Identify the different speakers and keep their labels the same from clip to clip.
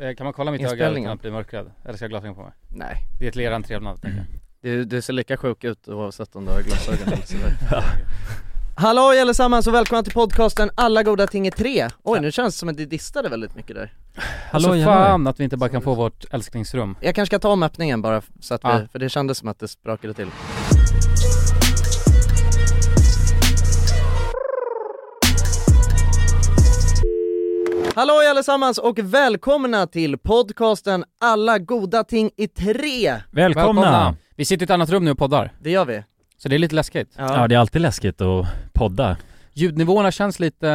Speaker 1: Eh, Kan man kolla mitt öga
Speaker 2: Inspelningen.
Speaker 1: utan att bli mörkrädd? Eller ska jag ha glasögon på mig?
Speaker 2: Nej,
Speaker 1: Det är ett leran trevnad tänker jag
Speaker 2: du, du ser lika sjuk ut oavsett om du har glasögon eller sådär Hallå och allesammans och välkomna till podcasten Alla goda ting är tre Oj nu känns det som att det distade väldigt mycket där
Speaker 1: Hallå
Speaker 3: Hallå,
Speaker 1: alltså,
Speaker 3: jävlar.
Speaker 1: fan att vi inte bara kan få vårt älsklingsrum
Speaker 2: Jag kanske ska ta om öppningen bara så att vi,
Speaker 1: Ja.
Speaker 2: för det kändes som att det sprakade till Hallå och allesammans och välkomna till podcasten Alla goda ting i tre!
Speaker 3: Välkomna!
Speaker 1: Vi sitter i ett annat rum nu och poddar,
Speaker 2: Det gör vi.
Speaker 1: så det är lite läskigt
Speaker 3: Ja det är alltid läskigt att podda
Speaker 1: Ljudnivåerna känns lite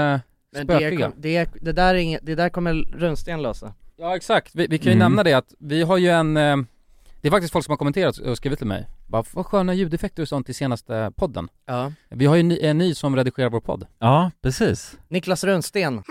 Speaker 2: Men det,
Speaker 1: spökiga
Speaker 2: kom, det, det, där är inget, det där kommer Runsten lösa.
Speaker 1: Ja exakt, vi, vi kan ju
Speaker 3: Mm.
Speaker 1: nämna det att vi har ju en eh, Det är faktiskt folk som har kommenterat och skrivit till mig Bara, vad sköna ljudeffekter och sånt i senaste podden
Speaker 2: Ja.
Speaker 1: Vi har ju en ny, en ny som redigerar vår podd
Speaker 3: Ja, precis
Speaker 2: Niklas Runsten.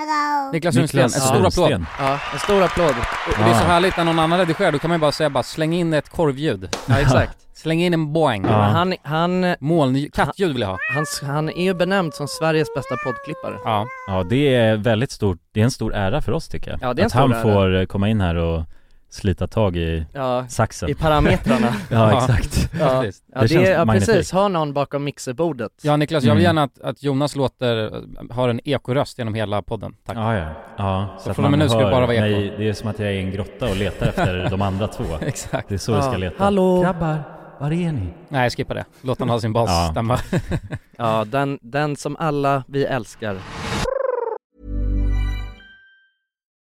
Speaker 1: Niklas Runsten, en stor applåd
Speaker 3: Runsten.
Speaker 2: Ja, en stor applåd.
Speaker 1: Och Det är så
Speaker 3: Ja.
Speaker 1: härligt när någon annan redigerar, då kan man ju bara säga bara släng in ett korvljud
Speaker 2: Ja, exakt.
Speaker 1: Släng in en boing
Speaker 3: Ja.
Speaker 2: Han, han,
Speaker 1: Moln, kattljud vill jag ha
Speaker 2: han, han är ju benämnd som Sveriges bästa poddklippare.
Speaker 1: Ja,
Speaker 3: Ja det är väldigt stort, det är en stor ära för oss tycker jag
Speaker 2: Ja, det är en
Speaker 3: Att
Speaker 2: stor
Speaker 3: han
Speaker 2: ära.
Speaker 3: får eh, komma in här och slita tag i
Speaker 2: Ja,
Speaker 3: saxen
Speaker 2: i parametrarna.
Speaker 3: Ja
Speaker 1: Ja.
Speaker 3: exakt
Speaker 2: Ja,
Speaker 1: faktiskt
Speaker 2: ja,
Speaker 3: Det
Speaker 2: det
Speaker 3: känns
Speaker 2: är, ja
Speaker 3: magnifikt.
Speaker 2: precis. Har någon bakom mixerbordet.
Speaker 1: Ja Niklas, jag vill
Speaker 3: Mm.
Speaker 1: gärna att, att Jonas låter, eh, har en ekoröst genom hela podden, tack
Speaker 3: Ja ja, ja
Speaker 1: Så från och med nu ska det bara vara eko.
Speaker 3: mig, det är som att jag är i en grotta och letar efter de andra två
Speaker 1: Exakt,
Speaker 3: Det är så vi ska
Speaker 2: Ja.
Speaker 3: leta
Speaker 2: Hallå.
Speaker 3: Grabbar, var är ni?
Speaker 1: nej skippa det, låt han ha sin
Speaker 3: Ja.
Speaker 1: basstämma
Speaker 2: Ja, den, den som alla vi älskar.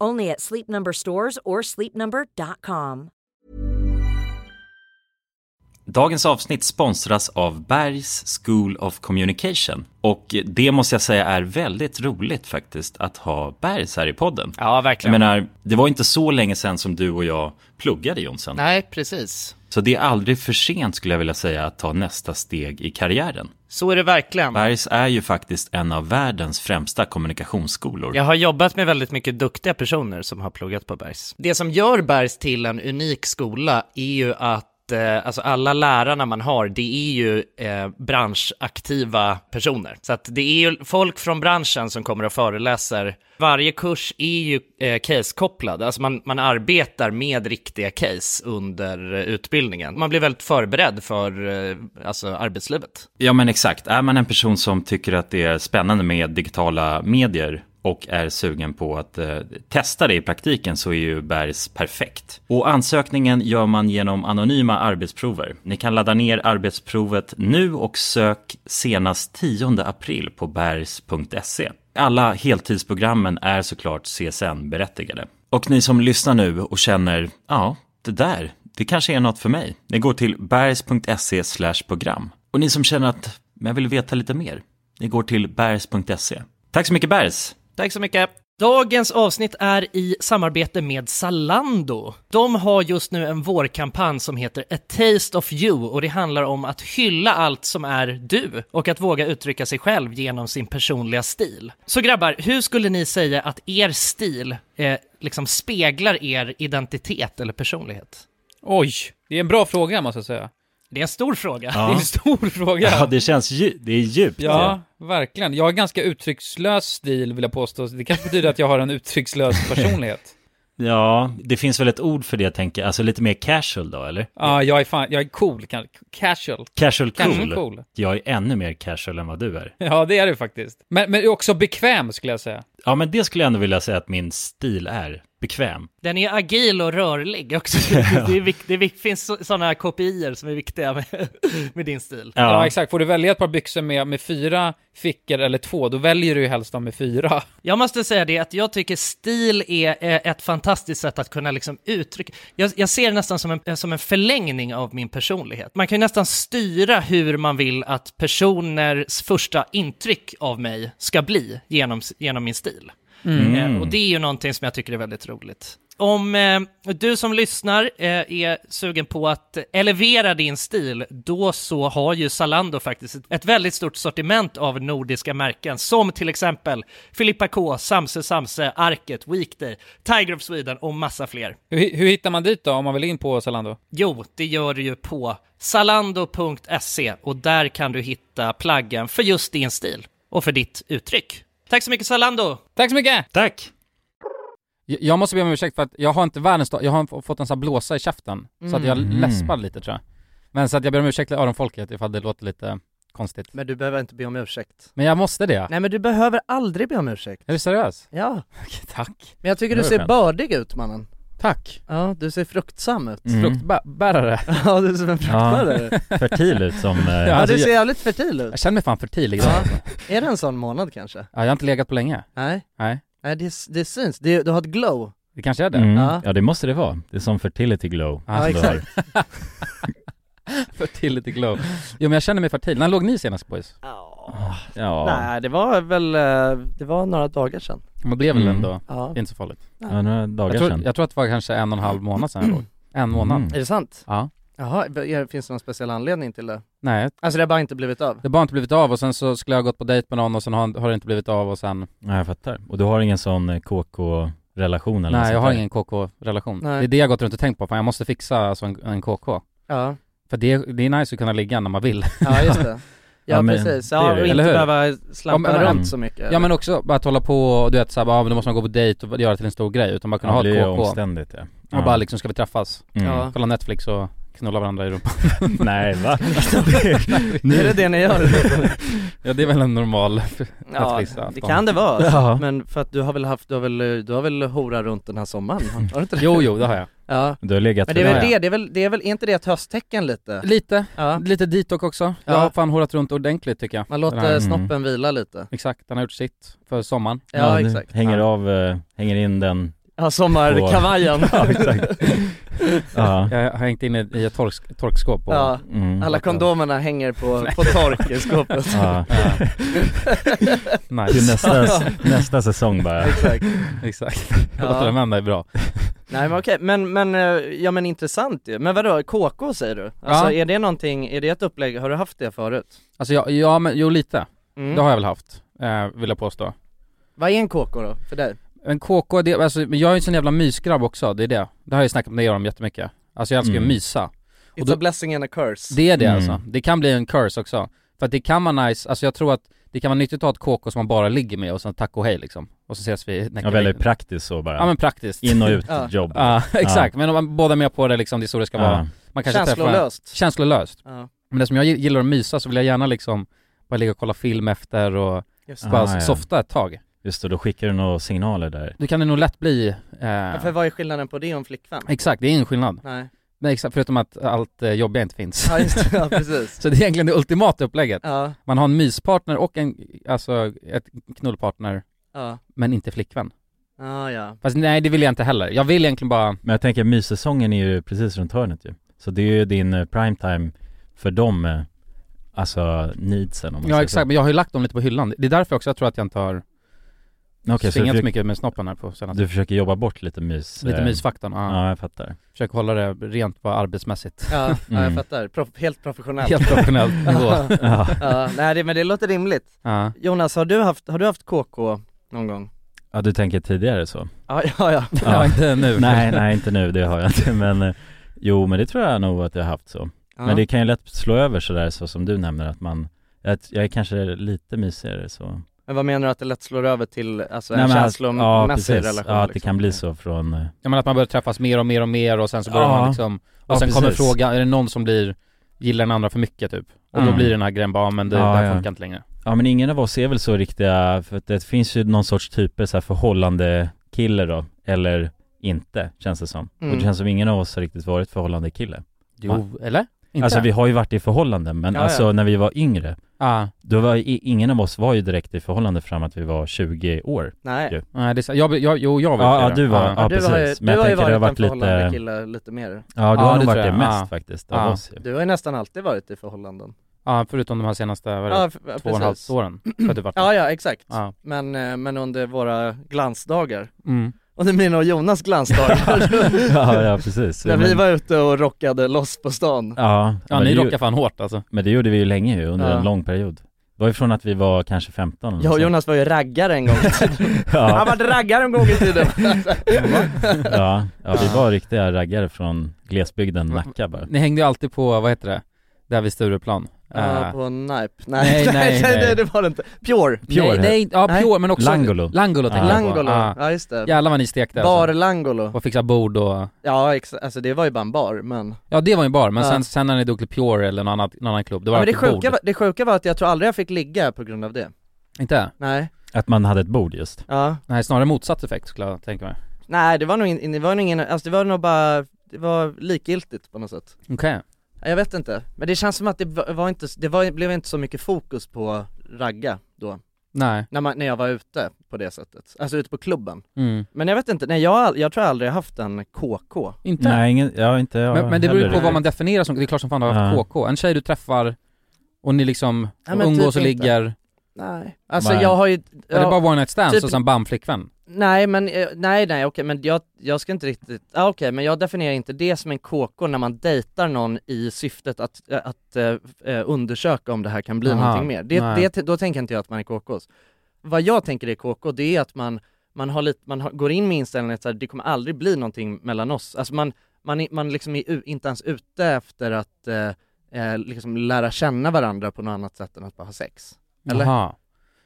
Speaker 4: Only at Sleep Number stores or sleepnumber.com.
Speaker 5: Dagens avsnitt sponsras av Bergs School of Communication. Och det måste jag säga är väldigt roligt faktiskt att ha Bergs här i podden.
Speaker 1: Ja
Speaker 5: Jag
Speaker 1: verkligen
Speaker 5: menar, det var inte så länge sedan som du och jag pluggade Jonsson.
Speaker 2: Nej, precis.
Speaker 5: Så det är aldrig för sent skulle jag vilja säga att ta nästa steg i karriären.
Speaker 6: Så är det verkligen.
Speaker 5: Bergs är ju faktiskt en av världens främsta kommunikationsskolor.
Speaker 6: Jag har jobbat med väldigt mycket duktiga personer som har pluggat på Bergs. Det som gör Bergs till en unik skola är ju att eh, Alltså alla lärarna man har, det är ju eh, branschaktiva personer. Så att det är ju folk från branschen som kommer och föreläser. Varje kurs är ju eh, case-kopplad, alltså man, man arbetar med riktiga case under eh, utbildningen. Man blir väldigt förberedd för eh, alltså arbetslivet.
Speaker 5: Ja men exakt, är man en person som tycker att det är spännande med digitala medier och är sugen på att eh, testa det i praktiken så är ju Bergs perfekt. Och ansökningen gör man genom anonyma arbetsprover. Ni kan ladda ner arbetsprovet nu och sök senast 10 april på bergs.se. Alla heltidsprogrammen är såklart CSN-berättigade. Och ni som lyssnar nu och känner, ja, det där, det kanske är något för mig. Ni går till bergs.se program. Och ni som känner att, men jag vill veta lite mer, ni går till bergs.se. Tack så mycket Bergs!
Speaker 6: Tack så mycket!
Speaker 2: Dagens avsnitt är i samarbete med Zalando. De har just nu en vårkampanj som heter A Taste of You och det handlar om att hylla allt som är du och att våga uttrycka sig själv genom sin personliga stil. Så grabbar, hur skulle ni säga att er stil eh, liksom speglar er identitet eller personlighet?
Speaker 7: Oj, det är en bra fråga måste jag säga.
Speaker 2: Det är en stor fråga.
Speaker 7: Det är
Speaker 8: Ja,
Speaker 7: en stor fråga.
Speaker 8: ja det känns dju- det är djupt.
Speaker 7: Ja, verkligen. Jag har ganska uttryckslös stil vill jag påstå. Det kanske betyder att jag har en uttryckslös personlighet.
Speaker 8: ja, det finns väl ett ord för det tänker jag. Alltså lite mer casual då, eller?
Speaker 7: Ja, jag är fan, jag är cool, kan- casual.
Speaker 8: Casual cool.
Speaker 7: Casual cool.
Speaker 8: Jag är ännu mer casual än vad du är.
Speaker 7: Ja, det är du faktiskt. Men, men också bekväm skulle jag säga.
Speaker 8: Ja, men det skulle jag ändå vilja säga att min stil är. Bekväm.
Speaker 2: Den är agil och rörlig också. Det, är, vik- det, är, vik- finns sådana kopior som är viktiga med, med din stil.
Speaker 7: Ja.
Speaker 8: Ja,
Speaker 7: exakt. Får du välja ett par byxor med, med fyra fickor eller två, då väljer du ju helst de med fyra.
Speaker 2: Jag måste säga det att jag tycker stil är eh, ett fantastiskt sätt att kunna liksom uttrycka. Jag, jag ser det nästan som en, eh, som en förlängning av min personlighet. Man kan ju nästan styra hur man vill att personers första intryck av mig ska bli genom, genom min stil. Eh, Och det är ju någonting som jag tycker är väldigt roligt. Om eh, du som lyssnar eh, är sugen på att elevera din stil, då så har ju Zalando faktiskt ett- ett väldigt stort sortiment av nordiska märken, som till exempel Filippa K, Samse Samse, Arket, Weekday, Tiger of Sweden och massa fler.
Speaker 7: Hur, hur hittar man dit då, om man vill in på Zalando?
Speaker 2: Jo, det gör du ju på zalando.se och där kan du hitta plaggen för just din stil och för ditt uttryck. Tack så mycket Zalando!
Speaker 7: Tack så mycket!
Speaker 8: tack.
Speaker 1: Jag- Jag måste be om ursäkt för att jag har inte världens dag, jag har f- fått en sån här blåsa i käften Så att jag läspar lite tror jag Men så att jag ber om ursäkt till öronfolket ifall det låter lite konstigt
Speaker 9: Men du behöver inte be om ursäkt.
Speaker 1: Men jag måste det,
Speaker 9: Nej men du behöver aldrig be om ursäkt.
Speaker 1: är du seriös?
Speaker 9: Ja,
Speaker 1: Okej, tack
Speaker 9: men jag tycker
Speaker 1: Det
Speaker 9: du
Speaker 1: var
Speaker 9: ser
Speaker 1: skönt.
Speaker 9: bördig ut mannen.
Speaker 1: Tack!
Speaker 9: Ja, du ser fruktsam ut.
Speaker 1: Mm. Fruktbärare
Speaker 9: Ja, du ser en fruktbärare. Ja,
Speaker 5: Fertil ut som... Eh,
Speaker 1: Ja. alltså, jag-
Speaker 9: du ser jävligt fertil ut.
Speaker 1: Jag känner mig fan fertil idag alltså.
Speaker 9: Är det en sån månad kanske?
Speaker 1: ja, Jag har inte legat på länge,
Speaker 9: Nej.
Speaker 1: nej
Speaker 9: Nej, det, det syns. Det, du har ett glow.
Speaker 1: Det kanske är det?
Speaker 5: Mm.
Speaker 9: Ja.
Speaker 5: Ja det måste det vara. Det är som fertility glow.
Speaker 1: Ja,
Speaker 5: som du har.
Speaker 1: Fertility glow Jo men jag känner mig fertil, när låg ni senast boys?
Speaker 5: Ja,
Speaker 9: Nej, det var väl, eh, det var några dagar sedan.
Speaker 1: Men det är väl
Speaker 5: Mm.
Speaker 1: ändå,
Speaker 9: Ja.
Speaker 1: det är inte så farligt
Speaker 5: ja några dagar
Speaker 1: jag tror,
Speaker 5: sedan.
Speaker 1: jag tror att det var kanske en och en halv månad sedan jag
Speaker 5: Mm.
Speaker 1: låg En månad?
Speaker 9: Är det sant?
Speaker 1: Ja
Speaker 9: Jaha, är- finns det någon speciell anledning till det?
Speaker 1: Nej,
Speaker 9: Alltså det har bara inte blivit av?
Speaker 1: det har bara inte blivit av och sen så skulle jag ha gått på dejt med någon och sen har, har det inte blivit av och sen
Speaker 5: Nej jag fattar. Och du har ingen sån eh, KK-relation eller något
Speaker 1: Nej jag
Speaker 5: sånt
Speaker 1: har
Speaker 5: där?
Speaker 1: ingen KK-relation. Det
Speaker 9: Nej.
Speaker 1: är det jag gått runt och tänkt på, fan jag måste fixa alltså en, en KK.
Speaker 9: Ja,
Speaker 1: För det, det är nice att kunna ligga när man vill.
Speaker 9: ja just det. Ja,
Speaker 5: Ja, men
Speaker 9: precis,
Speaker 5: det är
Speaker 9: ja,
Speaker 5: det
Speaker 9: och
Speaker 5: ju.
Speaker 9: inte
Speaker 1: Eller hur?
Speaker 9: behöva slampa
Speaker 1: Ja, men-
Speaker 9: runt så mycket
Speaker 1: Ja men också bara att hålla på och du vet såhär, bara, ja, men då måste man gå på dejt och göra det till en stor grej utan bara kunna
Speaker 5: Ja,
Speaker 1: ha
Speaker 5: det
Speaker 1: ett
Speaker 5: blir ju
Speaker 1: KK.
Speaker 5: omständigt ja.
Speaker 1: Och bara liksom, ska vi träffas?
Speaker 5: Mm.
Speaker 9: Ja.
Speaker 1: Kolla Netflix och knulla varandra i rumpan.
Speaker 5: Nej va?
Speaker 9: Är det det ni gör?
Speaker 1: Ja det är väl en normal
Speaker 9: ja,
Speaker 1: Netflix
Speaker 9: det kan det vara alltså.
Speaker 5: Ja.
Speaker 9: Men för att du har väl haft, du har väl, du har väl hora runt den här sommaren? Har du inte det?
Speaker 1: Jo jo, det har jag.
Speaker 9: Ja
Speaker 5: Du har legat
Speaker 9: Men det är
Speaker 5: för
Speaker 9: väl
Speaker 5: länge.
Speaker 9: det, det är väl, det är väl, är inte det ett hösttecken lite?
Speaker 1: Lite,
Speaker 9: Ja,
Speaker 1: lite detox också. Jag
Speaker 9: Ja.
Speaker 1: har fan hårat runt ordentligt tycker jag.
Speaker 9: man
Speaker 1: Den här,
Speaker 9: låter
Speaker 5: Mm.
Speaker 9: snoppen vila lite
Speaker 1: Exakt, den har gjort sitt för sommaren.
Speaker 9: Ja,
Speaker 5: du
Speaker 9: exakt
Speaker 5: Hänger
Speaker 9: ja.
Speaker 5: av, eh, hänger in den.
Speaker 9: ja sommarkavajen
Speaker 5: Ja exakt. Ja.
Speaker 1: Jag har hängt in i, i ett tork, torkskåp och...
Speaker 9: Ja,
Speaker 5: Mm.
Speaker 9: alla kondomerna hänger på, på tork i skåpet
Speaker 5: Ja. Till
Speaker 1: Nice,
Speaker 5: nästa, nästa säsong bara.
Speaker 9: Exakt.
Speaker 1: exakt.
Speaker 9: Ja.
Speaker 1: Låter den vända är bra.
Speaker 9: Nej men okej, men, men, eh, ja men intressant ju. Men vadå, KK säger du? Alltså
Speaker 1: Ja.
Speaker 9: är det någonting, är det ett upplägg, har du haft det förut?
Speaker 1: Alltså ja, ja men jo lite.
Speaker 9: Mm.
Speaker 1: Det har jag väl haft, eh, vill jag påstå.
Speaker 9: Vad är en KK då, för dig?
Speaker 1: Men KK, det, alltså, men jag är ju en sån jävla mysgrabb också, det är det. Det har jag ju snackat med er om jättemycket. Alltså jag älskar ju att
Speaker 5: Mm.
Speaker 1: mysa.
Speaker 9: It's
Speaker 1: då-
Speaker 9: a blessing and a curse
Speaker 1: Det är det
Speaker 5: Mm.
Speaker 1: alltså. Det kan bli en curse också. För att det kan vara nice, alltså jag tror att det kan vara nyttigt att ha ett KK som man bara ligger med och sen tack och hej liksom. Och så ses vi näck i
Speaker 5: Ja, väldigt
Speaker 1: väggen.
Speaker 5: praktiskt så
Speaker 1: Ja
Speaker 5: bara.
Speaker 1: men praktiskt.
Speaker 5: In och ut
Speaker 9: Ja.
Speaker 5: jobb.
Speaker 1: Ja exakt, men om man båda är med på det liksom, det är så det ska vara.
Speaker 5: Ja.
Speaker 1: Man kanske träffar-
Speaker 9: Känslolöst
Speaker 1: Känslolöst.
Speaker 9: Ja,
Speaker 1: Men det som jag gillar att mysa så vill jag gärna liksom bara ligga och kolla film efter och
Speaker 9: just det.
Speaker 1: bara
Speaker 5: Ah, ja.
Speaker 1: softa ett tag.
Speaker 5: Just det, då skickar du några signaler där.
Speaker 1: Då kan det nog lätt bli... Eh,
Speaker 9: Ja, för vad är skillnaden på det och en flickvän?
Speaker 1: Exakt, det är ingen skillnad.
Speaker 9: Nej,
Speaker 1: Nej, exakt, förutom att allt eh, jobbiga inte finns.
Speaker 9: ja just det, ja precis
Speaker 1: Så det är egentligen det ultimata upplägget.
Speaker 9: Ja,
Speaker 1: Man har en myspartner och en, alltså ett knullpartner,
Speaker 9: ja,
Speaker 1: men inte flickvän.
Speaker 9: ja, ja
Speaker 1: Fast nej, det vill jag inte heller. Jag vill egentligen bara,
Speaker 5: Men jag tänker myssäsongen är ju precis runt hörnet ju. Så det är ju din eh, prime time för dem, eh, alltså needsen om man
Speaker 1: ja
Speaker 5: säger
Speaker 1: exakt,
Speaker 5: så.
Speaker 1: men jag har ju lagt dem lite på hyllan. Det är därför också jag tror att jag inte har
Speaker 5: Okej, så du,
Speaker 1: Svingat
Speaker 5: försöker-
Speaker 1: mycket med snoppen här på senaste.
Speaker 5: du försöker jobba bort lite mys?
Speaker 1: Lite
Speaker 5: eh,
Speaker 1: mysfaktorn, ja.
Speaker 5: Ja, jag fattar.
Speaker 1: Försöker hålla det rent bara arbetsmässigt.
Speaker 9: Ja, ja jag
Speaker 5: Mm.
Speaker 9: fattar. Prof- helt professionellt.
Speaker 1: Helt professionellt nivå.
Speaker 5: Ja.
Speaker 9: ja, nej det- men det låter rimligt.
Speaker 1: Ja.
Speaker 9: Jonas, har du haft, har du haft KK någon gång?
Speaker 5: ja, du tänker tidigare så?
Speaker 9: Ja, ja, ja.
Speaker 1: Ja. inte nu.
Speaker 5: Nej, nej inte nu, det har jag inte men eh, Jo men det tror jag nog att jag har haft så
Speaker 9: ja.
Speaker 5: Men det kan ju lätt slå över sådär så som du nämner att man att jag är kanske lite mysigare så
Speaker 9: Men vad menar du att det lätt slår över till alltså,
Speaker 5: Nej,
Speaker 9: en
Speaker 5: men att- ja,
Speaker 9: känslomässig
Speaker 5: precis.
Speaker 9: relation?
Speaker 5: Ja att det
Speaker 9: liksom?
Speaker 5: kan bli så från eh,
Speaker 1: Ja men att man börjar träffas mer och mer och mer och sen så börjar
Speaker 5: Ja.
Speaker 1: man liksom, och
Speaker 5: Ja,
Speaker 1: sen kommer
Speaker 5: precis.
Speaker 1: frågan, är det någon som blir, gillar den andra för mycket typ? Och då
Speaker 5: Mm.
Speaker 1: blir det den här grejen bara, ja, men det,
Speaker 5: Ja,
Speaker 1: det här
Speaker 5: ja.
Speaker 1: funkar inte längre.
Speaker 5: Ja men ingen av oss är väl så riktiga för att det finns ju någon sorts typer så här förhållande kille då eller inte känns det som
Speaker 9: Mm.
Speaker 5: Och det känns som ingen av oss har riktigt varit förhållande kille
Speaker 1: Jo, eller? Inte?
Speaker 5: Alltså vi har ju varit i förhållanden men
Speaker 9: Ja, ja.
Speaker 5: alltså när vi var yngre
Speaker 1: ah,
Speaker 5: då var ju, ingen av oss var ju direkt i förhållande fram att vi var 20 år
Speaker 9: Nej.
Speaker 5: Ja,
Speaker 1: nej det är, så- jag, jag, jo jag var
Speaker 5: Ja,
Speaker 1: ju
Speaker 5: ja,
Speaker 1: det.
Speaker 5: du var- ja.
Speaker 9: du har ju,
Speaker 5: precis. Men
Speaker 9: du
Speaker 5: jag
Speaker 9: har ju
Speaker 5: tänker
Speaker 9: varit,
Speaker 5: det har
Speaker 9: en
Speaker 5: varit lite-
Speaker 9: förhållande kille lite mer.
Speaker 5: Ja, du
Speaker 1: Ja,
Speaker 5: har
Speaker 1: det
Speaker 5: nog
Speaker 1: tror
Speaker 5: varit det
Speaker 1: jag.
Speaker 5: mest
Speaker 1: Ja.
Speaker 5: faktiskt
Speaker 1: Ja.
Speaker 5: av oss ju.
Speaker 9: Du har ju nästan alltid varit i förhållanden.
Speaker 1: Ja, förutom de här senaste, vad är det,
Speaker 9: f-
Speaker 1: två och en halv
Speaker 9: precis.
Speaker 1: åren? För typ vart det.
Speaker 9: Ja, ja, exakt.
Speaker 1: Ja.
Speaker 9: Men, eh, men under våra glansdagar.
Speaker 1: Mm.
Speaker 9: Under mina och Jonas glansdagar.
Speaker 5: ja, ja, precis.
Speaker 9: När
Speaker 5: Men-
Speaker 9: vi var ute och rockade loss på stan.
Speaker 5: Ja,
Speaker 1: ja
Speaker 5: men,
Speaker 1: ni
Speaker 5: det ju,
Speaker 1: rockar fan hårt alltså.
Speaker 5: men det gjorde vi ju länge ju, under
Speaker 9: Ja.
Speaker 5: en lång period. Det var ju från att vi var kanske 15 eller
Speaker 9: Jag och
Speaker 5: något sånt.
Speaker 9: Jonas var ju raggare en gång i tiden. Han
Speaker 5: ja,
Speaker 9: var raggare en gång i tiden.
Speaker 5: ja, ja, vi var riktiga raggare från glesbygden
Speaker 9: Mm.
Speaker 5: Nacka bara.
Speaker 1: Ni hängde ju alltid på, vad heter det, där vid Stureplan?
Speaker 9: Ja,
Speaker 1: Eh,
Speaker 9: på Nipe.
Speaker 1: Nej, nej,
Speaker 9: nej,
Speaker 5: nej.
Speaker 9: det var det inte. Pure.
Speaker 1: nej,
Speaker 5: Pure
Speaker 1: nej, ja
Speaker 9: Nej.
Speaker 1: Pure men också
Speaker 5: Langolo.
Speaker 1: Langolo tänker jag på.
Speaker 9: Langolo,
Speaker 1: Ja.
Speaker 9: ja just det.
Speaker 1: Jävlar vad ni stekte
Speaker 9: Bar
Speaker 1: alltså.
Speaker 9: Langolo.
Speaker 1: Och fixa bord och
Speaker 9: Ja exakt, alltså det var ju bara en bar men
Speaker 1: Ja det var ju en bar, men
Speaker 9: Ja.
Speaker 1: sen, sen när ni drog till Pure eller någon annan, någon annan klubb, det var
Speaker 9: Ja, men det
Speaker 1: alltid bord.
Speaker 9: sjuka, var, det sjuka var att jag tror aldrig jag fick ligga på grund av det.
Speaker 1: Inte?
Speaker 9: Nej,
Speaker 5: Att man hade ett bord just.
Speaker 9: ja.
Speaker 1: Nej snarare motsatt effekt skulle jag tänka mig.
Speaker 9: Nej det var nog, in, det var nog ingen, alltså det var nog bara, det var likgiltigt på något sätt.
Speaker 1: Okej.
Speaker 9: Ja, Jag vet inte, men det känns som att det var var inte, det var, blev inte så mycket fokus på ragga då.
Speaker 1: Nej.
Speaker 9: När, man, när jag var ute på det sättet, alltså ute på klubben.
Speaker 1: Mm.
Speaker 9: Men jag vet inte, nej jag, har all- jag tror jag aldrig har haft en KK.
Speaker 1: Inte?
Speaker 5: Nej, ingen, ja, inte jag
Speaker 1: men, men det beror ju
Speaker 5: heller.
Speaker 1: på vad man definierar som, det är klart som fan du har haft
Speaker 5: Ja.
Speaker 1: KK. En tjej du träffar och ni liksom
Speaker 9: Ja, men
Speaker 1: umgås
Speaker 9: typ
Speaker 1: och
Speaker 9: inte.
Speaker 1: ligger,
Speaker 9: Nej. Alltså
Speaker 5: Nej.
Speaker 9: jag har ju,
Speaker 1: är det
Speaker 9: ja,
Speaker 1: bara one night stands
Speaker 9: typ-
Speaker 1: och sen bam flickvän?
Speaker 9: nej men, eh, nej nej okej men jag, jag ska inte riktigt, ja, okej men jag definierar inte det som en KK när man dejtar någon i syftet att, eh, att eh, eh, undersöka om det här kan bli
Speaker 1: Aha,
Speaker 9: någonting mer. Det,
Speaker 1: nej.
Speaker 9: det, då tänker inte jag att man är KKs. Vad jag tänker är KK, det är att man, man, har lite, man har, går in med inställningen att så här, det kommer aldrig bli någonting mellan oss. Alltså man, man, är- man liksom är u- inte ens ute efter att eh, eh, liksom lära känna varandra på något annat sätt än att bara ha sex. Eller?
Speaker 1: Jaha.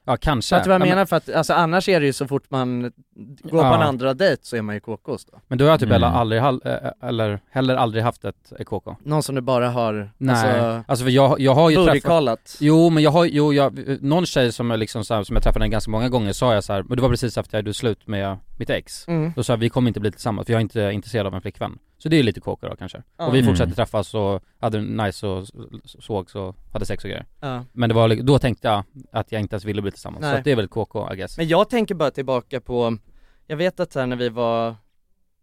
Speaker 1: Ja kanske.
Speaker 9: Fattar du vad jag
Speaker 1: Ja,
Speaker 9: menar? För att, alltså, annars är det ju så fort man går
Speaker 1: Ja.
Speaker 9: på en andra dejt så är man ju KKs då.
Speaker 1: Men, men du har jag typ
Speaker 5: Mm.
Speaker 1: heller aldrig, hal- eh, eller, heller aldrig haft ett eh, KK.
Speaker 9: Någon som du bara har,
Speaker 1: Nej.
Speaker 9: alltså,
Speaker 1: Alltså, för jag, jag har ju träffat
Speaker 9: budikalat.
Speaker 1: Jo men jag har, jo jag, någon tjej som är liksom så här, som jag träffade ganska många gånger sa jag så här, men det var precis efter jag gjorde slut med mitt ex.
Speaker 9: Mm.
Speaker 1: Då sa jag, vi kommer inte bli tillsammans för jag är inte intresserad av en flickvän. Så det är ju lite kåkar då kanske.
Speaker 9: Ja.
Speaker 1: Och vi
Speaker 5: Mm.
Speaker 1: fortsatte träffas och hade nice och sågs och hade sex och grejer.
Speaker 9: Ja.
Speaker 1: Men det var, li- då tänkte jag att jag inte ens ville bli tillsammans.
Speaker 9: Nej.
Speaker 1: Så att det är väl KK I guess.
Speaker 9: Men jag tänker bara tillbaka på, jag vet att så här när vi var,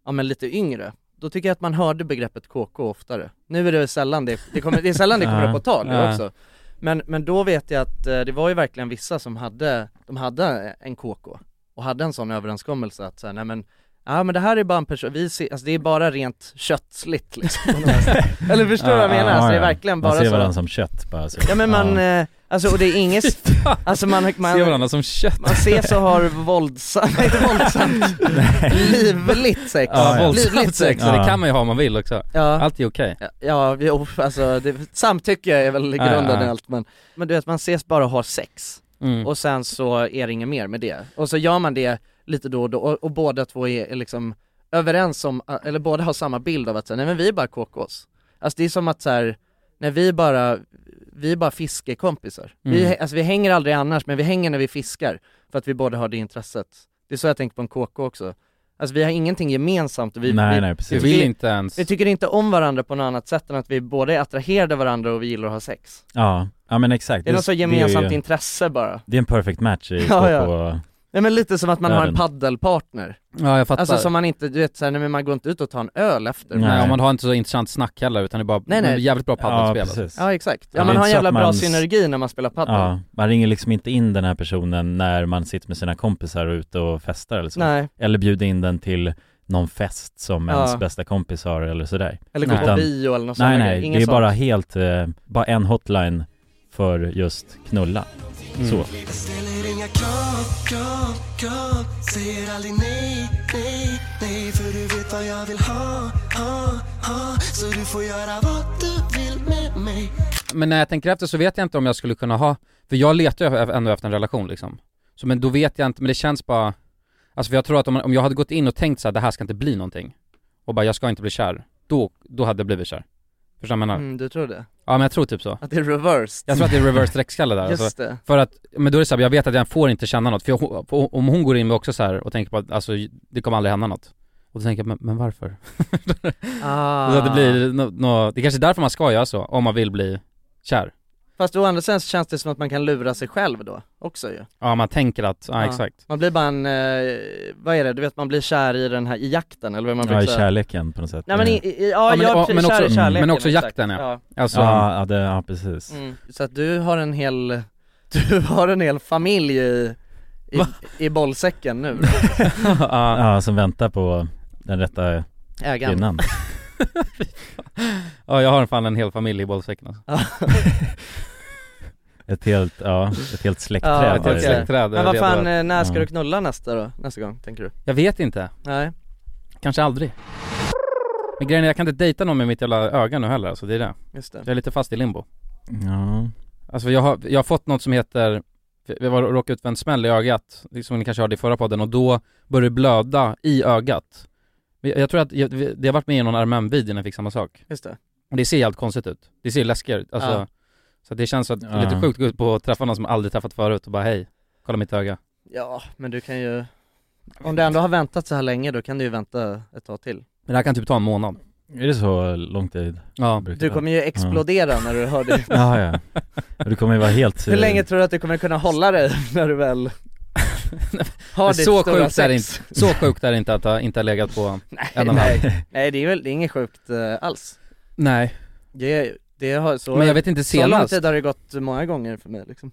Speaker 9: ja men lite yngre, då tycker jag att man hörde begreppet KK oftare. Nu är det sällan det, det, kommer, det är sällan det kommer upp på tal
Speaker 1: Ja.
Speaker 9: ja. också. Men, men då vet jag att eh, det var ju verkligen vissa som hade, de hade en KK och hade en sån överenskommelse att så här, nej men Ja men det här är bara en person, vi ser, alltså det är bara rent köttsligt liksom. på något sätt. Eller förstår du vad jag menar? Alltså det är verkligen
Speaker 5: Man
Speaker 9: bara
Speaker 5: ser varandra
Speaker 9: så
Speaker 5: som kött bara så.
Speaker 9: Ja men man, eh, alltså och det är inget, alltså man, man
Speaker 1: Ser varandra som kött.
Speaker 9: man ses och har våldsamt, nej inte våldsamt, livligt sex.
Speaker 1: Ja,
Speaker 9: livligt
Speaker 1: våldsamt sex,
Speaker 9: sex.
Speaker 1: så det
Speaker 5: Ja.
Speaker 1: kan man ju ha om man vill också.
Speaker 9: Ja,
Speaker 1: Allt är okej.
Speaker 9: ja jo, alltså det, samtycke är väl
Speaker 1: Ja,
Speaker 9: grunden
Speaker 1: ja,
Speaker 9: i
Speaker 1: ja.
Speaker 9: allt men, men du vet man ses bara och har sex
Speaker 1: Mm.
Speaker 9: och sen så är det inget mer med det. Och så gör man det lite då och då och, och båda två är, är liksom överens om, eller båda har samma bild av att säga nej men vi är bara KKs. Alltså det är som att så här, när vi bara, vi är bara fiskekompisar. Vi,
Speaker 1: Mm.
Speaker 9: alltså vi hänger aldrig annars, men vi hänger när vi fiskar. För att vi båda har det intresset. Det är så jag tänker på en KK också. Alltså vi har ingenting gemensamt och vi,
Speaker 5: nej,
Speaker 9: vi,
Speaker 5: nej,
Speaker 1: Vi
Speaker 5: precis.
Speaker 1: vill inte ens...
Speaker 9: vi tycker inte om varandra på något annat sätt än att vi båda är attraherade av varandra och vi gillar att ha sex.
Speaker 5: Ja, ja men exakt.
Speaker 9: Det är något så
Speaker 5: ju-
Speaker 9: gemensamt
Speaker 5: det, är ju-
Speaker 9: intresse bara.
Speaker 5: det är en perfect match i
Speaker 9: Ja, ja.
Speaker 5: på,
Speaker 9: Nej men lite som att man har en
Speaker 5: Världen.
Speaker 9: paddelpartner.
Speaker 1: Ja jag fattar.
Speaker 9: Alltså som man inte, du vet såhär, nej men man går inte ut och tar en öl efter.
Speaker 1: nej.
Speaker 5: Nej.
Speaker 1: och man har inte så intressant snack heller utan det är bara
Speaker 9: Nej, nej.
Speaker 1: men jävligt bra
Speaker 5: Ja,
Speaker 1: padelspel. alltså.
Speaker 5: precis.
Speaker 9: Ja exakt. Ja,
Speaker 5: Ja,
Speaker 9: man
Speaker 5: det är
Speaker 9: har
Speaker 5: inte så
Speaker 9: en jävla
Speaker 5: att
Speaker 9: bra
Speaker 5: man-
Speaker 9: synergi när man spelar padel.
Speaker 5: Ja, man ringer liksom inte in den här personen när man sitter med sina kompisar och är ute och festar eller så.
Speaker 9: Nej,
Speaker 5: Eller bjuder in den till någon fest som
Speaker 9: Ja.
Speaker 5: ens bästa kompis har eller sådär.
Speaker 9: eller gå
Speaker 1: Nej.
Speaker 9: på
Speaker 5: Utan-
Speaker 9: bio eller något
Speaker 5: nej
Speaker 9: sånt.
Speaker 5: nej,
Speaker 9: Inget
Speaker 5: det är
Speaker 9: sånt.
Speaker 5: bara helt, eh, bara en hotline för just knulla.
Speaker 1: Mm.
Speaker 5: Så.
Speaker 1: Men när jag tänker efter så vet jag inte om jag skulle kunna ha, för jag letar ju ändå efter en relation liksom. Så men då vet jag inte, men det känns bara, alltså för jag tror att om, man- om jag hade gått in och tänkt så här, det här ska inte bli någonting. Och bara jag ska inte bli kär. Då, då hade jag blivit kär. Förstår du vad jag menar?
Speaker 9: Mm, du tror det?
Speaker 1: Ja men jag tror typ så.
Speaker 9: Att det är reversed?
Speaker 1: Jag tror att det är reverse streckskalle där. alltså.
Speaker 9: Just det.
Speaker 1: För att, men då är det så här, jag vet att jag får inte känna något, för jag, för om hon går in med också så här och tänker på att alltså, det kommer aldrig hända något. Och då tänker jag, men, men varför? Så
Speaker 9: Ah.
Speaker 1: att det blir nå nå- det kanske är därför man ska göra så, om man vill bli kär.
Speaker 9: Fast å andra sidan så känns det som att man kan lura sig själv då, också ju.
Speaker 1: Ja man tänker att, ja,
Speaker 9: Ja.
Speaker 1: exakt.
Speaker 9: Man blir bara en, eh, vad är det, du vet man blir kär i den här, i jakten eller vad man
Speaker 5: Ja, i
Speaker 9: brukar säga?
Speaker 5: kärleken på något sätt.
Speaker 9: Nej men, i,
Speaker 5: Eh,
Speaker 9: i, ja,
Speaker 1: Ja, men-
Speaker 9: jag
Speaker 1: ja,
Speaker 9: precis,
Speaker 1: men
Speaker 9: kär
Speaker 1: också-
Speaker 9: i
Speaker 1: mm,
Speaker 9: kärleken,
Speaker 1: men också
Speaker 9: exakt.
Speaker 1: jakten, ja.
Speaker 9: ja.
Speaker 1: Alltså,
Speaker 5: ja, ja, det, ja, precis.
Speaker 9: Mm. Så att du har en hel, du har en hel familj i, i,
Speaker 1: Va?
Speaker 9: i bollsäcken nu,
Speaker 1: ja.
Speaker 5: Ja, som väntar på den rätta
Speaker 9: ägaren.
Speaker 5: kvinnan.
Speaker 1: ja jag har fan en hel familj i bollsäcken alltså.
Speaker 9: Ja.
Speaker 5: Ett helt, ja, ett helt släktträd.
Speaker 9: Ja,
Speaker 5: Ja,
Speaker 1: Ett helt
Speaker 9: okej.
Speaker 1: släktträd
Speaker 9: Men vad
Speaker 1: redo
Speaker 9: fan,
Speaker 1: att-
Speaker 9: eh, när ska
Speaker 5: Ja.
Speaker 9: du knulla nästa då, nästa gång, tänker du?
Speaker 1: Jag vet inte,
Speaker 9: Nej?
Speaker 1: kanske aldrig. Men grejen är, jag kan inte dejta någon med mitt jävla öga nu heller alltså, det är det.
Speaker 9: Just det.
Speaker 1: Jag är lite fast i limbo.
Speaker 5: ja.
Speaker 1: Alltså jag har, jag har fått något som heter, jag var råkade ut för en smäll i ögat, som ni kanske hörde i förra podden, och då började det blöda i ögat. Jag jag tror att jag, det har varit med i någon RMM-video när jag fick samma sak.
Speaker 9: Just det.
Speaker 1: Och det ser helt konstigt ut. Det ser läskigare ut. Alltså,
Speaker 9: Ja.
Speaker 1: Så det känns att det är
Speaker 5: Ja.
Speaker 1: lite sjukt att gå ut på och träffa någon som aldrig träffat förut och bara hej, kolla mitt öga.
Speaker 9: Ja, men du kan ju, om du ändå har väntat så här länge då kan du ju vänta ett tag till.
Speaker 1: Men det här kan typ ta en månad.
Speaker 5: Är det så lång tid?
Speaker 1: Ja.
Speaker 5: brukar
Speaker 9: Du
Speaker 5: ta?
Speaker 9: kommer ju explodera när du hör det.
Speaker 5: Ja, ja. Och Du kommer ju vara helt... eh,
Speaker 9: Hur
Speaker 1: Typ.
Speaker 9: länge tror du att du kommer kunna hålla dig när du väl har
Speaker 1: Men
Speaker 9: ditt
Speaker 1: så
Speaker 9: stora
Speaker 1: sjukt är det
Speaker 9: sex?
Speaker 1: Så sjukt är det inte att jag inte har legat på
Speaker 9: Nej,
Speaker 1: en och en halv.
Speaker 9: nej, nej det är väl, det är inget sjukt eh, alls.
Speaker 1: Nej.
Speaker 9: Det, det har så,
Speaker 1: Men jag vet inte
Speaker 9: så lång
Speaker 1: senast.
Speaker 9: tid har det gått många gånger för mig liksom.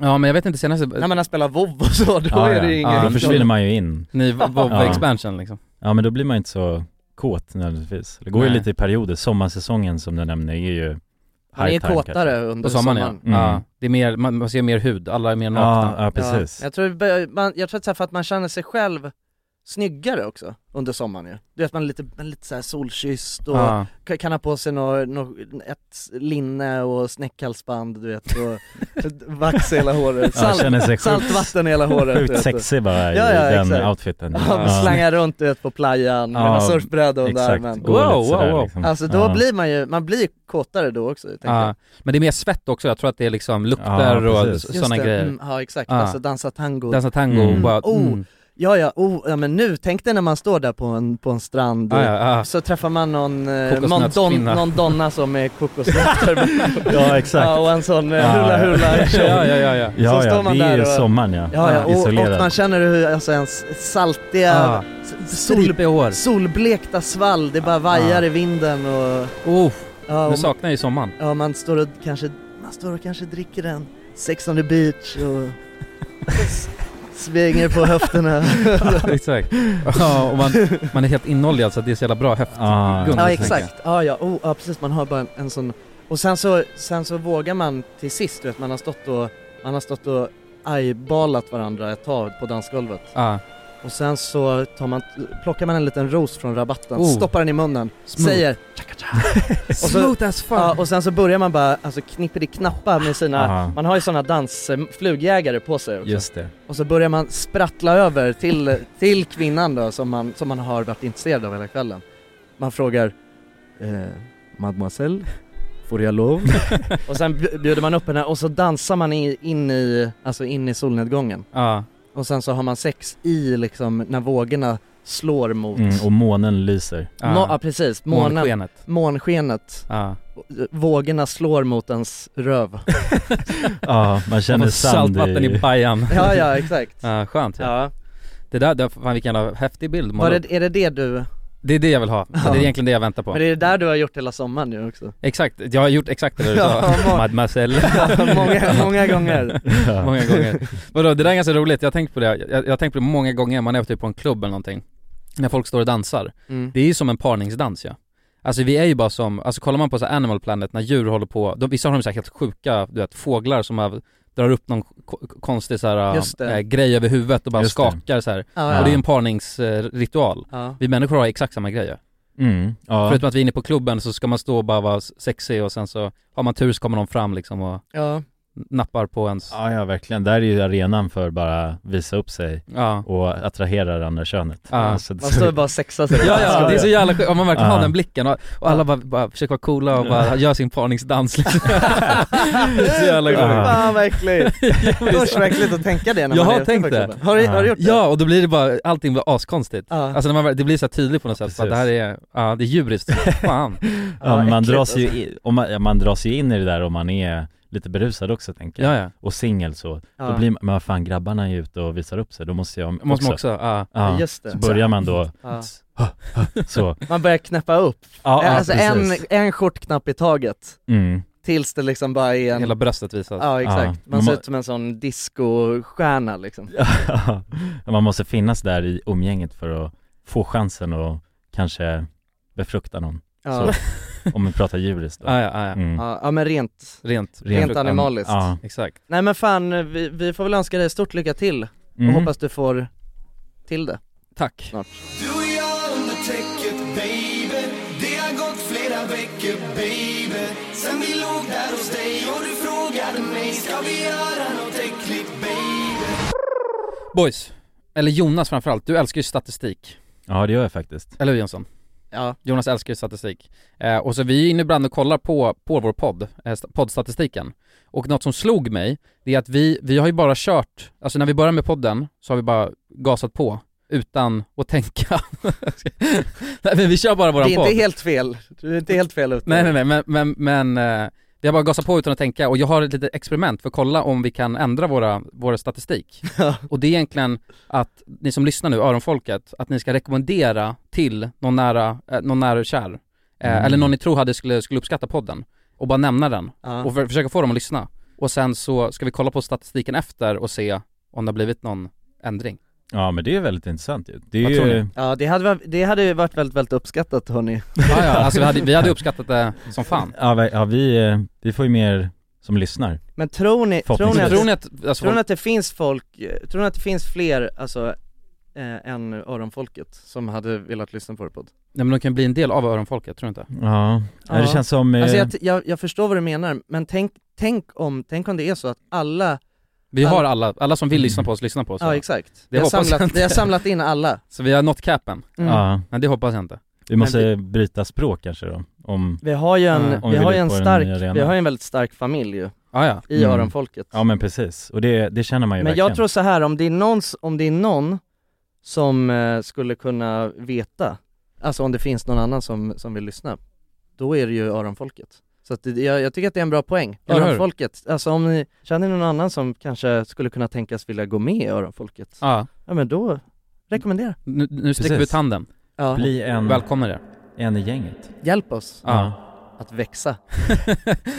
Speaker 1: Ja men jag vet inte senast.
Speaker 9: När man har spelat WoW och så, då
Speaker 5: Eh, Ja,
Speaker 9: är
Speaker 5: ja.
Speaker 9: det inget
Speaker 1: Ja,
Speaker 5: Då försvinner man ju in.
Speaker 1: Ny Vovve
Speaker 5: Ja.
Speaker 1: expansion liksom.
Speaker 5: Ja, men då blir man inte så kåt nödvändigtvis. Det går ju
Speaker 1: Nej.
Speaker 5: lite i perioder. Sommarsäsongen som du nämnde är ju high
Speaker 9: Man är ju
Speaker 5: time, kanske.
Speaker 9: kåtare under
Speaker 1: På sommaren,
Speaker 9: sommaren.
Speaker 1: ja.
Speaker 5: Mm.
Speaker 1: ja. Det är mer, man, man ser mer hud, alla är mer nakna.
Speaker 5: Ja, ja precis.
Speaker 9: Ja, jag tror, det bör- man, jag tror att så här, för att man känner sig själv snyggare också under sommaren ju. Du vet man är lite, man är lite så här solkysst och
Speaker 1: Ja.
Speaker 9: ka- kan ha på sig nå nå ett linne och snäckhalsband du vet och vax i hela håret,
Speaker 5: Ja,
Speaker 9: salt,
Speaker 5: känner sig sjukt,
Speaker 9: saltvatten i hela håret du
Speaker 5: sjukt
Speaker 9: vet.
Speaker 5: sexig bara i
Speaker 9: Ja, ja,
Speaker 5: den
Speaker 9: exakt.
Speaker 5: outfiten.
Speaker 9: Ja, men slangar runt du vet på playan med
Speaker 5: Ja,
Speaker 9: någon surfbräda under
Speaker 5: Exakt.
Speaker 9: armen
Speaker 5: Gå lite
Speaker 1: Wow,
Speaker 5: sådär,
Speaker 1: wow, wow.
Speaker 5: liksom.
Speaker 9: Alltså då
Speaker 5: Ja.
Speaker 9: blir man ju, man blir kåtare då också tänker
Speaker 1: Mm. Ja.
Speaker 9: jag
Speaker 1: Men det är mer svett också, jag tror att det är liksom lukter
Speaker 5: Ja,
Speaker 1: och
Speaker 5: precis.
Speaker 1: sådana
Speaker 9: det,
Speaker 1: grejer.
Speaker 9: Mm, ja exakt,
Speaker 1: Ja.
Speaker 9: alltså dansa tango
Speaker 1: Dansa tango och
Speaker 5: Mm.
Speaker 1: bara...
Speaker 9: Oh,
Speaker 1: Mm.
Speaker 9: Ja ja, oh, ja men nu, tänk dig när man står där på en, på en strand
Speaker 1: Ja, ja, ja.
Speaker 9: Så träffar man någon, eh, någon, don,
Speaker 1: Kokosnötskvinna.
Speaker 9: någon donna som är kokosnötter
Speaker 5: Ja, exakt.
Speaker 9: ja, och en sån eh,
Speaker 5: Ja.
Speaker 9: hula hula
Speaker 1: ja, ja, ja, ja.
Speaker 5: Ja,
Speaker 9: Så
Speaker 5: ja,
Speaker 9: står man
Speaker 5: det är
Speaker 9: där
Speaker 5: ju
Speaker 9: och-
Speaker 5: sommaren ja.
Speaker 9: Ja, ja, och,
Speaker 5: Isolerad.
Speaker 9: och man känner hur alltså, ens saltiga,
Speaker 1: Ah.
Speaker 9: s- sol,
Speaker 1: Stripig hår.
Speaker 9: solblekta svall, det bara vajar i vinden och,
Speaker 1: Oh,
Speaker 9: ja,
Speaker 1: nu
Speaker 9: och
Speaker 1: saknar jag ju sommaren.
Speaker 9: ja, man, står och kanske, man står och kanske dricker en Sex on the beach och s- svänger på höfterna.
Speaker 1: Exakt. Ja, och man, man är helt inoljad så att det är så jävla bra höft.
Speaker 5: Ja,
Speaker 1: Gun-
Speaker 9: ja
Speaker 1: tänker jag.
Speaker 9: exakt, ja ja, oh, ja precis man har bara en, en sån och sen så, sen så vågar man till sist, du vet man har stått och, man har stått och eyeballat varandra ett tag på dansgolvet
Speaker 1: Ja.
Speaker 9: och sen så tar man, plockar man en liten ros från rabatten,
Speaker 1: Oh.
Speaker 9: stoppar den i munnen,
Speaker 1: Smooth.
Speaker 9: säger och så,
Speaker 1: Smooth as
Speaker 9: ja,
Speaker 1: fuck.
Speaker 9: och sen så börjar man bara alltså knippeliknappa med sina
Speaker 5: Aha.
Speaker 9: man har ju såna dans, eh, flugjägare på sig också.
Speaker 5: Just det.
Speaker 9: Och så börjar man sprattla över till, till kvinnan då som man, som man har varit intresserad av hela kvällen. Man frågar eh, Mademoiselle, får jag lov? och sen bj- bjuder man upp henne och så dansar man i, in, i, alltså in i solnedgången.
Speaker 1: Ja.
Speaker 9: Och sen så har man sex i liksom när vågorna slår mot
Speaker 5: Mm, och månen lyser.
Speaker 9: Må- Ja precis, månen,
Speaker 1: Månskenet.
Speaker 9: månskenet,
Speaker 1: Ja.
Speaker 9: vågorna slår mot ens röv
Speaker 5: Ja, man
Speaker 1: Man
Speaker 5: känner
Speaker 1: får
Speaker 5: sand
Speaker 1: saltvatten i
Speaker 5: i...
Speaker 1: bajan.
Speaker 9: Ja ja, exakt
Speaker 1: Ja, skönt. Ja.
Speaker 9: Ja,
Speaker 1: Det där, det var fan vilken jävla häftig bild
Speaker 9: var
Speaker 1: Var
Speaker 9: det, är det det du,
Speaker 1: det är det jag vill ha. Det är egentligen det jag väntar på.
Speaker 9: men är det där du har gjort hela sommaren nu också?
Speaker 1: Exakt, jag har gjort exakt det där du
Speaker 9: Ja,
Speaker 1: sa,
Speaker 9: må-
Speaker 1: mademoiselle,
Speaker 9: många, många gånger
Speaker 5: Ja.
Speaker 1: många gånger Vadå, det där är ganska roligt, jag har tänkt på det, jag, jag har tänkt på det många gånger, man är typ på en klubb eller någonting När folk står och dansar,
Speaker 9: mm.
Speaker 1: det är ju som en parningsdans ja Alltså vi är ju bara som, alltså kollar man på så här Animal Planet när djur håller på, de, vissa har de så här helt sjuka, du vet fåglar som har, drar upp någon ko- konstig så här,
Speaker 9: Just det.
Speaker 1: eh, grej över huvudet och bara
Speaker 5: Just det.
Speaker 1: skakar så här.
Speaker 9: Ja,
Speaker 1: Och
Speaker 9: ja.
Speaker 1: det är ju en parningsritual
Speaker 9: ja.
Speaker 1: Vi människor har exakt samma grejer
Speaker 5: Mm, ja.
Speaker 1: Förutom att vi är inne på klubben så ska man stå och bara vara sexig och sen så har man tur så kommer någon fram liksom och
Speaker 9: ja,
Speaker 1: nappar på ens
Speaker 5: ja, ja verkligen. Där är ju arenan för bara visa upp sig
Speaker 1: Ja,
Speaker 5: och attrahera det andra könet.
Speaker 1: Ja.
Speaker 5: Alltså,
Speaker 9: man står bara och sexar sig
Speaker 1: ja, ja det är så jävla skönt, om man verkligen har
Speaker 5: Ja.
Speaker 1: den blicken och, och alla bara, bara försöker vara coola och bara gör sin parningsdans liksom. så jävla
Speaker 5: Ja.
Speaker 1: skönt
Speaker 9: Fan vad äckligt! Usch vad äckligt att tänka det när
Speaker 1: Jag
Speaker 9: man
Speaker 1: har
Speaker 9: är
Speaker 1: tänkt
Speaker 9: ute på
Speaker 1: det.
Speaker 9: klubben. Har, du- har du gjort det?
Speaker 1: Ja, och då blir det bara, allting blir askonstigt
Speaker 9: Ja.
Speaker 1: Alltså när man, väl- det blir så här tydligt på något sätt, att
Speaker 5: Precis.
Speaker 1: det här är, ja det är djuriskt, fan
Speaker 5: ja, man,
Speaker 9: äckligt alltså.
Speaker 5: dras ju i, om man, ja, man dras ju in i det där om man är lite berusad också tänker jag.
Speaker 1: Ja ja,
Speaker 5: Och singel så.
Speaker 9: Ja.
Speaker 5: Då blir man, men vad fan grabbarna är ute och visar upp sig, då måste jag
Speaker 1: måste man
Speaker 5: också.
Speaker 1: också, ja
Speaker 5: Ja.
Speaker 9: Just det.
Speaker 5: Så börjar man då
Speaker 9: Ja.
Speaker 5: så.
Speaker 9: Man börjar knäppa upp,
Speaker 5: Ja, ja
Speaker 9: alltså en,
Speaker 5: precis.
Speaker 9: en skjortknapp i taget
Speaker 5: Mm.
Speaker 9: tills det liksom bara är en
Speaker 1: hela bröstet visas
Speaker 9: Ja exakt,
Speaker 5: Ja.
Speaker 9: man ser
Speaker 5: Man-
Speaker 9: ut som en sån discostjärna liksom
Speaker 5: Ja, man måste finnas där i umgänget för att få chansen och kanske befrukta någon.
Speaker 9: Ja,
Speaker 5: Om vi pratar djuriskt då.
Speaker 1: Ja ja, ja, ja.
Speaker 5: Mm.
Speaker 9: ja, ja men rent
Speaker 1: rent,
Speaker 9: Rent animaliskt.
Speaker 5: Ja.
Speaker 1: exakt
Speaker 9: Nej men fan, vi, vi får väl önska dig stort lycka till och
Speaker 5: Mm.
Speaker 9: hoppas du får till det
Speaker 1: Tack
Speaker 9: snart
Speaker 1: Boys, eller Jonas framförallt, du älskar ju statistik
Speaker 5: ja, det gör jag faktiskt.
Speaker 1: Eller hur Jonsson?
Speaker 9: Ja,
Speaker 1: Jonas älskar ju statistik. Eh, och så vi är inne ibland och kollar på, på vår podd, eh, st- poddstatistiken. Och något som slog mig, det är att vi, vi har ju bara kört, alltså när vi började med podden så har vi bara gasat på utan att tänka. nej men vi kör bara
Speaker 9: det är
Speaker 1: våran
Speaker 9: inte
Speaker 1: podd.
Speaker 9: helt fel, du är inte helt fel ute
Speaker 1: Nej nej nej, men, men, men eh, vi har bara gasat på utan att tänka och jag har ett litet experiment för att kolla om vi kan ändra våra, våra statistik.
Speaker 9: Ja.
Speaker 1: och det är egentligen att ni som lyssnar nu, öronfolket, att ni ska rekommendera till någon nära, eh, någon nära och kär. Eh,
Speaker 5: Mm.
Speaker 1: Eller någon ni tror hade skulle, skulle uppskatta podden och bara nämna den
Speaker 9: ja.
Speaker 1: och för, försöka få dem att lyssna. Och sen så ska vi kolla på statistiken efter och se om det har blivit någon ändring.
Speaker 5: Ja, men det är väldigt intressant ju. Det
Speaker 1: Vad
Speaker 5: är
Speaker 1: tror
Speaker 5: ju,
Speaker 1: ni?
Speaker 9: ja det hade, varit- det hade ju varit väldigt, väldigt uppskattat hörni
Speaker 1: Ja, ja, alltså vi hade, vi hade uppskattat det som fan.
Speaker 5: ja, vi- ja vi, eh, vi får ju mer som lyssnar.
Speaker 9: Men tror ni, tror ni,
Speaker 5: Förhoppningsvis.
Speaker 9: att,
Speaker 1: Tror ni
Speaker 9: tror ni,
Speaker 1: att, alltså,
Speaker 9: att det finns folk, eh, tror ni att det finns fler, alltså, eh, än öronfolket som hade velat lyssna på det podd?
Speaker 1: nej, men de kan bli en del av öronfolket, tror du inte?
Speaker 5: Ja, ja. det
Speaker 9: Ja.
Speaker 5: känns som... eh,
Speaker 9: Alltså jag, jag, jag förstår vad du menar, men tänk, tänk om, tänk om det är så att alla,
Speaker 1: Vi
Speaker 9: Alla-
Speaker 1: har alla, alla som vill lyssna på oss lyssnar på oss.
Speaker 9: ja exakt,
Speaker 1: Det
Speaker 9: vi har,
Speaker 1: hoppas jag
Speaker 9: samlat,
Speaker 1: inte.
Speaker 9: vi har samlat in alla Mm.
Speaker 1: Så vi har nått capen,
Speaker 5: Ja,
Speaker 1: men det hoppas jag inte.
Speaker 5: vi måste bryta språk kanske då. Om,
Speaker 9: Vi har ju en,
Speaker 1: Ja,
Speaker 5: om
Speaker 9: vi
Speaker 5: vi
Speaker 9: har
Speaker 5: vill
Speaker 9: ju en
Speaker 5: få en
Speaker 9: stark,
Speaker 5: ny arena.
Speaker 9: vi har ju en väldigt stark familj ju,
Speaker 1: Ja, Ah, ja.
Speaker 9: i
Speaker 5: Mm.
Speaker 9: öronfolket
Speaker 5: ja men precis. Och det, det känner man ju
Speaker 9: Men
Speaker 5: verkligen.
Speaker 9: jag tror så här om det är någon, s- om det är någon som eh, skulle kunna veta, alltså om det finns någon annan som, som vill lyssna, då är det ju öronfolket. Så att det, jag, jag tycker att det är en bra poäng.
Speaker 1: Eller hur?
Speaker 9: Öronfolket, alltså om ni känner någon annan som kanske skulle kunna tänkas vilja gå med i öronfolket, ja,
Speaker 1: ja.
Speaker 9: men då rekommendera.
Speaker 1: Ah, Nu, nu sticker vi
Speaker 5: Precis. Mm.
Speaker 1: ut handen.
Speaker 9: Ja,
Speaker 5: Bli en,
Speaker 1: Välkomna er. Ah.
Speaker 5: en i gänget.
Speaker 9: hjälp oss
Speaker 1: Ja.
Speaker 9: att växa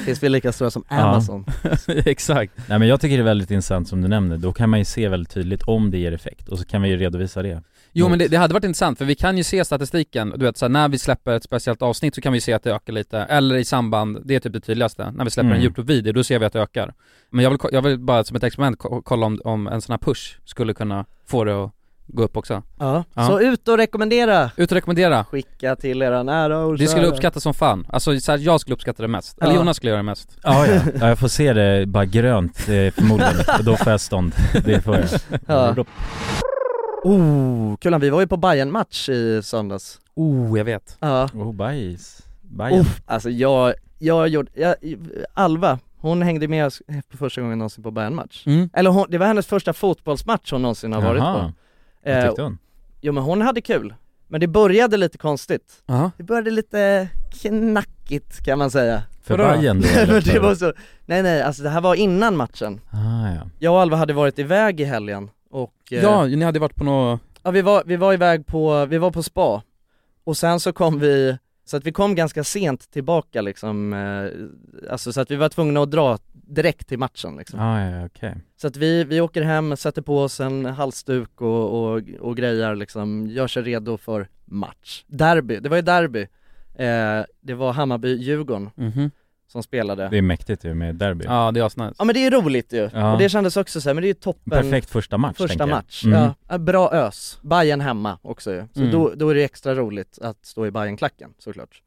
Speaker 9: tills vi är lika stora som
Speaker 5: Ja.
Speaker 9: Amazon.
Speaker 1: Exakt.
Speaker 5: Nej men jag tycker det är väldigt intressant som du nämner, då kan man ju se väldigt tydligt om det ger effekt och så kan vi ju redovisa det.
Speaker 1: Jo men det,
Speaker 5: Mot-
Speaker 1: det hade varit intressant för vi kan ju se statistiken, du vet så här, när vi släpper ett speciellt avsnitt så kan vi se att det ökar lite, eller i samband, det är typ det tydligaste, när vi släpper
Speaker 5: Mm.
Speaker 1: en YouTube-video då ser vi att det ökar. Men jag vill, ko- jag vill bara som ett experiment ko- kolla om, om en sån här push skulle kunna få det att gå upp också.
Speaker 9: Ja.
Speaker 1: Ja.
Speaker 9: Så ut och rekommendera!
Speaker 1: Ut och rekommendera!
Speaker 9: Skicka till era nära och
Speaker 1: Det skulle
Speaker 9: kära.
Speaker 1: uppskattas som fan, alltså så här, jag skulle uppskatta det mest, eller
Speaker 9: Ja.
Speaker 1: Jonas skulle göra det mest.
Speaker 5: Ja, ja. ja, jag får se det bara grönt eh, förmodligen, och då får jag stånd. Det får jag.
Speaker 9: Ja. Oh, Kullan, vi var ju på bayern match i söndags
Speaker 1: Oh, jag vet.
Speaker 9: Ja,
Speaker 5: Oh, bajs. Bajen.
Speaker 9: Uff, alltså jag, jag gjorde, jag, Alva, hon hängde med oss för första gången någonsin på bayern match
Speaker 1: Mm.
Speaker 9: Eller hon, det var hennes första fotbollsmatch hon någonsin har varit
Speaker 5: Jaha,
Speaker 9: på
Speaker 5: vad
Speaker 9: eh,
Speaker 5: tyckte hon?
Speaker 9: Jo men hon hade kul, men det började lite konstigt.
Speaker 1: Jaha.
Speaker 9: Det började lite knackigt kan man säga.
Speaker 5: För
Speaker 1: Vadå då?
Speaker 5: Bajen då? eller
Speaker 9: Men det
Speaker 5: för-
Speaker 9: var så, nej nej alltså det här var innan matchen.
Speaker 5: Ah, ja.
Speaker 9: Jag och Alva hade varit iväg i helgen och eh,
Speaker 1: Ja, ni hade varit på något,
Speaker 9: ja, vi, var, vi var iväg på, vi var på spa och sen så kom vi, så att vi kom ganska sent tillbaka liksom, eh, alltså så att vi var tvungna att dra direkt till matchen liksom.
Speaker 5: Ah, ja, okej.
Speaker 9: Så att vi, vi åker hem, sätter på oss en halsduk och, och, och grejer liksom, gör sig redo för match. Derby, det var ju derby. Eh, det var Hammarby-Djurgården
Speaker 1: mhm
Speaker 9: som spelade.
Speaker 5: Det är mäktigt ju med derby.
Speaker 1: Ja det är asnice
Speaker 9: Ja men det är ju roligt ju,
Speaker 5: Ja.
Speaker 9: och det kändes också så här, men det är ju toppen
Speaker 5: Perfekt första match
Speaker 9: första
Speaker 5: tänker jag.
Speaker 9: match.
Speaker 5: Mm.
Speaker 9: Ja, Ja, bra ös. Bayern hemma också ju. Så
Speaker 1: Mm.
Speaker 9: då, då är det extra roligt att stå i bayern klacken såklart.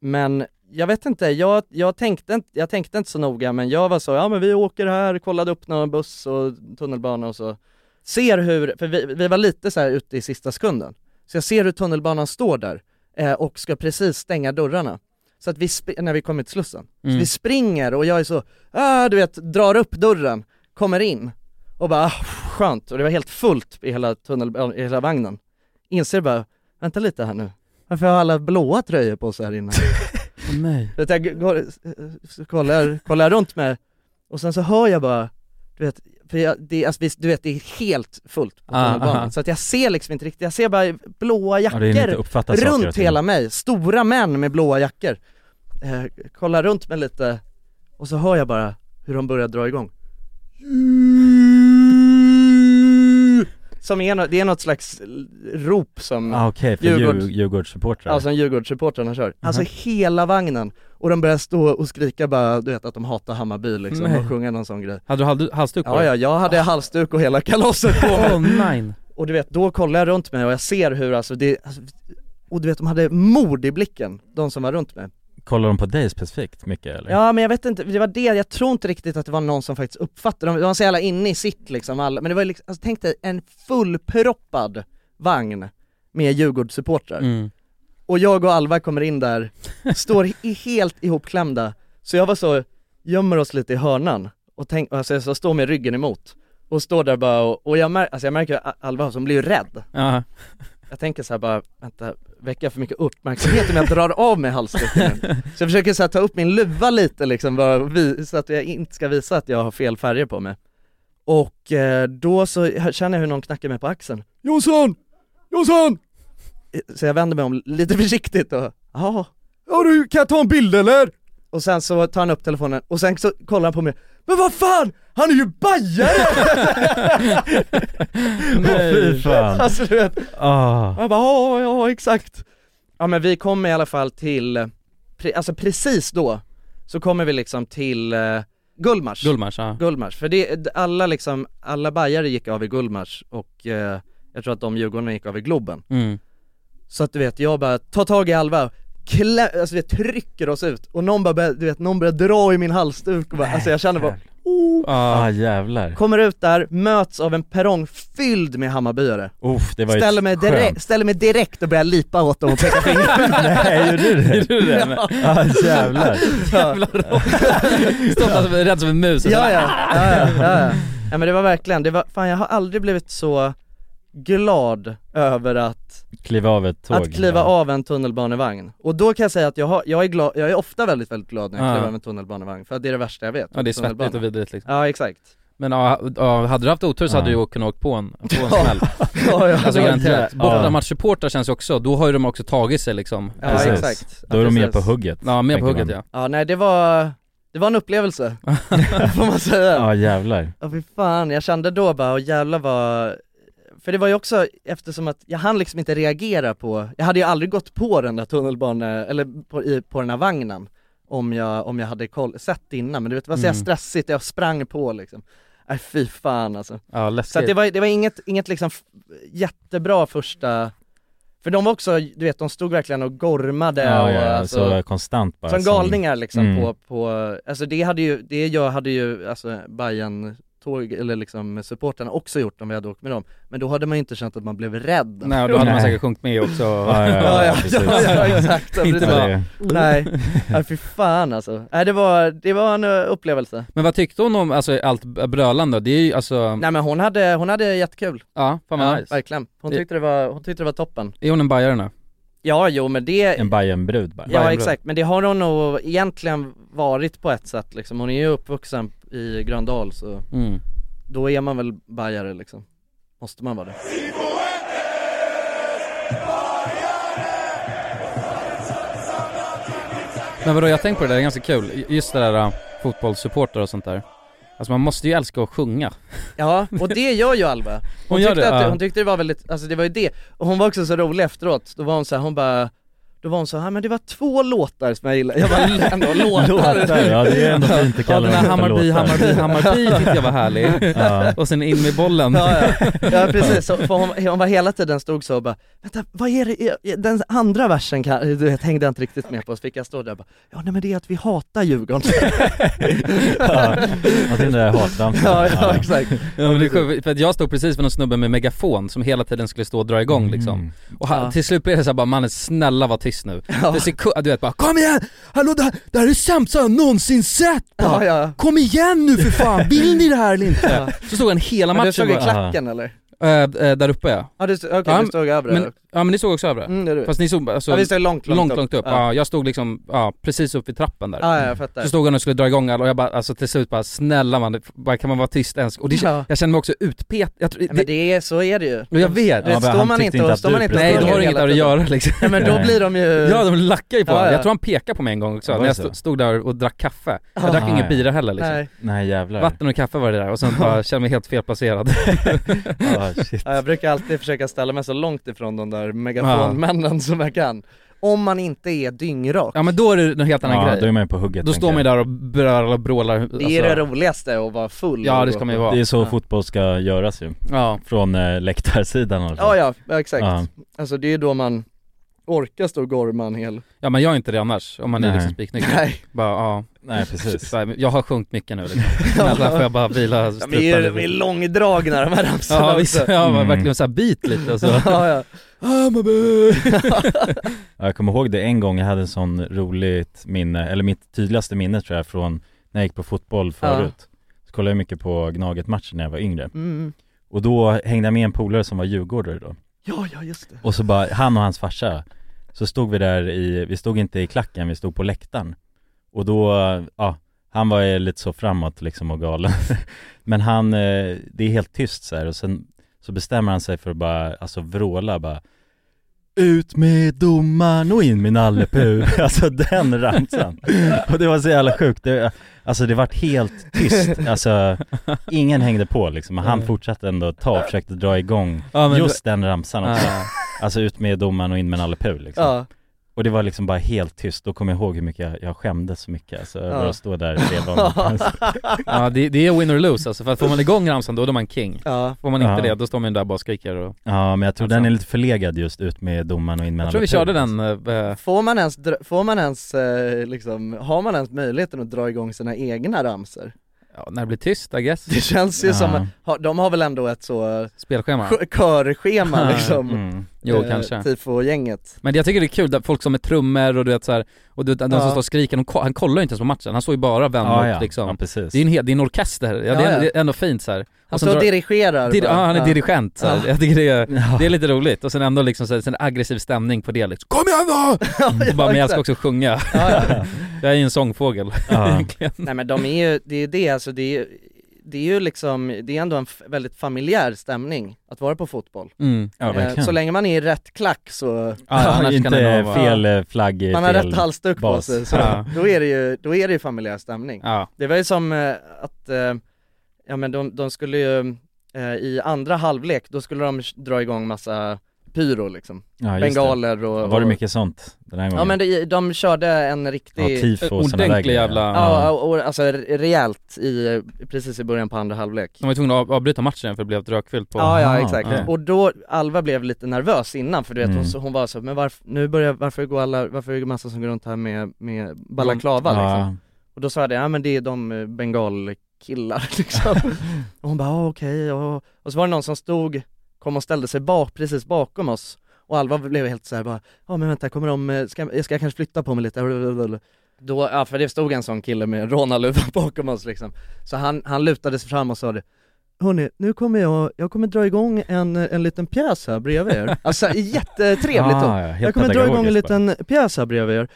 Speaker 9: Men jag vet inte, jag, jag, tänkte, inte- jag tänkte inte så noga men jag var så, ja men vi åker här, kollade upp någon buss och tunnelbana och så. Ser hur, för vi, vi var lite så här ute i sista sekunden. Så jag ser hur tunnelbanan står där eh, och ska precis stänga dörrarna. Så att vi, sp- när vi kommer till Slussen. Så
Speaker 1: Mm.
Speaker 9: vi springer och jag är så, ah, du vet, drar upp dörren, kommer in och bara, ah, skönt. Och det var helt fullt i hela tunnelbanan, i hela vagnen. Inser bara, vänta lite här nu. Varför har alla blåa tröjor på sig här inne?
Speaker 1: Åh, Nej
Speaker 9: Så att jag går, så kollar, kollar runt mig och sen så hör jag bara, du vet, för jag, det, är- alltså, visst, du vet det är helt fullt på
Speaker 1: Ah,
Speaker 9: tunnelbanan.
Speaker 1: aha.
Speaker 9: Så att jag ser liksom inte riktigt, jag ser bara blåa
Speaker 5: Ja, det är inte
Speaker 9: jackor
Speaker 5: uppfatta saker och
Speaker 9: runt
Speaker 5: ting.
Speaker 9: hela mig, stora män med blåa jackor. Eh, kollar runt mig lite och så hör jag bara hur de börjar dra igång. Som är, nå- det är något slags rop som
Speaker 5: Ah, okej, Mhm. för
Speaker 9: Djurgårds-
Speaker 5: Djur- Djurgårdssupportrar.
Speaker 9: Ja som Djurgårdssupportrarna kör. Alltså hela vagnen. Och de börjar stå och skrika bara, du vet att de hatar Hammarby liksom
Speaker 1: Nej.
Speaker 9: och sjunga någon sån grej.
Speaker 1: Hade du hal- halsduk på
Speaker 9: Ja ja, jag hade halsduk och hela kalaset på mig.
Speaker 1: Oh nej
Speaker 9: Och du vet, då kollar jag runt mig och jag ser hur alltså det, alltså, och du vet de hade mod i blicken, de som var runt mig.
Speaker 5: Kollar de på dig specifikt mycket eller?
Speaker 9: Ja men jag vet inte, det var det, jag tror inte riktigt att det var någon som faktiskt uppfattade, de, de var så jävla inne i sitt liksom, alla, men det var ju liksom, alltså, tänk dig en fullproppad vagn med Djurgårdssupportrar.
Speaker 1: mm.
Speaker 9: och jag och Alva kommer in där, står i helt ihopklämda, så jag var så, gömmer oss lite i hörnan och tänk, alltså jag så står med ryggen emot och står där bara och, och jag, mär, alltså jag märker att Alva som blir ju rädd.
Speaker 1: Ja,
Speaker 9: Jag tänker så här bara, vänta, väcker jag för mycket uppmärksamhet om jag drar av mig halsduken? nu? Så jag försöker så här ta upp min luva lite liksom, bara vi, så att jag inte ska visa att jag har fel färger på mig. Och eh, då så känner jag hur någon knackar mig på axeln. Jonsson! Jonsson! Så jag vänder mig om lite försiktigt och, ja, ja du, kan jag ta en bild eller? Och sen så tar han upp telefonen och sen så kollar han på mig, men vad fan, han är ju bajare!
Speaker 5: Åh, fy fan.
Speaker 9: alltså du vet,
Speaker 5: Ah.
Speaker 9: och jag bara ja, ja exakt. Ja men vi kommer i alla fall till, pre, alltså precis då så kommer vi liksom till eh, Gullmars.
Speaker 1: Gullmars, ja
Speaker 9: Gullmars, för det, alla liksom, alla bajare gick av i Gullmars och eh, jag tror att de Djurgårdarna gick av i Globen.
Speaker 1: mm.
Speaker 9: Så att du vet, jag bara tar tag i Alva, klä, alltså vi trycker oss ut och någon bara börjar- du vet, någon börjar dra i min halsduk och bara, alltså jag känner bara oh.
Speaker 1: Ja,
Speaker 5: ah, jävlar.
Speaker 9: Kommer ut där, möts av en perrong fylld med Hammarbyare.
Speaker 5: Uff, det var ju
Speaker 9: Ställer mig, direkt,
Speaker 5: skönt.
Speaker 9: ställer mig direkt och börjar lipa åt dem och peka finger.
Speaker 5: Nej, gjorde du det?
Speaker 1: Gjorde du det?
Speaker 5: Ja, ah, jävlar.
Speaker 9: ja,
Speaker 1: Stått alltså rädd som en mus och
Speaker 9: ja,
Speaker 1: så-
Speaker 9: ja, ja, ja. ja men det var verkligen, det var, fan jag har aldrig blivit så glad över att,
Speaker 5: Kliva av ett tåg.
Speaker 9: att kliva av en tunnelbanevagn. Och då kan jag säga att jag, har, jag, är, glad, jag är ofta väldigt, väldigt glad när jag
Speaker 1: Ja.
Speaker 9: kliver av en tunnelbanevagn, för att det är det värsta jag vet.
Speaker 1: Ja det är
Speaker 9: tunnelbana.
Speaker 1: svettigt och vidrigt liksom
Speaker 9: Ja exakt.
Speaker 1: Men ja, ja, hade du haft otur så hade
Speaker 5: Ja.
Speaker 1: du kunnat åka på en, på en smäll
Speaker 9: Ja, ja,
Speaker 1: Alltså
Speaker 9: ja,
Speaker 1: garanterat,
Speaker 5: Ja.
Speaker 1: bortamatchsupportrar känns ju också, då har ju de också tagit sig liksom
Speaker 9: Ja
Speaker 5: Precis.
Speaker 9: exakt.
Speaker 5: Då är de
Speaker 9: Ja,
Speaker 5: med på
Speaker 9: precis.
Speaker 5: hugget.
Speaker 1: Ja, med på
Speaker 5: tänker
Speaker 1: hugget
Speaker 5: man.
Speaker 1: ja
Speaker 9: Ja nej det var, det var en upplevelse, får man säga.
Speaker 5: Ja, ah, jävlar.
Speaker 9: Ja fy fan, jag kände då bara, och jävlar vad för det var ju också eftersom att jag hann liksom inte reagera på, jag hade ju aldrig gått på den där tunnelbanan, eller på, i, på den här vagnen om jag, om jag hade koll, sett innan, men du vet det var så jävla
Speaker 1: Mm.
Speaker 9: stressigt, jag sprang på liksom. Nej fy fan alltså.
Speaker 1: Ja
Speaker 9: Så att det
Speaker 1: läskigt
Speaker 9: var, det var inget, inget liksom f- jättebra första, för de var också, du vet de stod verkligen och gormade
Speaker 5: Ja,
Speaker 9: och
Speaker 5: ja, ja,
Speaker 9: alltså,
Speaker 5: så konstant bara.
Speaker 9: som galningar liksom
Speaker 5: Mm.
Speaker 9: på, på, alltså det hade ju, det jag hade ju, alltså bayern tåg, eller liksom supportarna också gjort om vi hade åkt med dem. Men då hade man ju inte känt att man blev rädd.
Speaker 1: Nej, och då hade man
Speaker 5: Nej.
Speaker 1: säkert sjunkit med också.
Speaker 5: Ja, ja,
Speaker 9: Ja, ja,
Speaker 5: precis.
Speaker 9: ja, ja, exakt. Ja,
Speaker 1: Inte
Speaker 9: precis.
Speaker 1: bara-
Speaker 5: Det-
Speaker 9: Nej, ja, fy fan alltså. Nej, det var, det var en ö, upplevelse.
Speaker 1: Men vad tyckte hon om alltså, allt b- brölande? Det är ju alltså,
Speaker 9: Nej men hon hade, hon hade jättekul.
Speaker 1: ja, fan vad
Speaker 9: ja,
Speaker 1: nice.
Speaker 9: Verkligen. Hon tyckte, det var, hon tyckte det var toppen.
Speaker 1: Är hon en bajare nu?
Speaker 9: Ja, jo men det,
Speaker 5: En Bajenbrud bara
Speaker 9: ja
Speaker 1: Bayernbröd.
Speaker 9: exakt, men det har hon nog egentligen varit på ett sätt liksom. Hon är ju uppvuxen i Gröndal så
Speaker 1: Mm.
Speaker 9: då är man väl bajare liksom. Måste man vara det.
Speaker 1: Men vadå, jag har tänkt på det där, det är ganska kul. Just det där äh, fotbollssupportrar och sånt där. Alltså man måste ju älska att sjunga.
Speaker 9: Ja, och det gör ju Alva. Hon,
Speaker 1: Hon gör
Speaker 9: tyckte
Speaker 1: det,
Speaker 9: att
Speaker 1: ja.
Speaker 9: hon tyckte det var väldigt, alltså det var ju det. Och hon var också så rolig efteråt, då var hon så här, hon bara då var hon så här, "Ah, men det var två låtar som jag gillade, jag bara, ändå låtar?
Speaker 5: Ja det är ändå fint att
Speaker 1: Ja
Speaker 5: kalla
Speaker 1: den här
Speaker 5: dem för
Speaker 1: Hammarby,
Speaker 5: låtar.
Speaker 1: Hammarby, Hammarby tyckte jag var härlig.
Speaker 5: Ja.
Speaker 1: Och sen in med bollen.
Speaker 9: Ja, ja. ja precis, så, för hon, hon var hela tiden stod så och bara Vänta, vad är det, i- i- den andra versen kan, du vet, hängde jag inte riktigt med på, så fick jag stå där och bara Ja nej men det är att vi hatar Djurgården
Speaker 5: Ja, och den där hatramsan
Speaker 9: Ja, ja exakt
Speaker 1: Ja, men det är sjukt, för att jag stod precis vid någon snubbe med megafon som hela tiden skulle stå och dra igång
Speaker 9: Mm.
Speaker 5: Mm.
Speaker 1: liksom. Och han,
Speaker 9: Ja.
Speaker 1: till slut blev det såhär bara, mannen snälla var tyst nu.
Speaker 9: Ja.
Speaker 1: För sekund, du vet bara, kom igen! Hallå det här, det här är det sämsta jag någonsin sett!
Speaker 9: Ja ja,
Speaker 1: Kom igen nu för fan, vill ni det här eller inte?
Speaker 9: ja.
Speaker 1: Så stod han hela
Speaker 9: Men du
Speaker 1: matchen
Speaker 9: såg i
Speaker 1: bara,
Speaker 9: klacken eller?
Speaker 1: eh, eh, där uppe ja.
Speaker 9: Ja du, stod- okej
Speaker 1: Ja,
Speaker 9: du stod över det
Speaker 1: Men, ja men ni såg också över det?
Speaker 9: mm, det är du.
Speaker 1: Fast ni såg, alltså,
Speaker 9: ja vi stod långt långt,
Speaker 1: långt, långt upp. Ja.
Speaker 9: Ja,
Speaker 1: jag stod liksom, ja precis upp vid trappen där.
Speaker 9: ja jag fattar
Speaker 1: Så stod han och skulle dra igång alla och jag bara, alltså till slut bara, snälla man, det- bara, kan man vara tyst ens? Och det,
Speaker 9: Ja.
Speaker 1: jag kände mig också utpetad, jag, tror-
Speaker 9: Ja, men det är, så är det ju
Speaker 1: Ja, jag vet.
Speaker 9: Du vet,
Speaker 5: men
Speaker 9: står
Speaker 5: han
Speaker 9: man
Speaker 5: tyckte
Speaker 9: inte
Speaker 5: inte
Speaker 9: och,
Speaker 5: att
Speaker 9: står
Speaker 5: du
Speaker 9: man inte och
Speaker 1: Nej,
Speaker 5: presterade.
Speaker 1: då har
Speaker 9: frågar
Speaker 1: du inget
Speaker 9: hela
Speaker 1: där att
Speaker 9: tiden.
Speaker 1: göra liksom.
Speaker 9: Ja men då
Speaker 5: Nej.
Speaker 9: blir de ju
Speaker 1: Ja, de lackar ju på
Speaker 9: Ja,
Speaker 1: ja,
Speaker 9: ja.
Speaker 1: Jag tror han pekade på mig en gång också,
Speaker 5: Var
Speaker 1: när
Speaker 5: det
Speaker 1: jag
Speaker 5: så?
Speaker 1: stod, stod där och drack kaffe. Jag drack
Speaker 5: Ah,
Speaker 1: ingen
Speaker 5: ja.
Speaker 1: bira heller liksom.
Speaker 9: Nej,
Speaker 5: Nej jävlar
Speaker 1: Vatten och kaffe var det där och sen bara kände mig helt felplacerad.
Speaker 5: Ja, shit.
Speaker 9: ja, jag brukar alltid försöka ställa mig så långt ifrån de där megafonmännen som jag kan Om man inte är dyngrak
Speaker 1: Ja men då är det en helt annan
Speaker 5: Ja,
Speaker 1: grej.
Speaker 5: då är man ju på hugget
Speaker 1: Då
Speaker 5: tänker
Speaker 1: står man ju
Speaker 5: jag.
Speaker 1: där och brölar och brålar alltså,
Speaker 9: Det är det roligaste att vara full
Speaker 1: Ja
Speaker 9: och
Speaker 1: det
Speaker 9: gå
Speaker 1: ska man ju
Speaker 9: på.
Speaker 1: vara
Speaker 5: Det är så
Speaker 9: Ja.
Speaker 5: fotboll ska göras ju,
Speaker 1: Ja,
Speaker 5: från eh, läktarsidan och så.
Speaker 9: Ja ja, ja, exakt
Speaker 5: Ja.
Speaker 9: Alltså det är då man orkar stå och gorma en hel
Speaker 1: ja man gör inte det annars om man är
Speaker 5: Nej.
Speaker 1: liksom spiknykter
Speaker 9: Nej,
Speaker 1: Bara ja,
Speaker 5: Nej precis
Speaker 1: Så här, jag har sjunkit mycket nu liksom. Snälla får jag bara vila
Speaker 9: ja, men det är, de är långdragna de här ramsorna
Speaker 1: Ja
Speaker 9: också.
Speaker 1: visst, ja
Speaker 5: Mm.
Speaker 1: verkligen såhär bit lite och så
Speaker 9: Ja, ja.
Speaker 1: Ah,
Speaker 5: Ja, Jag kommer ihåg det en gång, jag hade en sån roligt minne, eller mitt tydligaste minne tror jag från när jag gick på fotboll förut Så kollade jag mycket på Gnaget-matchen när jag var yngre
Speaker 9: Mm.
Speaker 5: Och då hängde jag med en polare som var djurgårdare då
Speaker 9: ja, ja just det
Speaker 5: Och så bara, han och hans farsa Så stod vi där i, vi stod inte i klacken, vi stod på läktaren Och då, ja, han var ju lite så framåt liksom och galen Men han, eh, det är helt tyst så här och sen så bestämmer han sig för att bara, alltså vråla bara ut med domaren och in med nallepu Alltså den ramsan Och det var så jävla sjukt det, Alltså det vart helt tyst Alltså ingen hängde på liksom Men han fortsatte ändå ta och försökte dra igång
Speaker 1: Ja, men
Speaker 5: just den ramsan också
Speaker 1: Ja.
Speaker 5: Alltså ut med domaren och in med Nalle Puh liksom.
Speaker 9: Ja,
Speaker 5: Och det var liksom bara helt tyst, då kommer jag ihåg hur mycket jag, jag skämdes så mycket alltså, över
Speaker 9: Ja.
Speaker 5: att stå där bredvid honom
Speaker 1: Ja det, det är win or lose alltså, för att får man igång ramsan då, då är man king
Speaker 9: ja,
Speaker 1: Får man inte
Speaker 5: Ja.
Speaker 1: det, då står man ju där och bara och skriker och
Speaker 5: Ja men jag tror
Speaker 1: Alltså.
Speaker 5: den är lite förlegad just ut med domaren och in med
Speaker 1: Jag tror
Speaker 5: Nalle
Speaker 1: vi
Speaker 5: Puh,
Speaker 1: körde
Speaker 5: liksom.
Speaker 1: den, eh,
Speaker 9: får man ens, dra- får man ens eh, liksom, har man ens möjligheten att dra igång sina egna ramsor?
Speaker 1: ja, när det blir tyst I guess,
Speaker 9: Det känns ju
Speaker 5: Ja.
Speaker 9: som, har- de har väl ändå ett så
Speaker 1: spelschema
Speaker 9: sjö- körschema
Speaker 1: Ja.
Speaker 9: liksom
Speaker 5: mm.
Speaker 1: Jo
Speaker 9: eh,
Speaker 1: kanske
Speaker 9: Tifo-gänget
Speaker 1: Men jag tycker det är kul, där folk som är trummor och du vet så här, och du, vet, de som
Speaker 9: Ja.
Speaker 1: står och skriker, de, ko- han kollar ju inte ens på matchen, han står ju bara vänd mot
Speaker 5: Ja, ja. ja
Speaker 1: liksom
Speaker 5: precis
Speaker 1: Det är en, hel- det är en orkester, ja, det,
Speaker 9: Ja,
Speaker 1: är,
Speaker 9: ja.
Speaker 1: det är ändå fint så här.
Speaker 9: Han
Speaker 1: sen
Speaker 9: står och
Speaker 1: drar-
Speaker 9: Alltså, dirigerar
Speaker 1: dir-
Speaker 9: bara.
Speaker 1: ja, han är dirigent så här.
Speaker 9: Ja.
Speaker 1: jag tycker det är,
Speaker 5: Ja.
Speaker 1: det är lite roligt och sen ändå liksom så här, sen aggressiv stämning på det liksom Kom igen då!
Speaker 9: Ja,
Speaker 1: Och bara, men jag ska
Speaker 9: exakt.
Speaker 1: också sjunga,
Speaker 9: Ja, ja.
Speaker 1: jag är ju en sångfågel
Speaker 5: ja.
Speaker 1: egentligen
Speaker 9: Nej men de är ju, det är ju det alltså, det är ju det är ju liksom, det är ändå en f- väldigt familjär stämning att vara på fotboll.
Speaker 1: mm.
Speaker 5: ja,
Speaker 9: Eh,
Speaker 5: verkligen
Speaker 9: så länge man är i rätt klack så,
Speaker 1: ja,
Speaker 5: ja,
Speaker 1: annars kan det
Speaker 5: Inte
Speaker 1: nog vara-
Speaker 5: fel eh, flagg i
Speaker 9: man har
Speaker 5: fel...
Speaker 9: rätt halsduk på
Speaker 5: bas.
Speaker 9: sig så,
Speaker 1: Ja.
Speaker 9: då är det ju, då är det ju familjär stämning.
Speaker 1: Ja,
Speaker 9: Det var ju som eh, att, eh, ja men de, de skulle ju, eh, i andra halvlek, då skulle de dra igång massa pyro liksom.
Speaker 5: ja, just det.
Speaker 9: Bengaler och,
Speaker 5: Var det mycket sånt den här
Speaker 9: och,
Speaker 5: gången?
Speaker 9: Ja men de, de körde en
Speaker 5: ja,
Speaker 9: riktig
Speaker 5: tifo och såna där
Speaker 1: ordentlig
Speaker 5: grejer.
Speaker 1: jävla
Speaker 9: Ja, och, och, alltså re- rejält i, precis i början på andra halvlek
Speaker 1: De var ju tvungna att av- avbryta matchen för det blev rökfyllt på
Speaker 9: Ja ja
Speaker 5: Aha,
Speaker 9: exakt,
Speaker 5: okej.
Speaker 9: och då, Alva blev lite nervös innan för du vet
Speaker 5: Mm.
Speaker 9: hon, så- hon var så, men varför, nu börjar, varför går alla, varför är det massa som går runt här med, med balaklava liksom?
Speaker 5: ja.
Speaker 9: Och då sa jag det, ja men det är de eh, bengal killar liksom. Och hon bara, ah, okej, ja. och så var det någon som stod, kom och ställde sig bak, precis bakom oss. Och Alva blev helt såhär bara, ja men vänta, kommer de, eh, ska, jag ska kanske flytta på mig lite? Då, ja för det stod en sån kille med en rånarluva bakom oss liksom. Så han, han lutade sig fram och sa det, Hörni, nu kommer jag, jag kommer dra igång en, en liten pjäs här bredvid er. Alltså jättetrevligt ton.
Speaker 5: Ah, ja, helt
Speaker 9: Jag kommer dra igång en
Speaker 5: pedagogiskt bara.
Speaker 9: liten pjäs här bredvid er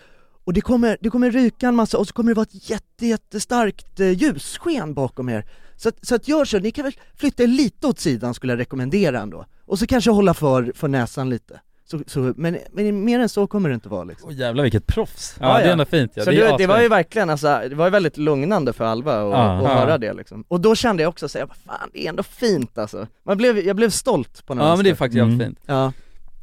Speaker 9: och det kommer, det kommer ryka en massa och så kommer det vara ett jätte, jättestarkt eh, ljussken bakom er. Så att, så att gör så, ni kan väl flytta er lite åt sidan skulle jag rekommendera ändå. Och så kanske hålla för, för näsan lite. Så, så, men, men mer än så kommer det inte vara liksom.
Speaker 5: Åh jävlar vilket proffs!
Speaker 9: Ja,
Speaker 1: Ja, det
Speaker 9: ja.
Speaker 1: är ändå fint ja.
Speaker 9: så
Speaker 1: det,
Speaker 9: det,
Speaker 1: är
Speaker 9: det, var ju
Speaker 1: asfint.
Speaker 9: verkligen alltså, det var ju väldigt lugnande för Alva att
Speaker 5: Ja.
Speaker 9: att
Speaker 5: Ja.
Speaker 9: höra det liksom. Och då kände jag också såhär, fan det är ändå fint alltså. Man blev, jag blev stolt på något
Speaker 1: Ja
Speaker 9: vänster.
Speaker 1: men det är faktiskt jävligt
Speaker 5: Mm.
Speaker 1: fint.
Speaker 9: Ja,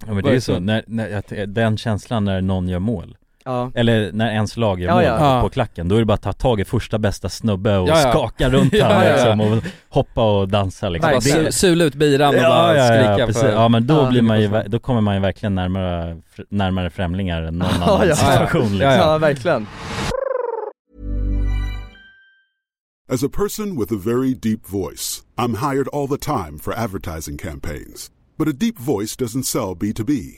Speaker 5: Ja men det är ju så,
Speaker 1: Verkligen.
Speaker 5: när, när, att- eh, den känslan när någon gör mål
Speaker 9: ja.
Speaker 5: Eller när ens lag gör
Speaker 9: Ja,
Speaker 5: mål
Speaker 1: ja.
Speaker 5: på klacken, då är det bara att ta tag i första bästa snubbe och
Speaker 1: Ja, ja.
Speaker 5: skaka runt
Speaker 1: Ja,
Speaker 5: han
Speaker 1: ja, ja.
Speaker 5: liksom och hoppa och dansa liksom
Speaker 1: Bara
Speaker 9: Verkligen.
Speaker 1: su- sula ut biran
Speaker 5: Ja,
Speaker 1: och bara
Speaker 5: ja, ja,
Speaker 1: skrika
Speaker 5: ja, precis.
Speaker 1: för...
Speaker 5: ja men då
Speaker 9: Ja.
Speaker 5: blir man ju, ver- då kommer man ju verkligen närmare, fr- närmare främlingar än någon
Speaker 9: Ja,
Speaker 5: annan
Speaker 9: ja.
Speaker 5: situation
Speaker 1: Ja,
Speaker 5: liksom.
Speaker 1: ja.
Speaker 9: ja verkligen.
Speaker 10: As a person with a very deep voice, I'm hired all the time for advertising campaigns. But a deep voice doesn't sell B2B,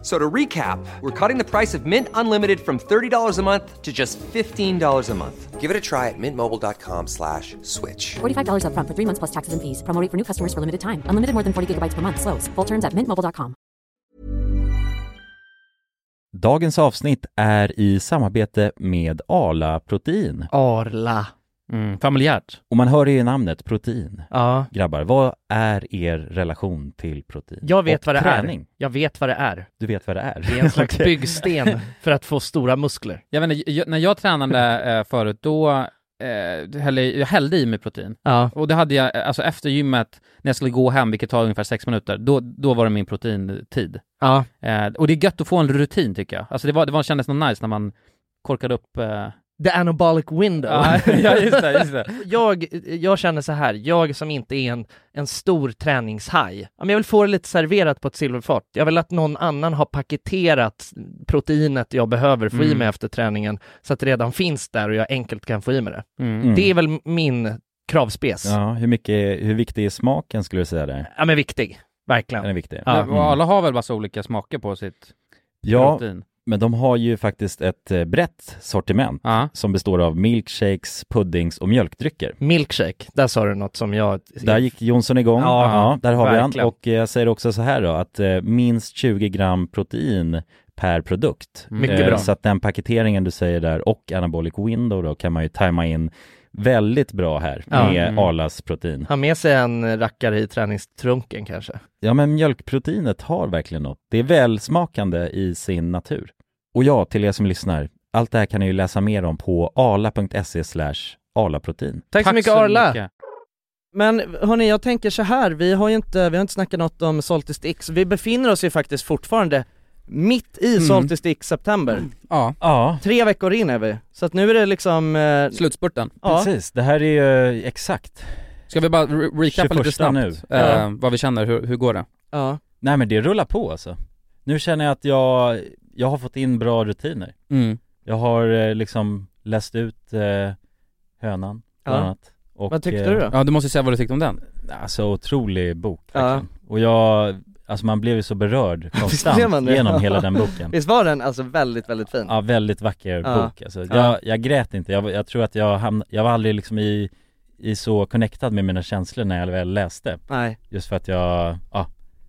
Speaker 11: So to recap, we're cutting the price of Mint Unlimited from $30 a month to just $15 a month. Give it a try at mintmobile.com slash switch.
Speaker 12: $45 upfront for three months plus taxes and fees. Promo rate for new customers for limited time. Unlimited more than 40 gigabytes per month. Slows. Full terms at mintmobile.com.
Speaker 5: Dagens avsnitt är i samarbete med Arla Protein.
Speaker 9: Arla.
Speaker 2: Mm, familjärt.
Speaker 5: Och man hör det i namnet, protein.
Speaker 9: Ja.
Speaker 5: Grabbar, vad är er relation till protein?
Speaker 2: Jag vet
Speaker 5: Och
Speaker 2: vad det är.
Speaker 5: träning.
Speaker 2: Jag vet vad det är.
Speaker 5: Du vet vad det är?
Speaker 2: Det är en slags
Speaker 5: Okej.
Speaker 2: byggsten för att få stora muskler.
Speaker 1: Jag vet inte, jag, när jag tränade eh, förut då eh, hällde jag jag hällde i mig protein.
Speaker 2: Ja.
Speaker 1: Och det hade jag, eh, alltså efter gymmet, när jag skulle gå hem, vilket tar ungefär sex minuter, då, då var det min proteintid.
Speaker 2: Ja.
Speaker 1: Eh, och det är gött att få en rutin tycker jag. Alltså det, var, det var, kändes nog nice när man korkade upp... Eh...
Speaker 2: The anabolic window.
Speaker 1: Ja, just det, just det.
Speaker 2: jag, jag känner så här, jag som inte är en, en stor träningshaj, ja, men jag vill få det lite serverat på ett silverfat. Jag vill att någon annan har paketerat proteinet jag behöver få i
Speaker 1: Mm.
Speaker 2: mig efter träningen så att det redan finns där och jag enkelt kan få i mig det.
Speaker 1: Mm.
Speaker 5: Mm.
Speaker 2: Det är väl min kravspes. Ja,
Speaker 5: Ja, hur mycket, hur viktig är smaken skulle du säga där?
Speaker 2: men viktig, verkligen.
Speaker 5: Den är viktig.
Speaker 2: Ja.
Speaker 1: Men, och alla har väl massa olika smaker på sitt
Speaker 5: Ja,
Speaker 1: protein?
Speaker 5: men de har ju faktiskt ett eh, brett sortiment
Speaker 1: Ja.
Speaker 5: som består av milkshakes, puddings och mjölkdrycker.
Speaker 2: Milkshake, där sa du något som jag...
Speaker 5: Där gick Jonsson igång.
Speaker 2: Ja,
Speaker 5: Ja, där har vi
Speaker 2: verkligen.
Speaker 5: han. Och eh, jag säger också så här då, att eh, minst 20 gram protein per produkt.
Speaker 2: Mm. Mycket
Speaker 5: Eh,
Speaker 2: bra.
Speaker 5: Så att den paketeringen du säger där och anabolic window då kan man ju tajma in väldigt bra här
Speaker 2: Ja.
Speaker 5: med
Speaker 1: Mm.
Speaker 5: Arlas protein.
Speaker 2: Ha med sig en rackare i träningstrunken kanske.
Speaker 5: Ja men mjölkproteinet har verkligen något. Det är välsmakande i sin natur. Och ja, till er som lyssnar, Allt det här kan ni ju läsa mer om på arla.se slash arlaprotein.
Speaker 9: Tack så mycket Arla! Men hörni, jag tänker så här, vi har ju inte, vi har inte snackat något om Salty Sticks, vi befinner oss ju faktiskt fortfarande mitt i
Speaker 1: Mm.
Speaker 9: Salty Sticks September.
Speaker 1: Ja,
Speaker 5: Ja,
Speaker 9: Tre veckor in är vi, så att nu är det liksom... Eh,
Speaker 1: slutspurten.
Speaker 9: ja.
Speaker 5: precis. Det här är ju eh, exakt.
Speaker 1: Ska vi bara re- recapa lite
Speaker 5: 21
Speaker 1: snabbt
Speaker 5: nu.
Speaker 1: eh,
Speaker 9: Ja.
Speaker 1: vad vi känner, hur, hur går det?
Speaker 9: Ja.
Speaker 5: Nej men det rullar på alltså. Nu känner jag att jag, jag har fått in bra rutiner.
Speaker 1: Mm.
Speaker 5: Jag har eh, liksom läst ut eh, hönan bland
Speaker 9: Ja.
Speaker 5: annat. Och,
Speaker 9: Vad tyckte
Speaker 5: eh,
Speaker 9: du då?
Speaker 1: Ja, du måste säga vad du tyckte om den.
Speaker 5: Alltså otrolig bok
Speaker 9: Ja.
Speaker 5: verkligen. Och jag, alltså man blev ju så berörd
Speaker 9: blev man
Speaker 5: konstant
Speaker 9: det?
Speaker 5: genom hela den boken
Speaker 9: Visst var den alltså väldigt, väldigt fin?
Speaker 5: Ja, väldigt vacker
Speaker 9: Ja.
Speaker 5: bok alltså.
Speaker 9: Ja.
Speaker 5: jag, jag grät inte, jag, jag tror att jag hamn, jag var aldrig liksom i, i så connectad med mina känslor när jag väl läste
Speaker 9: Nej,
Speaker 5: Just för att jag, ja,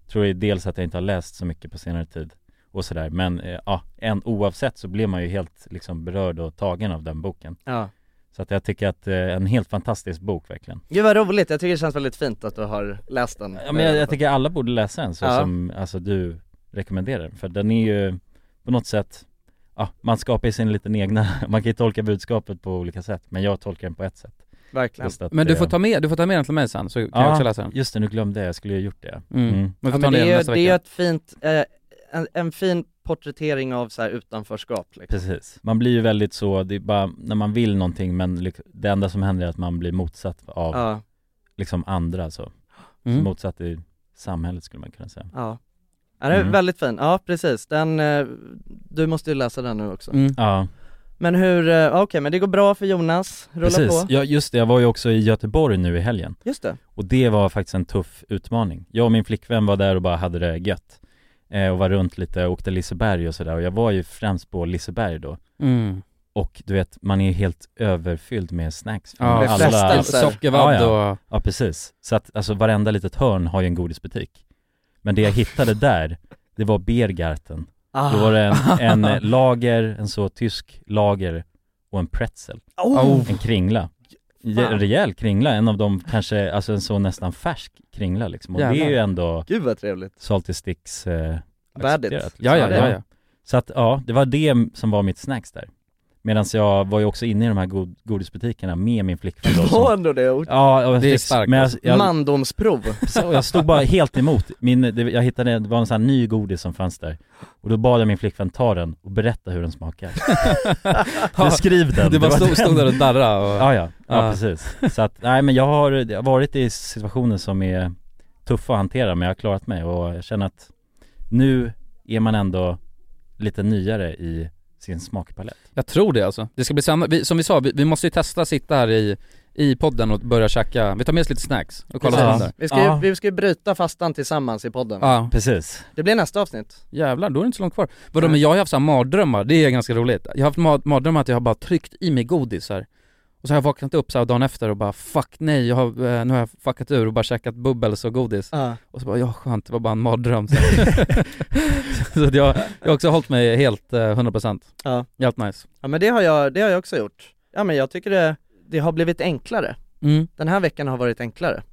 Speaker 5: tror ju dels att jag inte har läst så mycket på senare tid och sådär Men eh, ja, en, oavsett så blev man ju helt liksom berörd och tagen av den boken
Speaker 9: ja.
Speaker 5: Så att jag tycker att, eh, en helt fantastisk bok verkligen
Speaker 9: Gud vad roligt, jag tycker det känns väldigt fint att du har läst den.
Speaker 5: Ja men jag, jag tycker alla borde läsa den så
Speaker 9: Ja.
Speaker 5: som, alltså du rekommenderar den. För den är ju på något sätt, ja man skapar ju sin liten egna, man kan ju tolka budskapet på olika sätt men jag tolkar den på ett sätt.
Speaker 9: Verkligen.
Speaker 5: Just att,
Speaker 1: Men du
Speaker 5: eh,
Speaker 1: får ta med, du får ta med den till mig sen så kan jag också läsa den.
Speaker 5: just det, nu glömde jag, jag skulle ju ha gjort det.
Speaker 1: Mm.
Speaker 5: Mm.
Speaker 1: Men vi
Speaker 9: Ja,
Speaker 1: får ta
Speaker 9: men
Speaker 1: ner
Speaker 9: det,
Speaker 1: den
Speaker 9: är ju,
Speaker 1: nästa
Speaker 9: det är ju
Speaker 1: vecka.
Speaker 9: ett fint, eh, en, en fin porträttering av så här utanförskap liksom.
Speaker 5: Precis. Man blir ju väldigt så, det är bara när man vill någonting men lik- det enda som händer är att man blir motsatt av
Speaker 9: Ja,
Speaker 5: liksom andra så.
Speaker 1: Mm.
Speaker 5: Motsatt i samhället skulle man kunna säga.
Speaker 9: ja. Ja, den är
Speaker 5: Mm.
Speaker 9: väldigt fin. Ja, precis. Den, eh, du måste ju läsa den nu också.
Speaker 1: Mm.
Speaker 5: Ja.
Speaker 9: Men hur, eh, ja, okej, men det går bra för Jonas, rulla
Speaker 5: Precis,
Speaker 9: på.
Speaker 5: ja, just det, jag var ju också i Göteborg nu i helgen
Speaker 9: Just det.
Speaker 5: Och det var faktiskt en tuff utmaning. Jag och min flickvän var där och bara hade det gött eh, Och var runt lite, åkte Liseberg och sådär och jag var ju främst på Liseberg då
Speaker 1: Mm.
Speaker 5: Och du vet, man är ju helt överfylld med snacks från
Speaker 1: Ja, alltså.
Speaker 9: Med
Speaker 5: alla,
Speaker 9: frestelser.
Speaker 1: Sockervadd
Speaker 5: Ja, ja.
Speaker 1: och...
Speaker 5: Ja precis, så att alltså varenda litet hörn har ju en godisbutik Men det jag hittade där, det var Bergarten
Speaker 9: Ah.
Speaker 5: Då var det en, en eh, lager, en så tysk lager och en pretzel
Speaker 9: Oh.
Speaker 5: en kringla
Speaker 9: Fan.
Speaker 5: En rejäl kringla, en av dem kanske, alltså en så nästan färsk kringla liksom Och det är
Speaker 1: Jävlar.
Speaker 5: ju ändå
Speaker 9: Gud vad trevligt.
Speaker 5: Salty Sticks eh,
Speaker 9: Värdigt.
Speaker 5: accepterat, liksom.
Speaker 1: Ja, ja, ja, ja.
Speaker 5: Så att ja, det var det som var mitt snacks där Medan jag var ju också inne i de här god- godisbutikerna med min flickvän då,
Speaker 9: Var
Speaker 5: som,
Speaker 9: ändå det ordet.
Speaker 5: Ja, och jag,
Speaker 1: Det är
Speaker 5: fick-
Speaker 1: starkt, alltså.
Speaker 5: men jag, jag,
Speaker 9: Mandomsprov.
Speaker 5: och jag stod bara helt emot min, det, Jag hittade, det var en sån här ny godis som fanns där Och då bad jag min flickvän ta den och berätta hur den smakar Beskriv den,
Speaker 1: Du bara
Speaker 5: var
Speaker 1: stod, stod
Speaker 5: den.
Speaker 1: där och darrade och...
Speaker 5: Ja, ja, ja
Speaker 1: Ja.
Speaker 5: precis. Så att, nej men jag har, jag har varit i situationer som är tuffa att hantera men jag har klarat mig och jag känner att nu är man ändå lite nyare i sin smakpalett.
Speaker 1: Jag tror det alltså. Det ska bli samma, vi, som vi sa, vi, vi måste ju testa att sitta här i, i podden och börja tjacka, vi tar med oss lite snacks och kollar vad som
Speaker 5: Precis.
Speaker 1: händer.
Speaker 9: Vi ska, ju,
Speaker 5: Ja.
Speaker 9: vi ska ju bryta fastan tillsammans i podden.
Speaker 1: Ja,
Speaker 5: Precis.
Speaker 9: Det blir nästa avsnitt.
Speaker 1: jävlar då är det inte så långt kvar. Vadå
Speaker 9: Nej.
Speaker 1: men jag har haft såhär mardrömmar, det är ganska roligt. Jag har haft ma- mardrömmar att jag har bara tryckt i mig godis här. Och så har jag vaknat upp såhär dagen efter och bara fuck nej, jag har, eh, nu har jag fuckat ur och bara käkat bubbels och godis.
Speaker 9: Ja.
Speaker 1: Och så bara ja skönt, det var bara en mardröm. Så, här. så att jag, jag har också hållit mig helt eh, 100%.
Speaker 9: Ja.
Speaker 1: Helt nice.
Speaker 9: Ja men det har jag, det har jag också gjort. Ja men jag tycker det, det har blivit enklare.
Speaker 1: Mm.
Speaker 9: Den här veckan har varit enklare.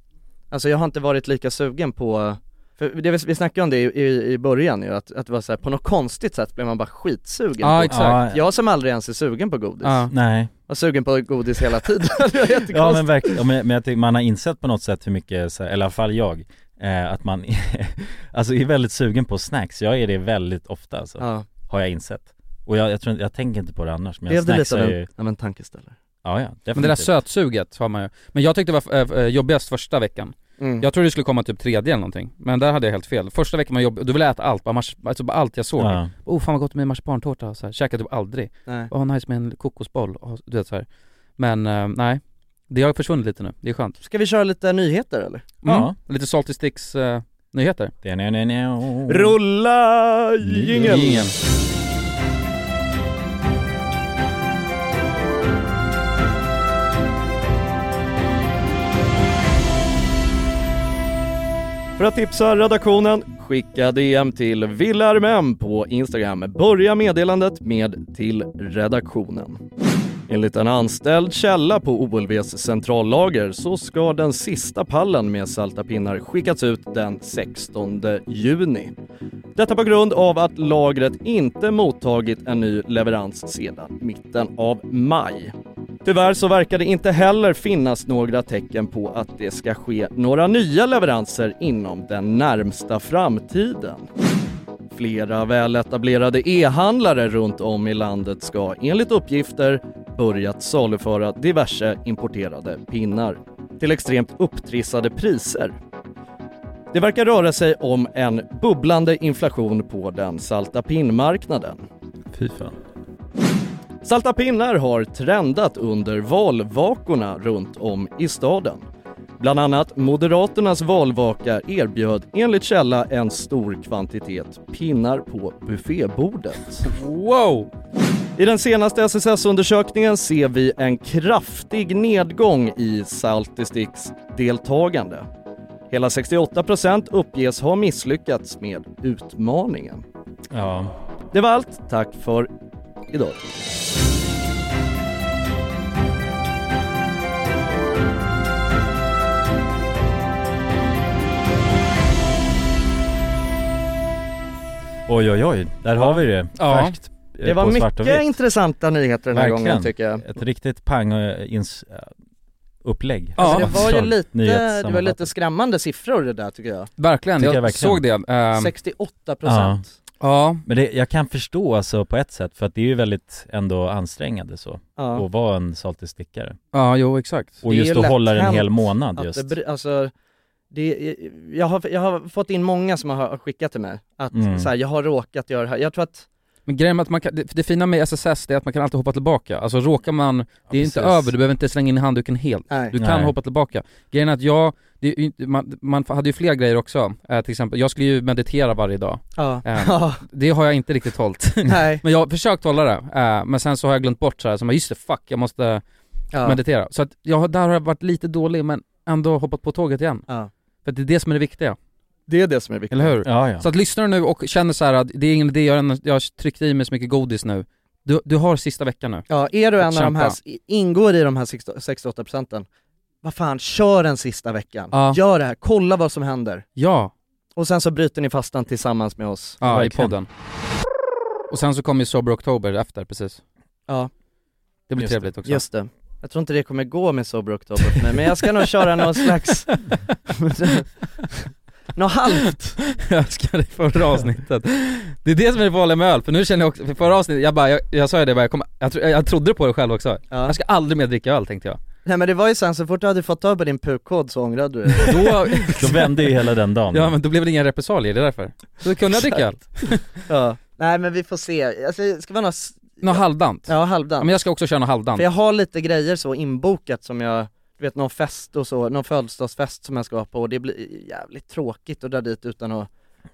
Speaker 9: Alltså jag har inte varit lika sugen på, för det, vi- vi snackade om det i, i, i början ju, att, att det var så här, på något konstigt sätt blev man bara skitsugen
Speaker 1: Ja
Speaker 9: på
Speaker 1: exakt.
Speaker 9: Jag som aldrig ens är sugen på godis,
Speaker 1: Ja.
Speaker 5: Nej,
Speaker 9: var sugen på godis hela tiden, det var jättekonstigt
Speaker 5: ja men verkligen, ja, men, men jag tycker man har insett på något sätt hur mycket, så här, eller i alla fall jag, eh, att man alltså är väldigt sugen på snacks. Jag är det väldigt ofta alltså,
Speaker 9: ja,
Speaker 5: har jag insett. Och jag, jag tror inte- jag tänker inte på det annars men
Speaker 9: blev
Speaker 5: jag
Speaker 9: det lite
Speaker 5: snacksar
Speaker 9: av
Speaker 5: ju,
Speaker 9: en, av en tankeställare?
Speaker 5: ja ja, definitivt.
Speaker 1: Men det där sötsuget har man ju. Men jag tyckte det var eh, eh, jobbigast första veckan.
Speaker 9: Mm.
Speaker 1: Jag trodde det skulle komma typ tredje eller någonting. Men där hade jag helt fel. Första veckan var jobbig, du ville jag äta allt, bara mars- alltså bara allt jag såg.
Speaker 5: ja.
Speaker 1: Oh fan vad gott med marsipantårta, så här. käkade typ aldrig.
Speaker 9: Nej.
Speaker 1: Åh nice med en kokosboll, Åh, du vet så här. Men eh, nej, det har försvunnit lite nu, det är skönt.
Speaker 9: Ska vi köra lite nyheter eller?
Speaker 1: Mm.
Speaker 5: Ja.
Speaker 1: Lite Salty Sticks eh, nyheter.
Speaker 5: oh.
Speaker 9: Rulla
Speaker 5: jingeln!
Speaker 9: jingeln! För att tipsa redaktionen, skicka DM till Villarmem på Instagram. Börja meddelandet med till redaktionen. Enligt en anställd källa på OLVs centrallager så ska den sista pallen med salta pinnar skickats ut den 16 juni. Detta på grund av att lagret inte mottagit en ny leverans sedan mitten av maj. Tyvärr så verkar det inte heller finnas några tecken på att det ska ske några nya leveranser inom den närmsta framtiden. Flera väletablerade e-handlare runt om i landet ska enligt uppgifter börjat saluföra diverse importerade pinnar till extremt upptrissade priser. Det verkar röra sig om en bubblande inflation på den salta pinnmarknaden.
Speaker 5: Fy fan.
Speaker 9: Salta pinnar har trendat under valvakorna runt om i staden. Bland annat Moderaternas valvaka erbjöd enligt källa en stor kvantitet pinnar på buffébordet.
Speaker 7: Wow!
Speaker 9: I den senaste SSS-undersökningen ser vi en kraftig nedgång i Saltisticks deltagande. Hela 68% uppges ha misslyckats med utmaningen.
Speaker 5: Ja.
Speaker 9: Det var allt, tack för idag.
Speaker 5: Oj oj oj, där har vi det.
Speaker 9: Ja.
Speaker 5: Färskt. eh,
Speaker 9: Det var
Speaker 5: på svart och
Speaker 9: mycket
Speaker 5: vitt.
Speaker 9: intressanta nyheter den här
Speaker 5: Verkligen.
Speaker 9: gången tycker jag.
Speaker 5: Ett riktigt pang eh, ins, eh, upplägg.
Speaker 9: Alltså, det var ju lite, det var
Speaker 5: Nyhetssammanfattning.
Speaker 9: lite skrämmande siffror det där tycker jag.
Speaker 1: Verkligen,
Speaker 5: Tycker
Speaker 1: jag,
Speaker 5: jag verkligen.
Speaker 1: såg det. Ehm,
Speaker 9: 68 procent.
Speaker 1: ja,
Speaker 5: Men det, jag kan förstå alltså på ett sätt för att det är ju väldigt ändå ansträngande så
Speaker 9: Ja.
Speaker 5: att vara en saltig stickare.
Speaker 1: ja, jo exakt.
Speaker 5: Och
Speaker 9: Det är
Speaker 5: just
Speaker 9: ju
Speaker 5: att hålla den en hel
Speaker 9: latent
Speaker 5: månad
Speaker 9: Att
Speaker 5: just.
Speaker 9: det, bry- alltså, det, jag, har, jag har fått in många som har skickat till mig att
Speaker 5: Mm.
Speaker 9: så här, jag har råkat göra det här. Jag tror att,
Speaker 1: Men grejen med att man kan, det, det fina med SSS det är att man kan alltid hoppa tillbaka. Alltså råkar man, det är inte
Speaker 5: precis.
Speaker 1: över, du behöver inte slänga in handduken helt.
Speaker 9: nej.
Speaker 1: Du kan
Speaker 5: Nej.
Speaker 1: hoppa tillbaka. Grejen är att jag, det, är ju inte- man, man hade ju fler grejer också. Eh, till exempel, jag skulle ju meditera varje dag.
Speaker 9: Ja.
Speaker 1: Eh,
Speaker 9: ja,
Speaker 1: Det har jag inte riktigt hållit.
Speaker 9: nej.
Speaker 1: Men jag har försökt hålla det, eh, men sen så har jag glömt bort så här, så man, just det, fuck, jag måste
Speaker 9: Ja.
Speaker 1: meditera. Så att jag, har- där har jag varit lite dålig men ändå hoppat på tåget igen.
Speaker 9: Ja.
Speaker 1: För att det är det som är det viktiga,
Speaker 9: Det är det som är viktigt.
Speaker 1: eller hur?
Speaker 5: Ja, ja.
Speaker 1: Så att lyssnar du nu och känner så här att det är ingen idé, jag, jag har tryckt i mig så mycket godis nu. Du, du har sista veckan nu.
Speaker 9: Ja, är du en av de
Speaker 1: Kämpa.
Speaker 9: här, ingår i de här 60 68 procenten, vad fan, kör den sista veckan.
Speaker 1: Ja.
Speaker 9: Gör det här, kolla vad som händer.
Speaker 1: Ja,
Speaker 9: Och sen så bryter ni fastan tillsammans med oss.
Speaker 1: ja i
Speaker 5: verkligen.
Speaker 1: podden. Och sen så kommer ju Sober Oktober efter, precis.
Speaker 9: Ja,
Speaker 1: Det blir
Speaker 5: Just
Speaker 1: trevligt också.
Speaker 9: just det. Jag tror inte det kommer gå med Sober Oktober för mig, men jag ska nog köra någon slags, något halvt.
Speaker 1: jag älskar det förra avsnittet. Det är det som är det farliga med öl, för nu känner jag också, för förra avsnittet, jag bara, jag, jag sa ju det bara, jag, kom, jag, tro, jag trodde på det själv också.
Speaker 9: Ja.
Speaker 1: Jag ska aldrig mer dricka öl tänkte jag.
Speaker 9: Nej men det var ju sen, så fort du hade fått tag på din pukkod så ångrade du dig.
Speaker 1: Då,
Speaker 5: Då vände ju hela den dagen.
Speaker 1: ja men då blev det inga repressalier, det är därför. Då kunde jag dricka öl.
Speaker 9: Ja. Nej men vi får se, alltså, det ska vara något, s-
Speaker 1: Något halvdant.
Speaker 9: ja
Speaker 1: Ja,
Speaker 9: halvdant.
Speaker 1: men jag ska också köra något halvdant.
Speaker 9: För jag har lite grejer så inbokat som jag, du vet någon fest och så, någon födelsedagsfest som jag ska på och det blir jävligt tråkigt att dra dit utan att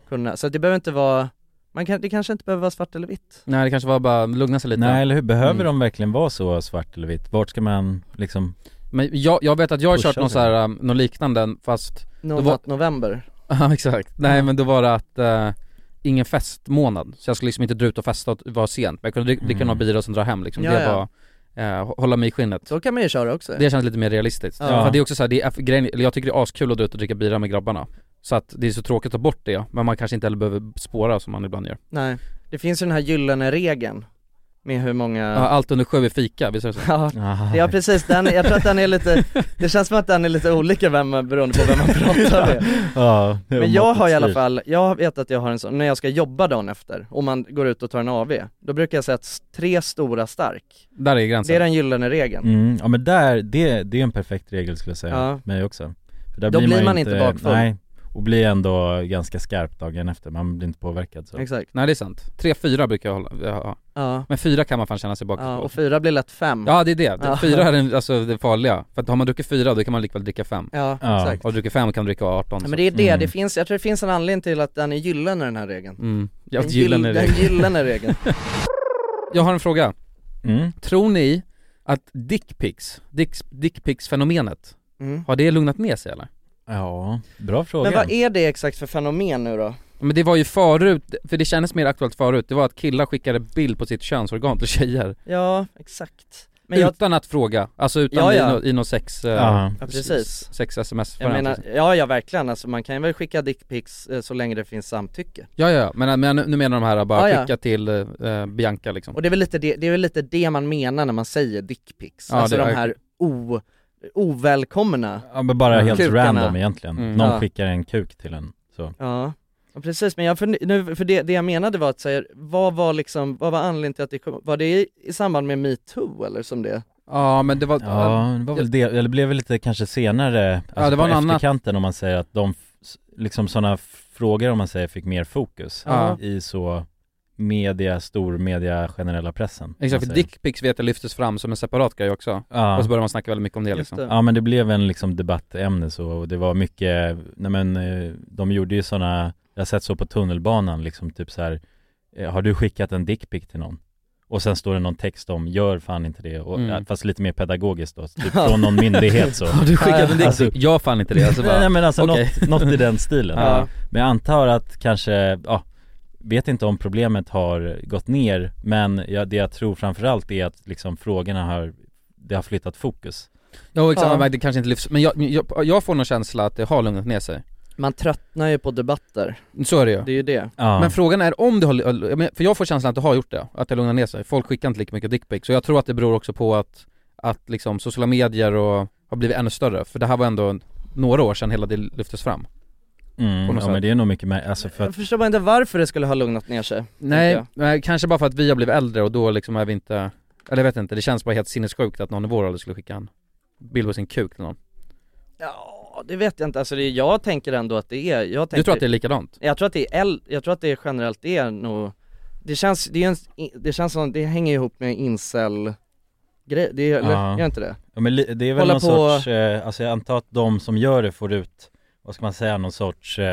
Speaker 9: kunna, så det behöver inte vara, man kan, det kanske inte behöver vara svart eller vitt.
Speaker 1: Nej det kanske var bara lugna sig lite.
Speaker 5: Nej eller hur, behöver
Speaker 1: Mm.
Speaker 5: de verkligen vara så svart eller vitt? Vart ska man liksom,
Speaker 1: Men jag, jag vet att jag har
Speaker 5: Pusha
Speaker 1: kört någon,
Speaker 5: sig.
Speaker 1: så här, um, någon liknande fast,
Speaker 9: No,
Speaker 1: Det var-
Speaker 9: not november.
Speaker 1: ja exakt, nej men då var det att eh, ingen festmånad, så jag skulle liksom inte dra ut och festa och vara sent, men jag kunde dri- dricka
Speaker 5: Mm.
Speaker 1: några bira och sen dra hem liksom,
Speaker 9: Ja,
Speaker 1: det
Speaker 9: ja.
Speaker 1: var, eh, hå- hålla mig i skinnet
Speaker 9: Så kan man ju köra också.
Speaker 1: Det känns lite mer realistiskt,
Speaker 9: Ja.
Speaker 1: för det är också så här, det är, grejen, eller jag tycker det är askul att dra ut och dricka bira med grabbarna Så att det är så tråkigt att ta bort det, men man kanske inte heller behöver spåra som man ibland gör
Speaker 9: Nej. Det finns ju den här gyllene regeln med hur många,
Speaker 1: ja. Allt under sju är fika, visst är det så?
Speaker 9: ja,
Speaker 5: aha,
Speaker 9: ja precis, den, jag tror att den är lite, det känns som att den är lite olika vem, man- beroende på vem man pratar med.
Speaker 5: ja, det är
Speaker 9: Men jag har i alla
Speaker 5: måttligt
Speaker 9: fall, jag vet att jag har en sån, när jag ska jobba dagen efter, och man går ut och tar en AV då brukar jag säga att s- tre stora stark,
Speaker 1: Där är
Speaker 9: det är
Speaker 1: gränsen
Speaker 9: den gyllene
Speaker 5: styrt.
Speaker 9: regeln.
Speaker 5: Alltså. Mm, ja men där, det, det är en perfekt regel skulle jag säga,
Speaker 9: Ja.
Speaker 5: mig också. För där
Speaker 9: Då blir
Speaker 5: ju
Speaker 9: man inte bakfull.
Speaker 5: Nej, och blir ändå ganska skarp dagen efter, man blir inte påverkad så.
Speaker 9: Mm. Exakt.
Speaker 1: Nej det är sant, tre, fyra brukar jag hålla, ja.
Speaker 9: Ja.
Speaker 1: men fyra kan man fan känna sig bakis
Speaker 9: ja,
Speaker 1: på
Speaker 9: och fyra blir lätt fem.
Speaker 1: Ja det är det,
Speaker 9: Mm. Ja.
Speaker 1: fyra är den, alltså, det farliga. För att har man druckit fyra då kan man lika väl dricka fem.
Speaker 9: Ja,
Speaker 5: Ja.
Speaker 9: exakt.
Speaker 1: Och dricker fem kan man dricka 18
Speaker 9: Ja,
Speaker 1: så.
Speaker 9: men det är det,
Speaker 5: Mm.
Speaker 9: det finns, jag tror det finns en anledning till att den är gyllene den här regeln.
Speaker 1: mm. Jag,
Speaker 9: Den gyll-
Speaker 1: gillar när det.
Speaker 9: Den gyllene regeln.
Speaker 1: jag har en fråga,
Speaker 5: Mm.
Speaker 1: tror ni att dickpics, dick- dickpics-fenomenet,
Speaker 9: Mm.
Speaker 1: har det lugnat ner sig eller?
Speaker 5: Ja, bra fråga.
Speaker 9: Men vad är det exakt för fenomen nu då?
Speaker 1: Ja, Men det var ju förut, för det kändes mer aktuellt förut, det var att killar skickade bild på sitt könsorgan till tjejer
Speaker 9: Ja, exakt. Men jag-
Speaker 1: utan att fråga, alltså utan
Speaker 9: Ja, ja.
Speaker 1: I, no, i någon sex, eh,
Speaker 5: Ja.
Speaker 9: Ja, precis.
Speaker 1: sex sms
Speaker 9: Jag menar, ja ja verkligen alltså man kan ju väl skicka dickpics eh, så länge det finns samtycke
Speaker 1: Ja ja, men, men nu menar de här bara
Speaker 9: Ja, ja.
Speaker 1: skicka till eh, Bianca liksom
Speaker 9: Och det är väl lite det, det, är väl lite det man menar när man säger dickpics,
Speaker 1: Ja,
Speaker 9: alltså
Speaker 1: det-
Speaker 9: de här o, ovälkomna
Speaker 5: Ja men bara helt
Speaker 9: Mm. Kukarna.
Speaker 5: random egentligen,
Speaker 1: Mm.
Speaker 5: någon
Speaker 9: Ja.
Speaker 5: skickar en kuk till en så
Speaker 9: Ja, ja precis, men jag fund- nu, för det, det jag menade var att säga, vad var liksom, vad var anledningen till att det kom, var det i, i samband med metoo eller som det?
Speaker 1: Ja men det var,
Speaker 5: Ja, det var väl det, eller det blev väl lite kanske senare, alltså
Speaker 1: Ja, det var
Speaker 5: på
Speaker 1: något annat.
Speaker 5: efterkanten om man säger att de, f- s- liksom sådana frågor om man säger fick mer fokus
Speaker 1: Ja.
Speaker 5: i så media, stor media, generella pressen om man
Speaker 1: exakt för
Speaker 5: säger.
Speaker 1: dickpics vet jag lyftes fram som en separat grej också
Speaker 9: alltså
Speaker 1: och så
Speaker 5: ja.
Speaker 1: började man snacka väldigt mycket om det liksom
Speaker 9: Just det.
Speaker 5: ja men det blev en liksom debattämne så, och det var mycket, nej men eh, de gjorde ju sådana, jag har sett så på tunnelbanan liksom typ så här, eh, har du skickat en dickpic till någon? Och sen står det någon text om, gör fan inte det, och,
Speaker 1: Mm.
Speaker 5: ja, fast lite mer pedagogiskt då, typ från någon myndighet så
Speaker 1: Har du skickat en dickpic?
Speaker 5: Alltså-
Speaker 1: jag fann inte det alltså
Speaker 5: Nej, Nej
Speaker 1: bara,
Speaker 5: men alltså
Speaker 1: okej.
Speaker 5: något, något i den stilen
Speaker 1: Ja.
Speaker 5: Men jag antar att kanske, ja, vet inte om problemet har gått ner Men jag, det jag tror framförallt är att liksom frågorna har, det har flyttat fokus
Speaker 1: jo exakt,
Speaker 9: Ja.
Speaker 1: men det kanske inte lyfts, men jag, jag, jag får någon känsla att det har lugnat ner sig
Speaker 9: Man tröttnar ju på debatter,
Speaker 1: Så är det ju
Speaker 9: det är ju det.
Speaker 5: ja.
Speaker 1: Men frågan är om det har, jag menar, för jag får känslan att det har gjort det, att det lugnar ner sig. Folk skickar inte lika mycket dickpics, så jag tror att det beror också på att, att liksom sociala medier och, har blivit ännu större, för det här var ändå en- några år sedan hela det lyftes fram. på
Speaker 5: mm,
Speaker 1: något
Speaker 5: ja, men
Speaker 1: sätt.
Speaker 5: det är nog mycket mer, alltså för
Speaker 9: Jag
Speaker 5: att,
Speaker 9: förstår bara inte varför det skulle ha lugnat ner sig.
Speaker 1: Nej,
Speaker 9: tänker
Speaker 1: nej, kanske bara för att vi har blivit äldre och då liksom är vi inte, eller jag vet inte, det känns bara helt sinnessjukt att någon i vår ålder skulle skicka en bild på sin kuk till någon.
Speaker 9: Ja, det vet jag inte, alltså det, jag tänker ändå att det är, jag tänker,
Speaker 1: Du tror att det är likadant?
Speaker 9: jag tror att det är, el- jag tror att det är generellt är nog, det känns, det är en, det känns som, det hänger ihop med incel grej, det är,
Speaker 5: Ja.
Speaker 9: eller, gör inte det?
Speaker 5: ja, men li- det är väl
Speaker 9: Hålla
Speaker 5: någon
Speaker 9: på-
Speaker 5: sorts, eh, alltså jag antar att de som gör det får ut, vad ska man säga, någon sorts eh,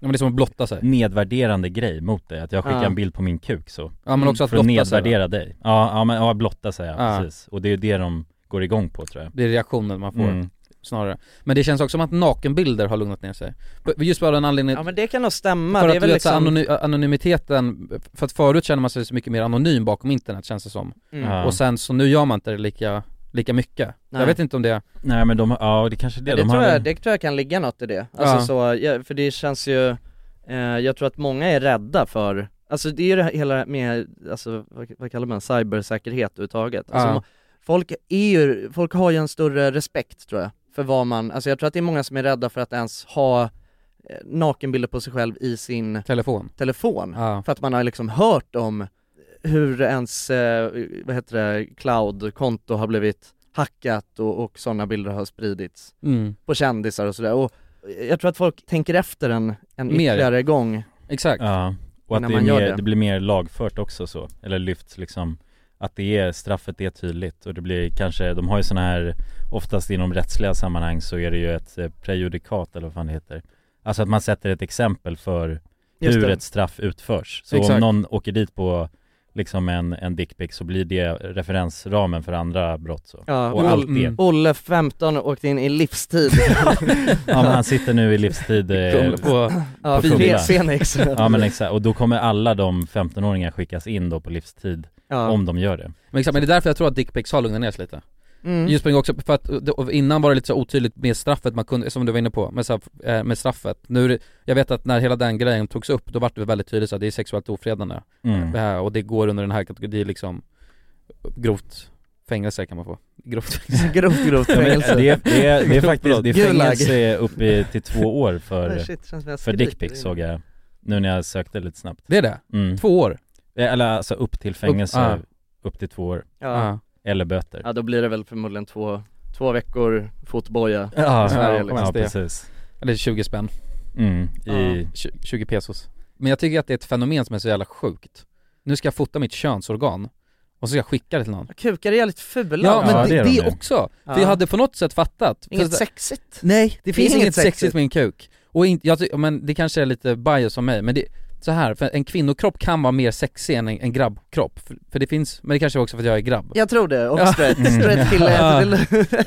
Speaker 1: Ja men det är som att blotta
Speaker 5: Mm.
Speaker 1: sig.
Speaker 5: nedvärderande grej mot dig Att jag skickar
Speaker 9: Ja.
Speaker 5: en bild på min kuk så,
Speaker 1: Ja men också att
Speaker 5: för att
Speaker 1: blotta sig.
Speaker 5: nedvärdera dig Ja, ja men, ja blotta säger jag,
Speaker 1: Ja.
Speaker 5: precis Och det är det de går igång på tror jag
Speaker 1: Det är reaktionen man får
Speaker 5: Mm.
Speaker 1: snarare. Men det känns också som att nakenbilder har lugnat ner sig. Just bara den anledningen
Speaker 9: Ja men det kan nog stämma,
Speaker 1: För
Speaker 9: det
Speaker 1: att
Speaker 9: är
Speaker 1: du
Speaker 9: väl
Speaker 1: vet
Speaker 9: liksom,
Speaker 1: så anony- anonymiteten, för att förut kände man sig så mycket mer anonym bakom internet känns det som.
Speaker 9: mm.
Speaker 5: Ja.
Speaker 1: Och sen så nu gör man inte det lika, lika mycket.
Speaker 9: Nej.
Speaker 1: Jag vet inte om det,
Speaker 5: Nej men de, ja det kanske är det,
Speaker 9: Ja,
Speaker 5: de
Speaker 9: det, tror
Speaker 5: har
Speaker 9: jag, det tror jag kan ligga något i det, alltså
Speaker 1: Ja.
Speaker 9: så, ja, för det känns ju, eh, jag tror att många är rädda för, alltså det är ju det här hela med, alltså vad, vad kallar man, cybersäkerhet överhuvudtaget alltså,
Speaker 1: Ja.
Speaker 9: må- folk är ju, folk har ju en större respekt tror jag, för vad man, alltså jag tror att det är många som är rädda för att ens ha eh, nakenbilder på sig själv i sin
Speaker 1: telefon.
Speaker 9: telefon,
Speaker 1: Ja.
Speaker 9: för att man har liksom hört om hur ens, eh, vad heter det, cloud-konto har blivit hackat och, och sådana bilder har spridits
Speaker 1: Mm.
Speaker 9: på kändisar och sådär och jag tror att folk tänker efter en, en
Speaker 1: Mer.
Speaker 9: ytterligare gång
Speaker 1: Exakt.
Speaker 5: Ja, och att
Speaker 9: när
Speaker 5: det, är
Speaker 9: man gör
Speaker 5: mer, det.
Speaker 9: det.
Speaker 5: blir mer lagfört också så, eller lyfts liksom Att det är, straffet är tydligt och det blir kanske, de har ju såna här Oftast inom rättsliga sammanhang så är det ju ett eh, prejudikat eller vad fan det heter Alltså att man sätter ett exempel för
Speaker 9: Just
Speaker 5: hur
Speaker 9: det.
Speaker 5: ett straff utförs Så om
Speaker 1: Exakt.
Speaker 5: någon åker dit på liksom en, en dickpic så blir det referensramen för andra brott så
Speaker 9: Ja,
Speaker 5: Och allt det
Speaker 1: Mm.
Speaker 9: Olle 15 åkte in i livstid
Speaker 5: Ja men han sitter nu i livstid eh,
Speaker 1: Kom På,
Speaker 9: Ja,
Speaker 5: På
Speaker 9: vi
Speaker 5: Kumla.
Speaker 9: vet Fenix
Speaker 5: Ja men exakt, och då kommer alla de 15-åringar skickas in då på livstid
Speaker 9: Ja.
Speaker 5: om de gör det
Speaker 1: men exakt, men det är därför jag tror att dickpics har lugnat ner sig lite.
Speaker 9: Mm.
Speaker 1: Just på också för att det- och innan var det lite så otydligt med straffet man kunde, som du var inne på, med, så här, eh, med straffet. Nu, är det- jag vet att när hela den grejen togs upp, då var det väldigt tydligt så att det är sexuellt ofredande.
Speaker 5: Mm.
Speaker 1: Det här, och det går under den här kategorin, liksom grovt fängelse kan man få. Grovt fängelse.
Speaker 9: Grovt, grovt
Speaker 5: Ja, men
Speaker 9: fängelse
Speaker 5: det, är, det, är, det är faktiskt, det är
Speaker 9: Gul
Speaker 5: fängelse upp i, till två år
Speaker 9: Oj,
Speaker 5: för,
Speaker 9: shit, känns som jag
Speaker 5: för
Speaker 9: skriker.
Speaker 5: dickpics såg jag Nu när jag sökte lite snabbt
Speaker 1: Det är det?
Speaker 5: mm.
Speaker 1: Två år?
Speaker 5: Eller alltså upp till fängelse,
Speaker 1: ah.
Speaker 5: upp, till två år,
Speaker 9: ja.
Speaker 5: eller böter
Speaker 9: ja, då blir det väl förmodligen två, två veckor fotboja
Speaker 5: Ja,
Speaker 1: Sverige,
Speaker 5: ja,
Speaker 1: liksom.
Speaker 5: ja
Speaker 1: Ens det.
Speaker 5: precis
Speaker 1: Eller 20 spänn,
Speaker 5: mm. I,
Speaker 1: Tju- 20 pesos Men jag tycker att det är ett fenomen som är så jävla sjukt Nu ska jag fota mitt könsorgan och så ska jag skicka det till någon
Speaker 9: Kukar är jävligt fula
Speaker 1: Ja men
Speaker 5: Ja, det
Speaker 1: det,
Speaker 5: är
Speaker 1: det,
Speaker 5: de ju.
Speaker 1: också,
Speaker 9: Ja.
Speaker 1: för jag hade på något sätt fattat
Speaker 9: Inget
Speaker 1: För-
Speaker 9: sexigt
Speaker 1: Nej, det finns
Speaker 9: är
Speaker 1: inget,
Speaker 9: inget
Speaker 1: sexigt.
Speaker 9: sexigt.
Speaker 1: med en kuk Och in, jag, ty- men det kanske är lite bias av mig, men det, så här, för en kvinnokropp kan vara mer sexig än en, en grabbkropp för, för det finns, men det kanske är också för att jag är grabb
Speaker 9: Jag tror det, och
Speaker 1: Ja. Mm.
Speaker 9: straight, straight kille
Speaker 1: Ja.
Speaker 5: ja,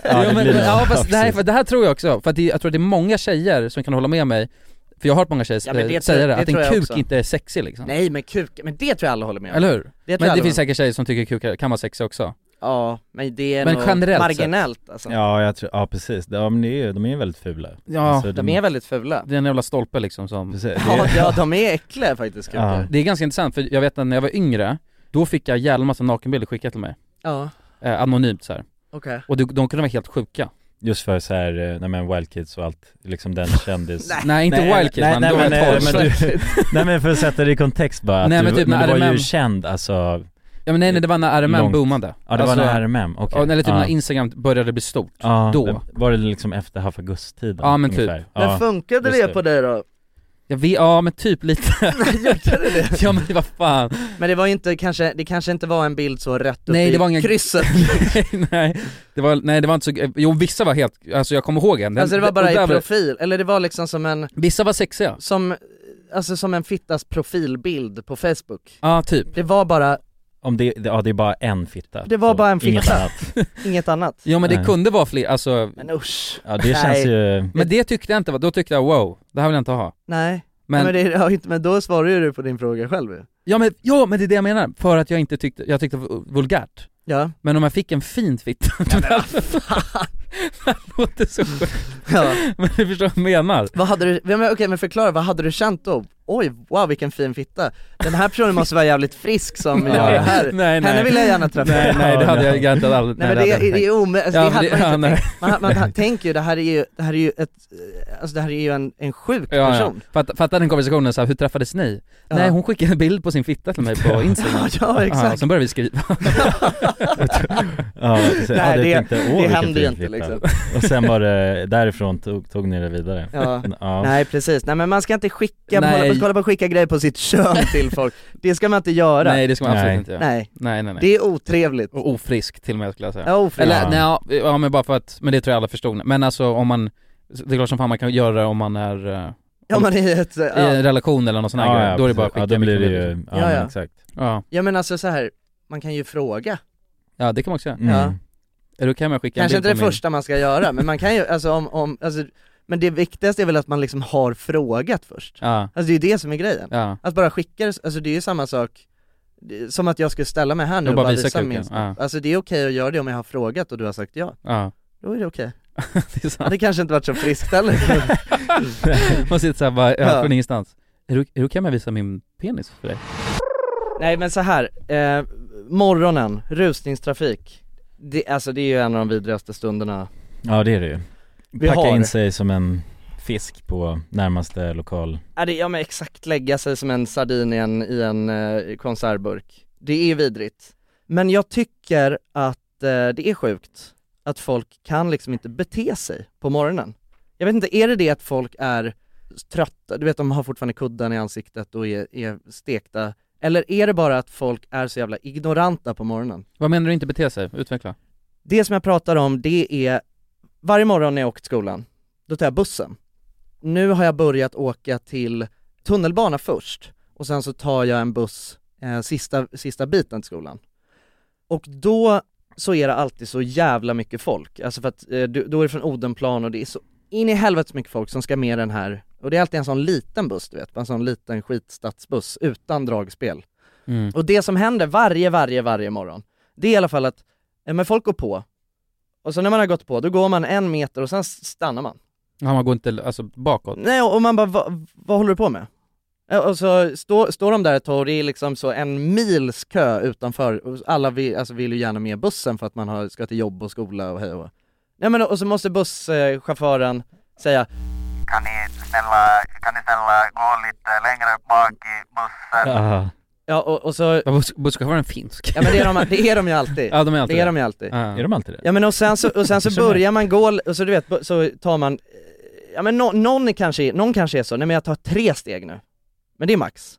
Speaker 5: det
Speaker 1: men,
Speaker 5: blir det.
Speaker 1: ja fast det här,
Speaker 5: precis.
Speaker 1: för det här tror jag också, för att det, jag tror att det är många tjejer som kan hålla med mig För jag har hört många tjejer
Speaker 9: Ja, men det
Speaker 1: eh,
Speaker 9: tror-
Speaker 1: säga det,
Speaker 9: det
Speaker 1: att en
Speaker 9: tror jag
Speaker 1: kuk
Speaker 9: också.
Speaker 1: inte är sexig liksom
Speaker 9: Nej men kuk, men det tror jag alla håller med om
Speaker 1: Eller hur?
Speaker 9: Det tror jag
Speaker 1: Men
Speaker 9: alla
Speaker 1: det finns
Speaker 9: håller-
Speaker 1: säkert tjejer som tycker kukar kan vara sexiga också
Speaker 9: Ja, men det är
Speaker 1: Men
Speaker 9: nog
Speaker 1: generellt sett?
Speaker 9: marginellt alltså.
Speaker 5: Ja, jag tror, ja precis. Ja men det är, ju- de är ju väldigt fula
Speaker 1: Ja,
Speaker 9: De är väldigt fula.
Speaker 1: Det är en jävla stolpe liksom som...
Speaker 5: Precis, det
Speaker 9: Ja,
Speaker 5: är,
Speaker 9: ja de är äckliga faktiskt
Speaker 5: Ja.
Speaker 9: kutar.
Speaker 1: Det är ganska intressant för jag vet att när jag var yngre, då fick jag jävla massa nakenbilder skickat till mig.
Speaker 9: Ja,
Speaker 1: Eh, anonymt så här.
Speaker 9: okej.
Speaker 1: Och de, de kunde vara helt sjuka.
Speaker 5: just för så här, eh, nej men Wild Kids och allt, liksom den kändis
Speaker 1: Nej, inte
Speaker 5: Nej,
Speaker 1: Wild Kids
Speaker 5: nej,
Speaker 1: men
Speaker 5: nej,
Speaker 1: då var
Speaker 5: men, eh,
Speaker 1: jag
Speaker 5: men
Speaker 1: 12.
Speaker 5: du- Nej men för att sätta det i kontext bara, att
Speaker 1: Nej,
Speaker 5: du,
Speaker 1: men
Speaker 5: men,
Speaker 1: typ när
Speaker 5: du var
Speaker 1: RMM
Speaker 5: ju känd alltså,
Speaker 1: Ja men nej, nej det var när RMM
Speaker 5: Långt.
Speaker 1: boomade.
Speaker 5: ja det
Speaker 1: Alltså,
Speaker 5: var när RMM, okej
Speaker 1: ja, Eller typ
Speaker 5: ja.
Speaker 1: när Instagram började bli stort.
Speaker 5: ja,
Speaker 1: då.
Speaker 5: men Var det liksom efter Half August-tiden?
Speaker 1: Ja, men typ.
Speaker 5: ungefär?
Speaker 9: Men
Speaker 5: Ja,
Speaker 9: funkade
Speaker 5: just
Speaker 9: det
Speaker 5: det.
Speaker 9: på dig då?
Speaker 1: Jag vet, ja men typ lite.
Speaker 9: Gjorde det det?
Speaker 1: ja men vad fan.
Speaker 9: Men det var ju inte kanske, det kanske inte var en bild så rätt upp
Speaker 1: Nej,
Speaker 9: i
Speaker 1: det var ingen-
Speaker 9: krysset
Speaker 1: nej, nej, det var, nej det var inte så, eh, jo vissa var helt, alltså jag kommer ihåg en. Den-
Speaker 9: Alltså det var
Speaker 1: och
Speaker 9: bara
Speaker 1: där
Speaker 9: i
Speaker 1: var-
Speaker 9: profil, eller det var liksom som en,
Speaker 1: Vissa var sexiga.
Speaker 9: som, alltså som en fittas profilbild på Facebook
Speaker 1: Ja typ.
Speaker 9: Det var bara
Speaker 5: om det, det, ja det är bara en fitta
Speaker 9: Det var
Speaker 5: så
Speaker 9: bara en
Speaker 5: inget
Speaker 9: fitta.
Speaker 5: annat.
Speaker 9: inget annat
Speaker 1: Ja men det
Speaker 5: Nej.
Speaker 1: kunde vara fler, alltså,
Speaker 9: Men usch,
Speaker 5: Ja det
Speaker 9: Nej.
Speaker 5: känns ju,
Speaker 1: men det tyckte jag inte var, då tyckte jag wow, det här vill jag inte ha.
Speaker 9: nej
Speaker 1: Men,
Speaker 9: men, men, det, ja, inte, men då svarar ju du på din fråga själv ju.
Speaker 1: ja, men, ja men det är det jag menar, för att jag inte tyckte, jag tyckte det var vulgärt.
Speaker 9: Ja,
Speaker 1: Men om jag fick en fin fitta, det här låter så sjukt,
Speaker 9: ja.
Speaker 1: men du förstår vad jag menar?
Speaker 9: Vad hade du, ja, men okej men förklara, vad hade du känt då? Oj, wow vilken fin fitta. Den här personen måste vara jävligt frisk som gör det här.
Speaker 1: nej,
Speaker 9: Henne vill jag gärna träffa.
Speaker 1: Nej nej det hade jag
Speaker 5: Ja.
Speaker 1: garanterat aldrig,
Speaker 9: Nej men det,
Speaker 1: det
Speaker 9: är-
Speaker 1: hade jag
Speaker 9: det
Speaker 1: inte
Speaker 9: är omöjligt,
Speaker 1: Ja,
Speaker 9: alltså, det
Speaker 1: men
Speaker 9: hade
Speaker 1: det-
Speaker 9: man
Speaker 1: ja,
Speaker 9: inte
Speaker 1: nej.
Speaker 9: tänkt. Man, man, man tänker ju, det här är ju, det här är ju ett, alltså det här är ju en, en sjuk
Speaker 1: Ja, ja.
Speaker 9: person.
Speaker 1: Fatta, fatta den konversationen såhär, hur träffades ni?
Speaker 9: Ja.
Speaker 1: Nej hon skickade en bild på sin fitta till mig på
Speaker 9: Ja,
Speaker 1: Instagram
Speaker 9: ja
Speaker 1: Ja,
Speaker 9: exakt.
Speaker 1: sen började vi skriva
Speaker 5: ja, så,
Speaker 9: Nej,
Speaker 5: ja det,
Speaker 9: det-
Speaker 5: tänkte, åh,
Speaker 9: det
Speaker 5: vilken
Speaker 9: händer ju
Speaker 5: fin
Speaker 9: inte
Speaker 5: fitta.
Speaker 9: liksom.
Speaker 5: Och sen var det, därifrån tog, tog ni det vidare
Speaker 9: Ja.
Speaker 5: Ja.
Speaker 9: Nej precis, nej men man ska inte skicka,
Speaker 1: Nej.
Speaker 9: hålla, på- hålla på och skicka grejer på sitt kön till folk. Det ska man inte göra. Nej.
Speaker 1: Nej det ska man absolut
Speaker 5: Nej.
Speaker 1: inte göra, nej nej nej
Speaker 9: Det är otrevligt.
Speaker 1: Och ofrisk till och med skulle jag säga
Speaker 9: Ja, ofrivilligt.
Speaker 1: Eller
Speaker 5: Ja.
Speaker 1: nej, ja, ja men bara för att, men det tror jag alla förstod, men alltså om man Det är klart som fan man kan göra det om man är eh,
Speaker 9: Ja men i ett,
Speaker 1: i
Speaker 9: ja.
Speaker 1: en relation eller någon sån här grej, då är det bara att skicka
Speaker 5: Ja då blir det
Speaker 1: vilken bild.
Speaker 5: ju, ja,
Speaker 9: Ja,
Speaker 5: men
Speaker 9: ja.
Speaker 5: exakt
Speaker 1: ja.
Speaker 9: ja men alltså så här man kan ju fråga.
Speaker 1: ja, det kan man också göra,
Speaker 5: mm.
Speaker 9: Ja.
Speaker 1: är du okej om jag skickar
Speaker 9: Kanske
Speaker 1: en
Speaker 9: inte
Speaker 1: bild
Speaker 9: det
Speaker 1: på min-
Speaker 9: första man ska göra, men man kan ju, alltså om, om alltså, men det viktigaste är väl att man liksom har frågat först.
Speaker 1: Ja,
Speaker 9: Alltså det är ju det som är grejen.
Speaker 1: ja,
Speaker 9: Att bara skicka det, alltså det är ju samma sak det- som att jag skulle ställa mig här nu
Speaker 1: Jag
Speaker 9: och
Speaker 1: bara
Speaker 9: bara
Speaker 1: visar
Speaker 9: visa
Speaker 1: kuken,
Speaker 9: min
Speaker 1: ja.
Speaker 9: Alltså det är okej att göra det om jag har frågat och du har sagt ja,
Speaker 1: ja
Speaker 9: då är det okej.
Speaker 1: Det är
Speaker 9: Ja,
Speaker 1: sant,
Speaker 9: det kanske inte varit så friskt heller.
Speaker 1: man sitter såhär bara, ja,
Speaker 9: Ja.
Speaker 1: från ingenstans Är du, är du okej om jag visar min penis för dig?
Speaker 9: Nej men så här, eh, morgonen, rusningstrafik. Det, alltså det är ju en av de vidrigaste stunderna.
Speaker 5: ja det är det ju
Speaker 9: Vi
Speaker 5: Packa
Speaker 9: har-
Speaker 5: in sig som en fisk på närmaste lokal
Speaker 9: Ja, det, ja men exakt, lägga sig som en sardin i en, i en eh, konservburk. Det är vidrigt. Men jag tycker att eh, det är sjukt att folk kan liksom inte bete sig på morgonen. Jag vet inte, är det det att folk är trötta, du vet de har fortfarande kudden i ansiktet och är, är stekta, eller är det bara att folk är så jävla ignoranta på morgonen?
Speaker 1: Vad menar du inte bete sig? Utveckla
Speaker 9: Det som jag pratar om det är, varje morgon när jag åker till skolan, då tar jag bussen. Nu har jag börjat åka till tunnelbana först och sen så tar jag en buss eh, sista, sista biten till skolan. Och då så är det alltid så jävla mycket folk, alltså för att eh, du- då är det från Odenplan och det är så in i helvete så mycket folk som ska med den här, och det är alltid en sån liten buss du vet, en sån liten skitstadsbuss utan dragspel.
Speaker 1: mm.
Speaker 9: Och det som händer varje, varje, varje morgon, det är i alla fall att eh, men folk går på, och så när man har gått på, då går man en meter och sen s- stannar man.
Speaker 1: Ja, man går inte, alltså bakåt
Speaker 9: Nej, och och man bara, Va, vad håller du på med? Eh, Och så står, står de där ett tag och det är liksom så en mils kö utanför, och alla vill, alltså vill ju gärna med bussen för att man har, ska till jobb och skola och hej och hå. Nej men och så måste busschauffören säga
Speaker 13: Kan ni snälla, kan ni snälla gå lite längre bak i bussen?
Speaker 5: Ja,
Speaker 9: Ja och, och så,
Speaker 1: Ja, bus- Busschauffören finsk?
Speaker 9: ja men det är de, det är de ju alltid.
Speaker 1: Ja de är alltid
Speaker 9: Det är de ju alltid.
Speaker 1: Ja.
Speaker 5: är de alltid det?
Speaker 9: Ja men och sen så, och sen så
Speaker 5: Som är-
Speaker 9: börjar man gå, och så du vet, så tar man, ja men nå- någon är kanske, någon kanske är så, nej men jag tar tre steg nu. Men det är max.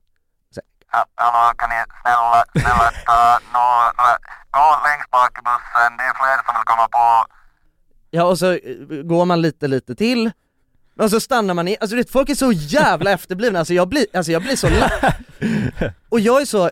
Speaker 13: Ha- Hallå, kan ni snälla, snälla ta några, gå längst bak i bussen, det är fler som vill komma på.
Speaker 9: Ja och så eh, går man lite, lite till. Och så stannar man i, alltså du vet, folk är så jävla efterblivna, alltså jag blir, alltså jag blir så lack. Och jag är så, nej,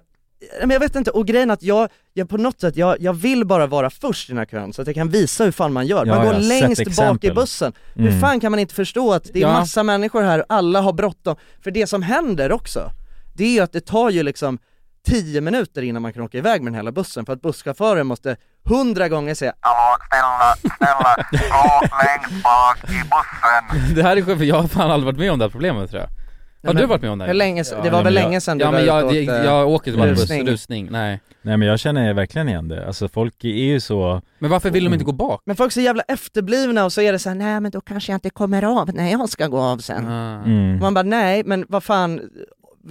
Speaker 9: men jag vet inte, och grejen är att jag, jag på något sätt, jag, jag vill bara vara först i den här kön så att jag kan visa hur fan man gör. Man
Speaker 5: Ja,
Speaker 9: går
Speaker 5: ja, sätt
Speaker 9: längst bak i
Speaker 5: exempel.
Speaker 9: bussen. Hur
Speaker 5: Mm.
Speaker 9: fan kan man inte förstå att det är
Speaker 1: Ja.
Speaker 9: massa människor här och alla har bråttom? För det som händer också, det är ju att det tar ju liksom 10 minuter innan man kan åka iväg med den hela bussen för att busschauffören måste hundra gånger säga
Speaker 13: Hallå, snälla, snälla, gå längst bak i bussen.
Speaker 1: Det här är sjukt, för jag har fan aldrig varit med om det här problemet tror jag Har
Speaker 9: Nej, men
Speaker 1: du varit med om det? här?
Speaker 9: hur länge s- det var
Speaker 1: men
Speaker 9: väl
Speaker 1: jag-
Speaker 9: länge sedan du eh,
Speaker 1: Ja
Speaker 9: var
Speaker 1: men
Speaker 9: ute
Speaker 1: jag,
Speaker 9: och
Speaker 1: det-
Speaker 9: åkte
Speaker 1: jag åker bara buss,
Speaker 9: rusning.
Speaker 1: rusning, nej
Speaker 5: Nej men jag känner verkligen igen det, alltså folk är ju så
Speaker 1: Men varför
Speaker 9: Mm.
Speaker 1: vill de inte gå bak?
Speaker 9: Men folk är så jävla efterblivna och så är det så här, nej men då kanske jag inte kommer av när jag ska gå av sen.
Speaker 1: Ah.
Speaker 5: Mm.
Speaker 9: Man bara, nej men vad fan,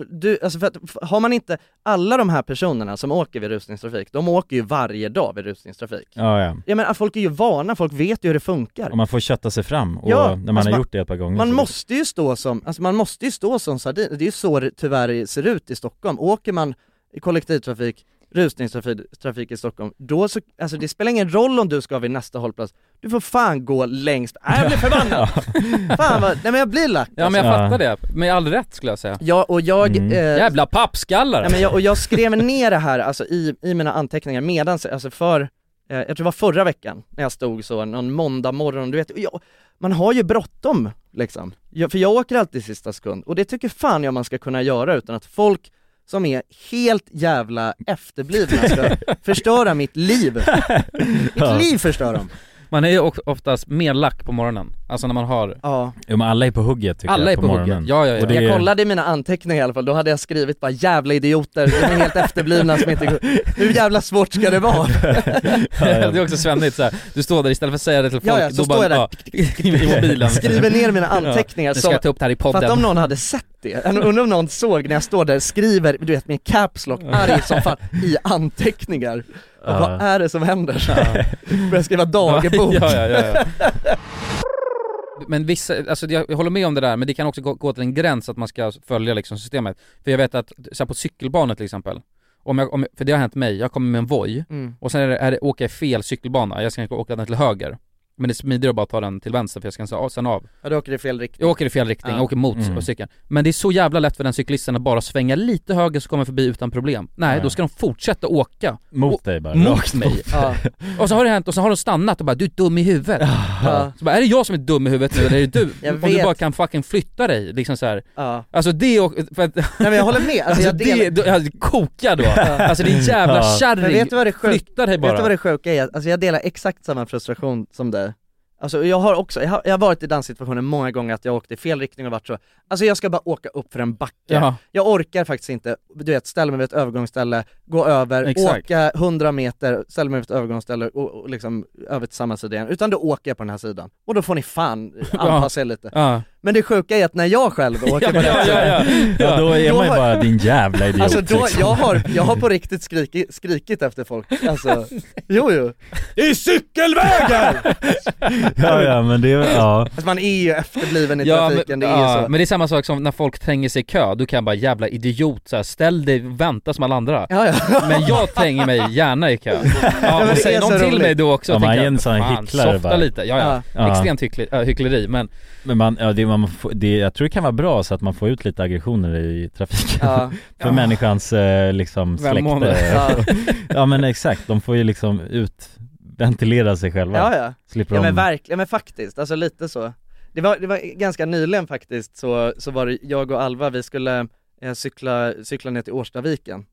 Speaker 9: du, alltså för att, f- har man inte, alla de här personerna som åker vid rusningstrafik, de åker ju varje dag vid rusningstrafik.
Speaker 5: Ja ja,
Speaker 9: Jag menar, folk är ju vana, folk vet ju hur det funkar.
Speaker 5: och man får kötta sig fram och när
Speaker 9: Ja,
Speaker 5: man
Speaker 9: alltså
Speaker 5: har
Speaker 9: man-
Speaker 5: gjort det ett par gånger
Speaker 9: Man
Speaker 5: så-
Speaker 9: måste ju stå som, alltså man måste ju stå som sardin, det är ju så det tyvärr ser ut i Stockholm. Åker man i kollektivtrafik, rusningstrafik trafik i Stockholm, då så, alltså det spelar ingen roll om du ska vid nästa hållplats, du får fan gå längst, nej jag blir förbannad! fan vad, nej men jag blir lack
Speaker 1: Ja men Mm. jag
Speaker 9: alltså.
Speaker 1: fattar det, med all rätt skulle jag säga
Speaker 9: Ja och jag, eh,
Speaker 1: Jävla pappskallar!
Speaker 9: Nej, men jag, och jag skrev ner det här alltså, i, i mina anteckningar medans, alltså för, eh, jag tror det var förra veckan, när jag stod så någon måndag morgon, du vet, och jag, man har ju bråttom liksom. Jag, för jag åker alltid i sista sekund, och det tycker fan jag man ska kunna göra utan att folk som är helt jävla efterblivna ska förstöra mitt liv.
Speaker 5: Ja.
Speaker 9: Mitt liv förstör de.
Speaker 1: Man är ju ock- oftast mer lack på morgonen, alltså när man har
Speaker 9: Ja.
Speaker 5: Jo men alla är på hugget tycker
Speaker 1: Alla
Speaker 5: jag,
Speaker 1: är på hugget.
Speaker 5: morgonen.
Speaker 1: Ja, ja, ja.
Speaker 5: Och det
Speaker 9: Jag
Speaker 5: är-
Speaker 9: kollade i mina anteckningar i alla fall, då hade jag skrivit bara jävla idioter, de är helt efterblivna som inte går. Hur jävla svårt ska det vara?
Speaker 1: Det är också svennigt såhär, du står där istället för att säga det till folk,
Speaker 9: Ja, ja, så
Speaker 1: då
Speaker 9: står
Speaker 1: bara,
Speaker 9: jag där.
Speaker 1: ja, i mobilen
Speaker 9: Skriver ner mina anteckningar
Speaker 1: ja, Nu ska
Speaker 9: som-
Speaker 1: jag ta upp det här i podden
Speaker 9: Fatta om någon hade sett det, Jag undrar om någon såg när jag står där och skriver, du vet med caps lock, arg som fan, i anteckningar. Och
Speaker 5: Ja.
Speaker 9: vad är det som händer? Börjar skriva dagbok.
Speaker 1: Ja, ja, ja, ja. Men vissa, alltså jag jag håller med om det där, men det kan också gå, gå till en gräns att man ska följa liksom systemet. För jag vet att, så här på cykelbanor till exempel, om jag, om, jag- för det har hänt mig, jag kommer med en Voi
Speaker 9: Mm.
Speaker 1: och sen är det, är det, åker jag fel cykelbana, jag ska åka den till höger. Men det är smidigare att bara ta den till vänster för jag ska sen- av- sen av.
Speaker 9: Ja, du åker i fel riktning.
Speaker 1: Jag åker i fel riktning,
Speaker 9: Ja.
Speaker 1: jag åker mot
Speaker 5: Mm.
Speaker 1: cykeln. Men det är så jävla lätt för den cyklisten att bara svänga lite höger så kommer jag förbi utan problem. Nej,
Speaker 5: Ja.
Speaker 1: då ska de fortsätta åka
Speaker 5: Mot dig bara,
Speaker 1: mot
Speaker 5: rakt mot
Speaker 1: mig.
Speaker 9: Ja,
Speaker 1: Och så har det hänt, och så har de stannat och bara 'du är dum i huvudet'
Speaker 9: ja,
Speaker 1: Så bara, är det jag som är dum i huvudet nu eller är det du?
Speaker 9: Jag
Speaker 1: Om du
Speaker 9: vet.
Speaker 1: bara kan fucking flytta dig liksom så här.
Speaker 9: ja.
Speaker 1: Alltså det och, för att, alltså,
Speaker 9: Nej men jag håller med, alltså, jag
Speaker 1: det,
Speaker 9: delar.
Speaker 1: då, alltså, koka då!
Speaker 9: Ja.
Speaker 1: Alltså din jävla
Speaker 5: Ja.
Speaker 9: Men
Speaker 1: kärring,
Speaker 9: vet du vad det är sjukt?
Speaker 1: flytta dig
Speaker 9: Vet du vad
Speaker 1: bara!
Speaker 9: det sjuka är? Alltså jag delar exakt samma frustration som dig. Alltså jag har också, jag har, jag har varit i den situationen många gånger att jag åkte i fel riktning och varit så, alltså jag ska bara åka upp för en backe.
Speaker 1: Ja,
Speaker 9: Jag orkar faktiskt inte, du vet, ställa mig vid ett övergångsställe, gå över,
Speaker 1: Exakt.
Speaker 9: åka 100 meter, ställa mig vid ett övergångsställe och, och liksom över till samma sida igen, utan då åker jag på den här sidan. Och då får ni fan anpassa er lite.
Speaker 1: ja,
Speaker 9: Men det sjuka är att när jag själv åker
Speaker 1: ja,
Speaker 9: på den här
Speaker 1: ja,
Speaker 9: sidan,
Speaker 1: ja,
Speaker 5: Ja då är
Speaker 9: Då
Speaker 5: man ju
Speaker 9: har-
Speaker 5: bara din jävla idiot
Speaker 9: Alltså då,
Speaker 5: liksom.
Speaker 9: jag har, jag har på riktigt skriki, skrikit efter folk, alltså, jo jo. I cykelvägen!
Speaker 5: Ja ja men det, är- ja
Speaker 9: Alltså man är ju efterbliven i
Speaker 1: ja,
Speaker 9: trafiken,
Speaker 1: men,
Speaker 9: det är ju
Speaker 1: ja
Speaker 9: så.
Speaker 1: men det är samma sak som när folk tränger sig i kö, då kan jag bara jävla idiot så här, ställ dig, vänta som alla andra
Speaker 9: Ja, ja.
Speaker 1: Men jag tränger mig gärna i kö,
Speaker 9: men
Speaker 1: ja,
Speaker 9: det
Speaker 1: och
Speaker 9: är
Speaker 1: säger
Speaker 9: så
Speaker 1: någon till
Speaker 9: roligt.
Speaker 1: mig då också
Speaker 5: Ja,
Speaker 1: och
Speaker 5: man är
Speaker 1: tänker
Speaker 5: en
Speaker 1: jag,
Speaker 5: sån
Speaker 1: fan
Speaker 5: hycklare
Speaker 1: softa
Speaker 5: bara."
Speaker 1: lite, ja, ja.
Speaker 5: Ja.
Speaker 1: extremt hyckleri, äh, hyckleri men
Speaker 5: Men man, ja, det, man får, det, jag tror det kan vara bra så att man får ut lite aggressioner i trafiken
Speaker 9: Ja,
Speaker 5: För människans eh, liksom
Speaker 1: Välmående.
Speaker 5: släkte
Speaker 9: ja,
Speaker 5: Ja men exakt, de får ju liksom ut, ventilera sig själva
Speaker 9: ja. ja.
Speaker 5: Slipper
Speaker 9: Ja men
Speaker 5: de
Speaker 9: verkligen, men faktiskt, alltså lite så. Det var, det var ganska nyligen faktiskt så, så var det jag och Alva, vi skulle eh, cykla, cykla ner till Årstaviken.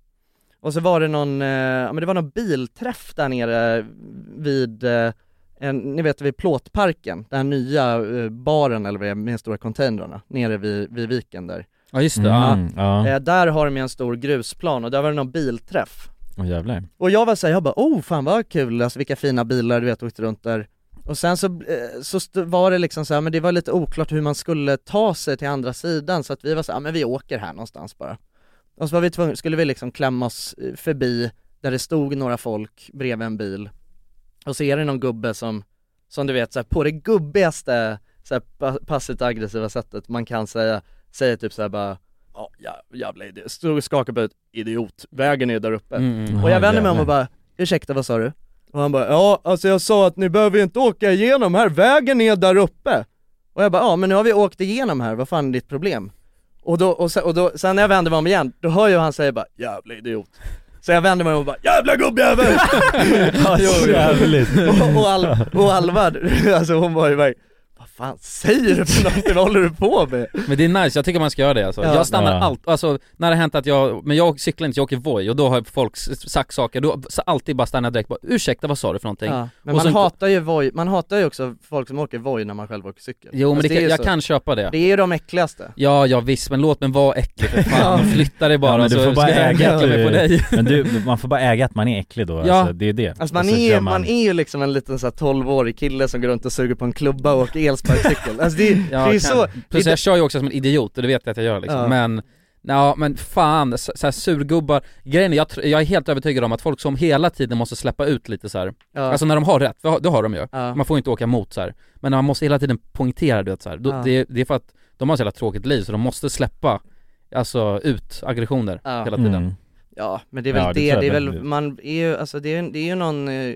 Speaker 9: Och så var det någon, eh, ja men det var någon bilträff där nere vid, eh, en, ni vet vid Plåtparken, den här nya eh, baren eller vad det är med de stora containrarna, nere vid, vid viken där.
Speaker 1: ja just det, ja.
Speaker 5: mm, ja,
Speaker 9: Eh, där har de ju en stor grusplan och där var det någon bilträff.
Speaker 5: åh jävlar
Speaker 9: Och jag var såhär, jag bara oh fan vad kul, alltså vilka fina bilar du vet åkte runt där Och sen så, eh, så st- var det liksom så här, men det var lite oklart hur man skulle ta sig till andra sidan så att vi var såhär, ah, men vi åker här någonstans bara Och så var vi tvungna, skulle vi liksom klämma oss eh, förbi där det stod några folk bredvid en bil Och så är det någon gubbe som, som du vet så här, på det gubbigaste så här, pa- passivt aggressiva sättet man kan säga, säger typ såhär bara Ja jä- jävla idiot, stod och skakade på ut, idiot, vägen är där uppe
Speaker 1: Mm, mm.
Speaker 9: och jag
Speaker 5: Ja,
Speaker 9: vänder mig om
Speaker 5: jävlar.
Speaker 9: och bara, ursäkta vad sa du? Och han bara, ja alltså jag sa att ni behöver ju inte åka igenom här, vägen är där uppe Och jag bara, ja men nu har vi åkt igenom här, vad fan är ditt problem? Och då, och sen, och då, sen när jag vänder mig om igen, då hör jag hur han säger bara, jävla idiot Så jag vänder mig om och bara, jävla gubbjävel!
Speaker 5: Ja,
Speaker 9: jo, jo.
Speaker 5: jävligt
Speaker 9: och, och, Al, och Alva, alltså hon alltså var ju verkligen, vad fan säger du för någonting? Vad håller du på med?
Speaker 1: Men det är nice, jag tycker man ska göra det alltså.
Speaker 9: Ja.
Speaker 1: Jag stannar
Speaker 9: Ja.
Speaker 1: allt, alltså när det har hänt att jag, men jag cyklar inte, jag åker Voi och då har folk s- sagt saker, då s- alltid bara stannar jag direkt bara ursäkta vad sa du för någonting?
Speaker 9: Ja, men
Speaker 1: och
Speaker 9: man
Speaker 1: sen-
Speaker 9: hatar ju Voi, man hatar ju också folk som åker Voi när man själv åker cykel
Speaker 1: Jo men
Speaker 9: Alltså,
Speaker 1: det
Speaker 9: är
Speaker 1: kan,
Speaker 9: ju
Speaker 1: jag
Speaker 9: så.
Speaker 1: kan köpa det.
Speaker 9: Det är ju de äckligaste
Speaker 1: Ja, ja visst, men låt mig vara äcklig för fan, flytta dig bara
Speaker 5: ja, men du
Speaker 1: så
Speaker 5: får bara
Speaker 1: ska jag
Speaker 5: äga typ. att
Speaker 1: äckla mig på dig.
Speaker 5: men du, man får bara äga att man är äcklig då
Speaker 1: Ja.
Speaker 5: alltså, det är det
Speaker 9: Alltså man,
Speaker 5: Och så
Speaker 9: är,
Speaker 5: kör
Speaker 9: ju, man är ju liksom en liten såhär 12-årig kille som går runt och suger på en klubba och åker elsparkcykel Alltså det, är- det är
Speaker 1: kan.
Speaker 9: ju så
Speaker 1: Plus
Speaker 9: det, är-
Speaker 1: jag kör ju också som en idiot och det vet jag att jag gör liksom,
Speaker 9: Ja.
Speaker 1: men Ja men fan, så, så här surgubbar, grejen är jag, tr- jag är helt övertygad om att folk som hela tiden måste släppa ut lite så här.
Speaker 9: Ja.
Speaker 1: alltså när de har rätt, för det har de ju,
Speaker 9: Ja.
Speaker 1: man får ju inte åka mot så här. men när man måste hela tiden poängtera du vet så här. Då,
Speaker 9: Ja.
Speaker 1: det, det är för att de har så jävla tråkigt liv så de måste släppa, alltså ut aggressioner
Speaker 9: Ja.
Speaker 1: hela tiden
Speaker 9: Mm. Ja men det är väl
Speaker 1: Ja, det
Speaker 9: det,
Speaker 1: tror jag
Speaker 9: det är väl,
Speaker 1: definitivt.
Speaker 9: man är ju, alltså det är, ju- det är ju någon eh,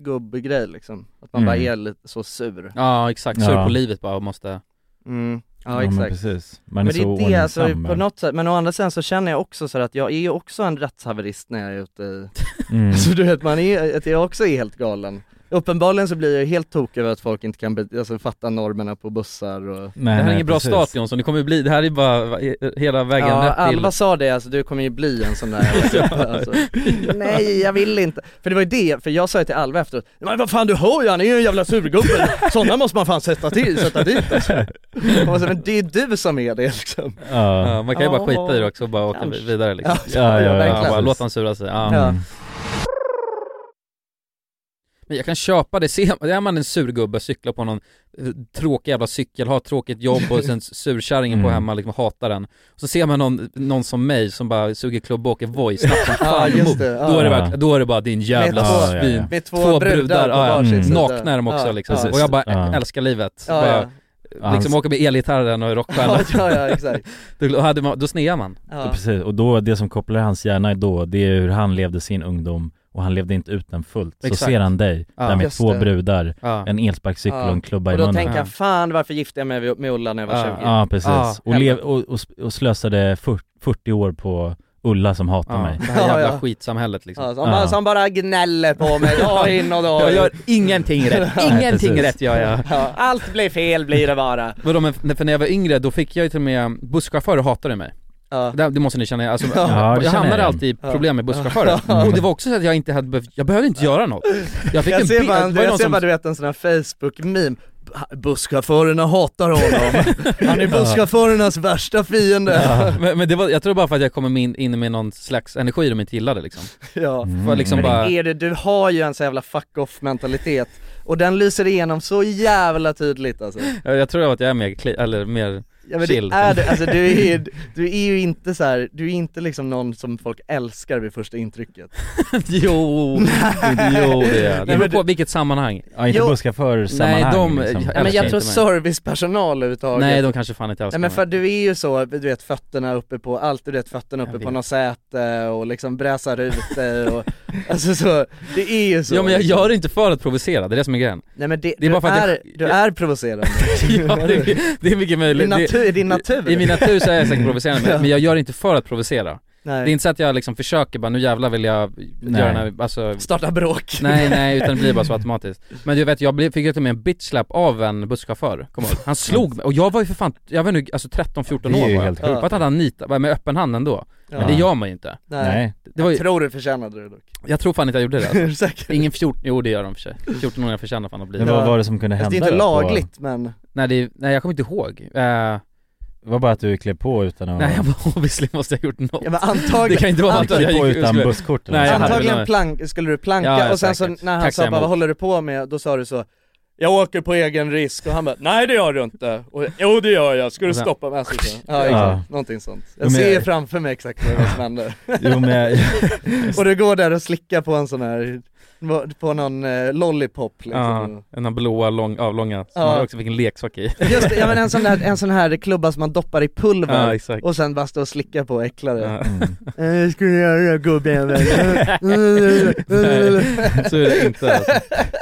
Speaker 9: gubbgrej liksom Att man
Speaker 1: Mm.
Speaker 9: bara är lite så sur
Speaker 1: Ja exakt, sur
Speaker 5: Ja.
Speaker 1: på livet bara och måste
Speaker 9: Mm,
Speaker 5: Ja,
Speaker 9: ja
Speaker 5: men
Speaker 9: exakt
Speaker 5: precis. Man är
Speaker 9: men
Speaker 5: så
Speaker 9: det är det, alltså,
Speaker 5: ordningsam,
Speaker 9: på
Speaker 5: men-
Speaker 9: något sätt, men å andra sidan så känner jag också så här att jag är ju också en rättshaverist när jag är ute i
Speaker 5: Mm.
Speaker 9: Alltså du vet, man är, att jag också är helt galen Uppenbarligen så blir jag helt tokig över att folk inte kan be, alltså, fatta normerna på bussar och
Speaker 1: Det här är ingen bra start Jonsson, det kommer ju bli, det här är bara va- he- hela vägen
Speaker 9: Ja,
Speaker 1: rätt till
Speaker 9: Alva sa det, alltså du kommer ju bli en sån där jävla- alltså. Nej jag vill inte, för det var ju det, för jag sa ju till Alva efteråt Men vad fan du hör ju, han är ju en jävla surgubbe, sådana måste man fan sätta till, sätta dit alltså. Och man sa, Men det är du som är det liksom
Speaker 1: Ja. man kan ju bara skita i det också och bara åka
Speaker 9: Kanske.
Speaker 1: vidare liksom
Speaker 9: Ja, ja, ja, verkligen.
Speaker 1: bara, Låt dem sura sig, ja.
Speaker 5: Mm.
Speaker 9: Ja.
Speaker 1: Men jag kan köpa det, Se, är man en surgubbe, cyklar på någon eh, tråkig jävla cykel, har ett tråkigt jobb och sen surkärringen på
Speaker 5: Mm.
Speaker 1: hemma liksom hatar den Och så ser man någon, någon som mig som bara suger klubba och åker Voi snabbt som
Speaker 9: Ja,
Speaker 1: fan
Speaker 9: just
Speaker 1: emot.
Speaker 9: det, ja.
Speaker 1: då, är det verkligen, då är det bara din jävla
Speaker 9: Med två-
Speaker 1: svin
Speaker 9: med två brudar på
Speaker 1: ja, ja.
Speaker 9: varsin sida.
Speaker 1: nakna är de också
Speaker 9: Ja,
Speaker 1: liksom,
Speaker 9: ja.
Speaker 1: och jag bara
Speaker 9: Ja.
Speaker 1: älskar livet
Speaker 9: Ja,
Speaker 1: bara,
Speaker 9: ja.
Speaker 1: Liksom
Speaker 5: Ja,
Speaker 1: åker med elgitarren och rockstjärnan
Speaker 9: Ja, ja, ja, exakt.
Speaker 1: Då, hade man, då snear man
Speaker 5: Ja. Precis, och då, det som kopplar hans hjärna då, det är hur han levde sin ungdom och han levde inte ut den fullt. Så
Speaker 1: Exakt.
Speaker 5: ser han dig,
Speaker 1: Ja.
Speaker 5: där med
Speaker 1: Just
Speaker 5: två
Speaker 1: det.
Speaker 5: brudar,
Speaker 1: Ja.
Speaker 5: en elsparkcykel och en klubba i
Speaker 9: Och då
Speaker 5: munnen.
Speaker 9: tänker jag, fan varför gifte jag mig med Ulla när jag var 20?
Speaker 5: Ja precis, och, lev, och, och, s- och slösade 40, 40 år på Ulla som hatar
Speaker 1: Ja,
Speaker 5: mig
Speaker 1: det här jävla Ja, ja. skitsamhället liksom
Speaker 9: Ja, som, bara, som bara gnäller på mig dag in och dag
Speaker 1: Jag
Speaker 9: ut.
Speaker 1: gör ingenting rätt, ingenting
Speaker 9: precis.
Speaker 1: rätt gör jag
Speaker 9: Ja, Allt blir fel blir det bara
Speaker 1: Vadå men f- för när jag var yngre då fick jag ju till och med, busschaufförer hatade mig det, det måste ni känna, alltså,
Speaker 9: Ja, det känner
Speaker 1: jag
Speaker 9: jag
Speaker 1: hamnade
Speaker 9: igen.
Speaker 1: alltid i problem med
Speaker 9: Ja.
Speaker 1: busschaufförer
Speaker 9: Ja.
Speaker 1: Och det var också så att jag inte hade behövt, jag behövde inte göra något Jag fick
Speaker 9: Jag
Speaker 1: en
Speaker 9: ser
Speaker 1: bild-
Speaker 9: bara,
Speaker 1: det var ju
Speaker 9: jag
Speaker 1: någon
Speaker 9: ser
Speaker 1: som-
Speaker 9: bara du vet en sån här Facebook-meme Busschaufförerna hatar honom, han är busschaufförernas värsta fiende
Speaker 1: men, men det var, jag tror bara för att jag kom in, in med någon slags energi de inte gillade liksom
Speaker 9: Ja,
Speaker 1: För liksom
Speaker 9: men
Speaker 1: bara,
Speaker 9: det är det, du har ju en sån jävla fuck off mentalitet och den lyser igenom så jävla tydligt alltså
Speaker 1: jag, jag tror att jag är mer, kli, eller mer
Speaker 9: Ja men
Speaker 1: chill
Speaker 9: det är det, alltså du är, ju- du är ju inte så här, du är inte liksom någon som folk älskar vid första intrycket
Speaker 1: Jo, jo det är jag. Det
Speaker 9: Nej,
Speaker 1: beror
Speaker 9: men
Speaker 1: på vilket sammanhang
Speaker 5: Ja inte
Speaker 9: Jo.
Speaker 5: busschaufförsammanhang
Speaker 1: Nej, de-
Speaker 5: liksom.
Speaker 1: jag-
Speaker 9: Nej, men jag
Speaker 1: älskar
Speaker 9: tror
Speaker 1: inte mig.
Speaker 9: servicepersonal överhuvudtaget
Speaker 1: Nej de kanske fan inte
Speaker 9: Nej
Speaker 1: älskar
Speaker 9: men
Speaker 1: mig
Speaker 9: för du är ju så, du vet fötterna uppe på allt, du vet fötterna uppe
Speaker 1: Jag
Speaker 9: på
Speaker 1: vet.
Speaker 9: något säte och liksom bräsar ute och, alltså så, det är ju så
Speaker 1: Ja men jag gör det inte för att provocera, det är det som är grejen
Speaker 9: Nej men det,
Speaker 1: Det är
Speaker 9: du,
Speaker 1: bara för att
Speaker 9: är,
Speaker 1: det-
Speaker 9: du är provocerande
Speaker 1: Ja, det, det är mycket möjligt.
Speaker 9: Din natur-
Speaker 1: Det-
Speaker 9: din natur.
Speaker 1: I min natur så är jag säkert provocerande, men, men jag gör det inte för att provocera.
Speaker 9: Nej.
Speaker 1: Det är inte så att jag liksom försöker bara, nu jävlar vill jag
Speaker 9: Nej.
Speaker 1: göra den här, alltså,
Speaker 9: Starta bråk.
Speaker 1: Nej nej, utan det blir bara så automatiskt. Men du vet, jag blev- fick ju till och med en bitchlap av en busschaufför, kommer jag ihåg. Han slog mig, och jag var ju för fan, jag var nu alltså 13-14
Speaker 5: Det är
Speaker 1: år
Speaker 5: ju
Speaker 1: bara.
Speaker 5: helt sjukt.
Speaker 1: Fattar att han nitade, med öppen hand ändå.
Speaker 9: Ja.
Speaker 1: Men det gör man ju inte.
Speaker 9: Nej,
Speaker 1: Det var ju,
Speaker 9: jag tror du förtjänade det dock
Speaker 1: jag tror fan inte jag gjorde det
Speaker 9: Är du säker?
Speaker 1: Ingen 14, jo det gör de för sig. 14-åringar förtjänar fan att bli
Speaker 5: Men vad var det som kunde
Speaker 9: Fast det är
Speaker 5: hända
Speaker 9: inte
Speaker 5: då på-
Speaker 9: lagligt men
Speaker 1: Nej, det, nej jag kommer inte ihåg. Eh,
Speaker 5: Det var bara att du klev på utan att...
Speaker 1: Nej jag bara, obviously måste jag ha gjort något.
Speaker 9: Ja, men antagligen-
Speaker 1: det kan inte vara
Speaker 9: antagligen-
Speaker 1: att
Speaker 5: på
Speaker 1: jag gick-
Speaker 5: utan
Speaker 1: skulle-
Speaker 5: busskort eller
Speaker 1: Nej, jag hade
Speaker 9: Antagligen
Speaker 1: väl-
Speaker 9: plank, skulle du planka
Speaker 1: Ja, ja,
Speaker 9: och sen
Speaker 1: säkert.
Speaker 9: så när han
Speaker 1: Tack så
Speaker 9: sa bara
Speaker 1: emot.
Speaker 9: vad håller du på med? Då sa du så jag åker på egen risk och han bara nej det gör du inte, och, jo det gör jag, ska du
Speaker 1: Och sen-
Speaker 9: stoppa mig? Alltså, så.
Speaker 1: Ja.
Speaker 9: Ja exakt, någonting sånt
Speaker 1: Jo,
Speaker 9: Jag
Speaker 1: men
Speaker 9: ser ju
Speaker 1: jag-
Speaker 9: framför mig exakt vad det var som hände
Speaker 5: Jo, men jag-
Speaker 9: Och du går där och slickar på en sån här, på någon eh, lollipop liksom.
Speaker 1: Ja, den här blåa lång, avlånga, som
Speaker 9: Ja.
Speaker 1: man också fick en leksak i.
Speaker 9: Just det, ja men en sån, där, en sån här klubba som man doppar i pulver
Speaker 1: Ja, exakt.
Speaker 9: och sen bara stå och slicka på och äckla det
Speaker 5: Mm.
Speaker 14: Eh, ska du göra gubbjävel?
Speaker 1: Nej, så är det inte alltså.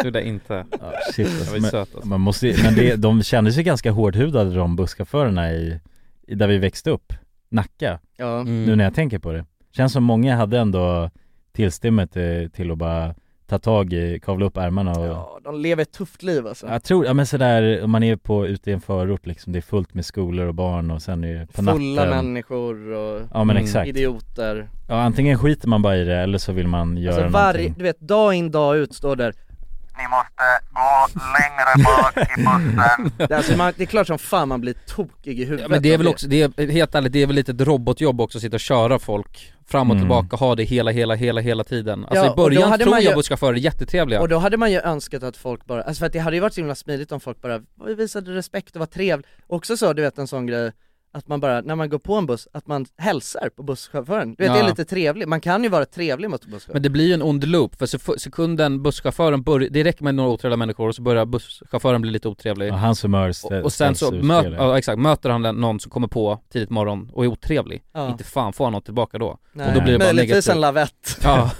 Speaker 1: Så är det inte.
Speaker 5: Ja, Shit,
Speaker 1: jag
Speaker 5: alltså,
Speaker 1: var ju
Speaker 5: men,
Speaker 1: söt alltså.
Speaker 5: man måste, ju- men det, de kändes ju ganska hårdhudade de busschaufförerna i, i, där vi växte upp, Nacka,
Speaker 9: Ja.
Speaker 1: Mm.
Speaker 5: nu när jag tänker på det Känns som många hade ändå tillstimmet eh, till att bara ta tag i, kavla upp ärmarna och
Speaker 9: Ja, de lever ett tufft liv alltså.
Speaker 5: Jag tror, ja men sådär, om man är på, ute i en förort liksom, det är fullt med skolor och barn och sen är det på
Speaker 9: Fulla
Speaker 5: natten
Speaker 9: människor och
Speaker 5: Ja
Speaker 1: Mm.
Speaker 5: men exakt
Speaker 9: idioter.
Speaker 5: Ja antingen skiter man bara i det eller så vill man göra
Speaker 9: Alltså varje,
Speaker 5: någonting
Speaker 9: du vet, dag in dag ut står där
Speaker 13: Ni måste gå längre bak i bussen.
Speaker 9: Det, är alltså man, det är klart som fan man blir tokig i huvudet
Speaker 1: Ja, men det är
Speaker 9: av
Speaker 1: väl också, det är, helt ärligt, det är väl lite ett robotjobb också att sitta och köra folk fram och
Speaker 9: Mm.
Speaker 1: tillbaka, ha det hela, hela, hela, hela tiden. Alltså
Speaker 9: Ja,
Speaker 1: i
Speaker 9: och då
Speaker 1: början
Speaker 9: hade
Speaker 1: tror
Speaker 9: man
Speaker 1: jag
Speaker 9: ju-
Speaker 1: busschaufförer är jättetrevliga.
Speaker 9: Och då hade man ju önskat att folk bara, alltså för att det hade ju varit så himla smidigt om folk bara visade respekt och var trevlig Också så, du vet en sån grej, att man bara, när man går på en buss, att man hälsar på busschauffören Du vet det
Speaker 1: Ja.
Speaker 9: är lite trevligt, man kan ju vara trevlig mot busschauffören
Speaker 1: Men det blir ju en ond loop, för så- sekunden busschauffören börjar, det räcker med några otrevliga människor och så börjar busschauffören bli lite otrevlig
Speaker 5: Ja, hans humör
Speaker 1: och,
Speaker 5: stä-
Speaker 1: och sen
Speaker 5: ställs
Speaker 1: så
Speaker 5: ur
Speaker 1: möt,
Speaker 5: spel, ja.
Speaker 1: ja, exakt, möter han någon som kommer på tidigt morgon och är otrevlig,
Speaker 9: Ja.
Speaker 1: inte fan får han något tillbaka då
Speaker 9: Nej.
Speaker 1: och då blir det bara
Speaker 9: Möjligtvis
Speaker 1: negativt
Speaker 9: en lavett.
Speaker 1: Ja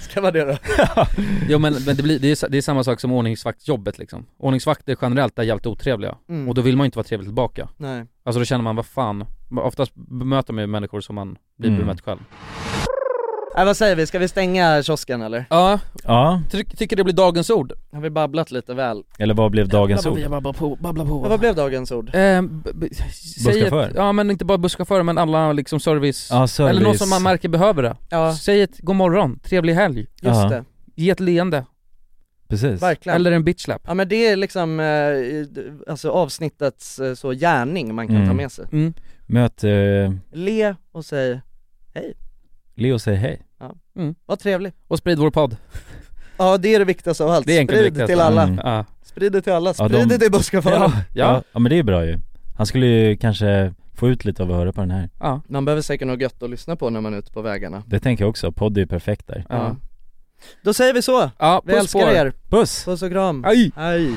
Speaker 9: Ska vara det då?
Speaker 1: Jo men, men det, blir, det, är, sa- det är samma sak som ordningsvaktjobbet liksom Ordningsvakter generellt är jävligt otrevliga,
Speaker 9: Mm.
Speaker 1: och då vill man ju inte vara trevlig tillbaka
Speaker 9: Nej.
Speaker 1: Alltså då känner man, vad fan, oftast bemöter man ju människor som man blir
Speaker 5: Mm.
Speaker 1: bemött själv
Speaker 9: Nej Äh, vad säger vi, ska vi stänga kiosken eller?
Speaker 1: Ja,
Speaker 5: Ja,
Speaker 1: Tyck, tycker det blir dagens ord?
Speaker 9: Har vi babblat lite väl?
Speaker 5: eller vad blev dagens ord?
Speaker 1: babblar på, babblar på
Speaker 9: Ja, vad blev dagens ord?
Speaker 1: Eh, b- b- säg
Speaker 5: Busschaufför?
Speaker 1: ett, ja men inte bara busschaufförer men alla liksom service,
Speaker 5: Ja, service.
Speaker 1: eller någon som man märker behöver det.
Speaker 9: Ja.
Speaker 1: Säg ett god morgon, trevlig helg.
Speaker 9: Just det,
Speaker 1: Ge ett leende.
Speaker 5: Precis
Speaker 9: verkligen
Speaker 1: Eller en bitchlap.
Speaker 9: Ja men det är liksom, eh, d- alltså avsnittets eh, så gärning man kan
Speaker 5: Mm.
Speaker 9: ta med sig
Speaker 1: Mm.
Speaker 5: Möt, eh,
Speaker 9: Le och säg,
Speaker 5: Leo säger hej
Speaker 9: ja,
Speaker 1: Mm.
Speaker 9: var trevlig
Speaker 1: Och sprid vår podd.
Speaker 9: Ja det är det viktigaste av allt,
Speaker 1: Det är egentligen det
Speaker 9: sprid
Speaker 1: viktigaste.
Speaker 9: till alla,
Speaker 5: Mm.
Speaker 1: Ja.
Speaker 9: sprid det till alla,
Speaker 5: Ja,
Speaker 9: sprid
Speaker 5: de-
Speaker 9: det till busschauffören
Speaker 1: Ja.
Speaker 5: ja. ja men det är bra ju Han skulle ju kanske få ut lite av att höra på den här
Speaker 1: Ja.
Speaker 9: Man behöver säkert något gött att lyssna på när man är ute på vägarna
Speaker 5: Det tänker jag också, podd är ju perfekt där
Speaker 1: Ja.
Speaker 9: Då säger vi så,
Speaker 1: Ja,
Speaker 9: vi älskar er,
Speaker 5: Puss!
Speaker 9: puss och kram
Speaker 1: Aj.
Speaker 9: Hej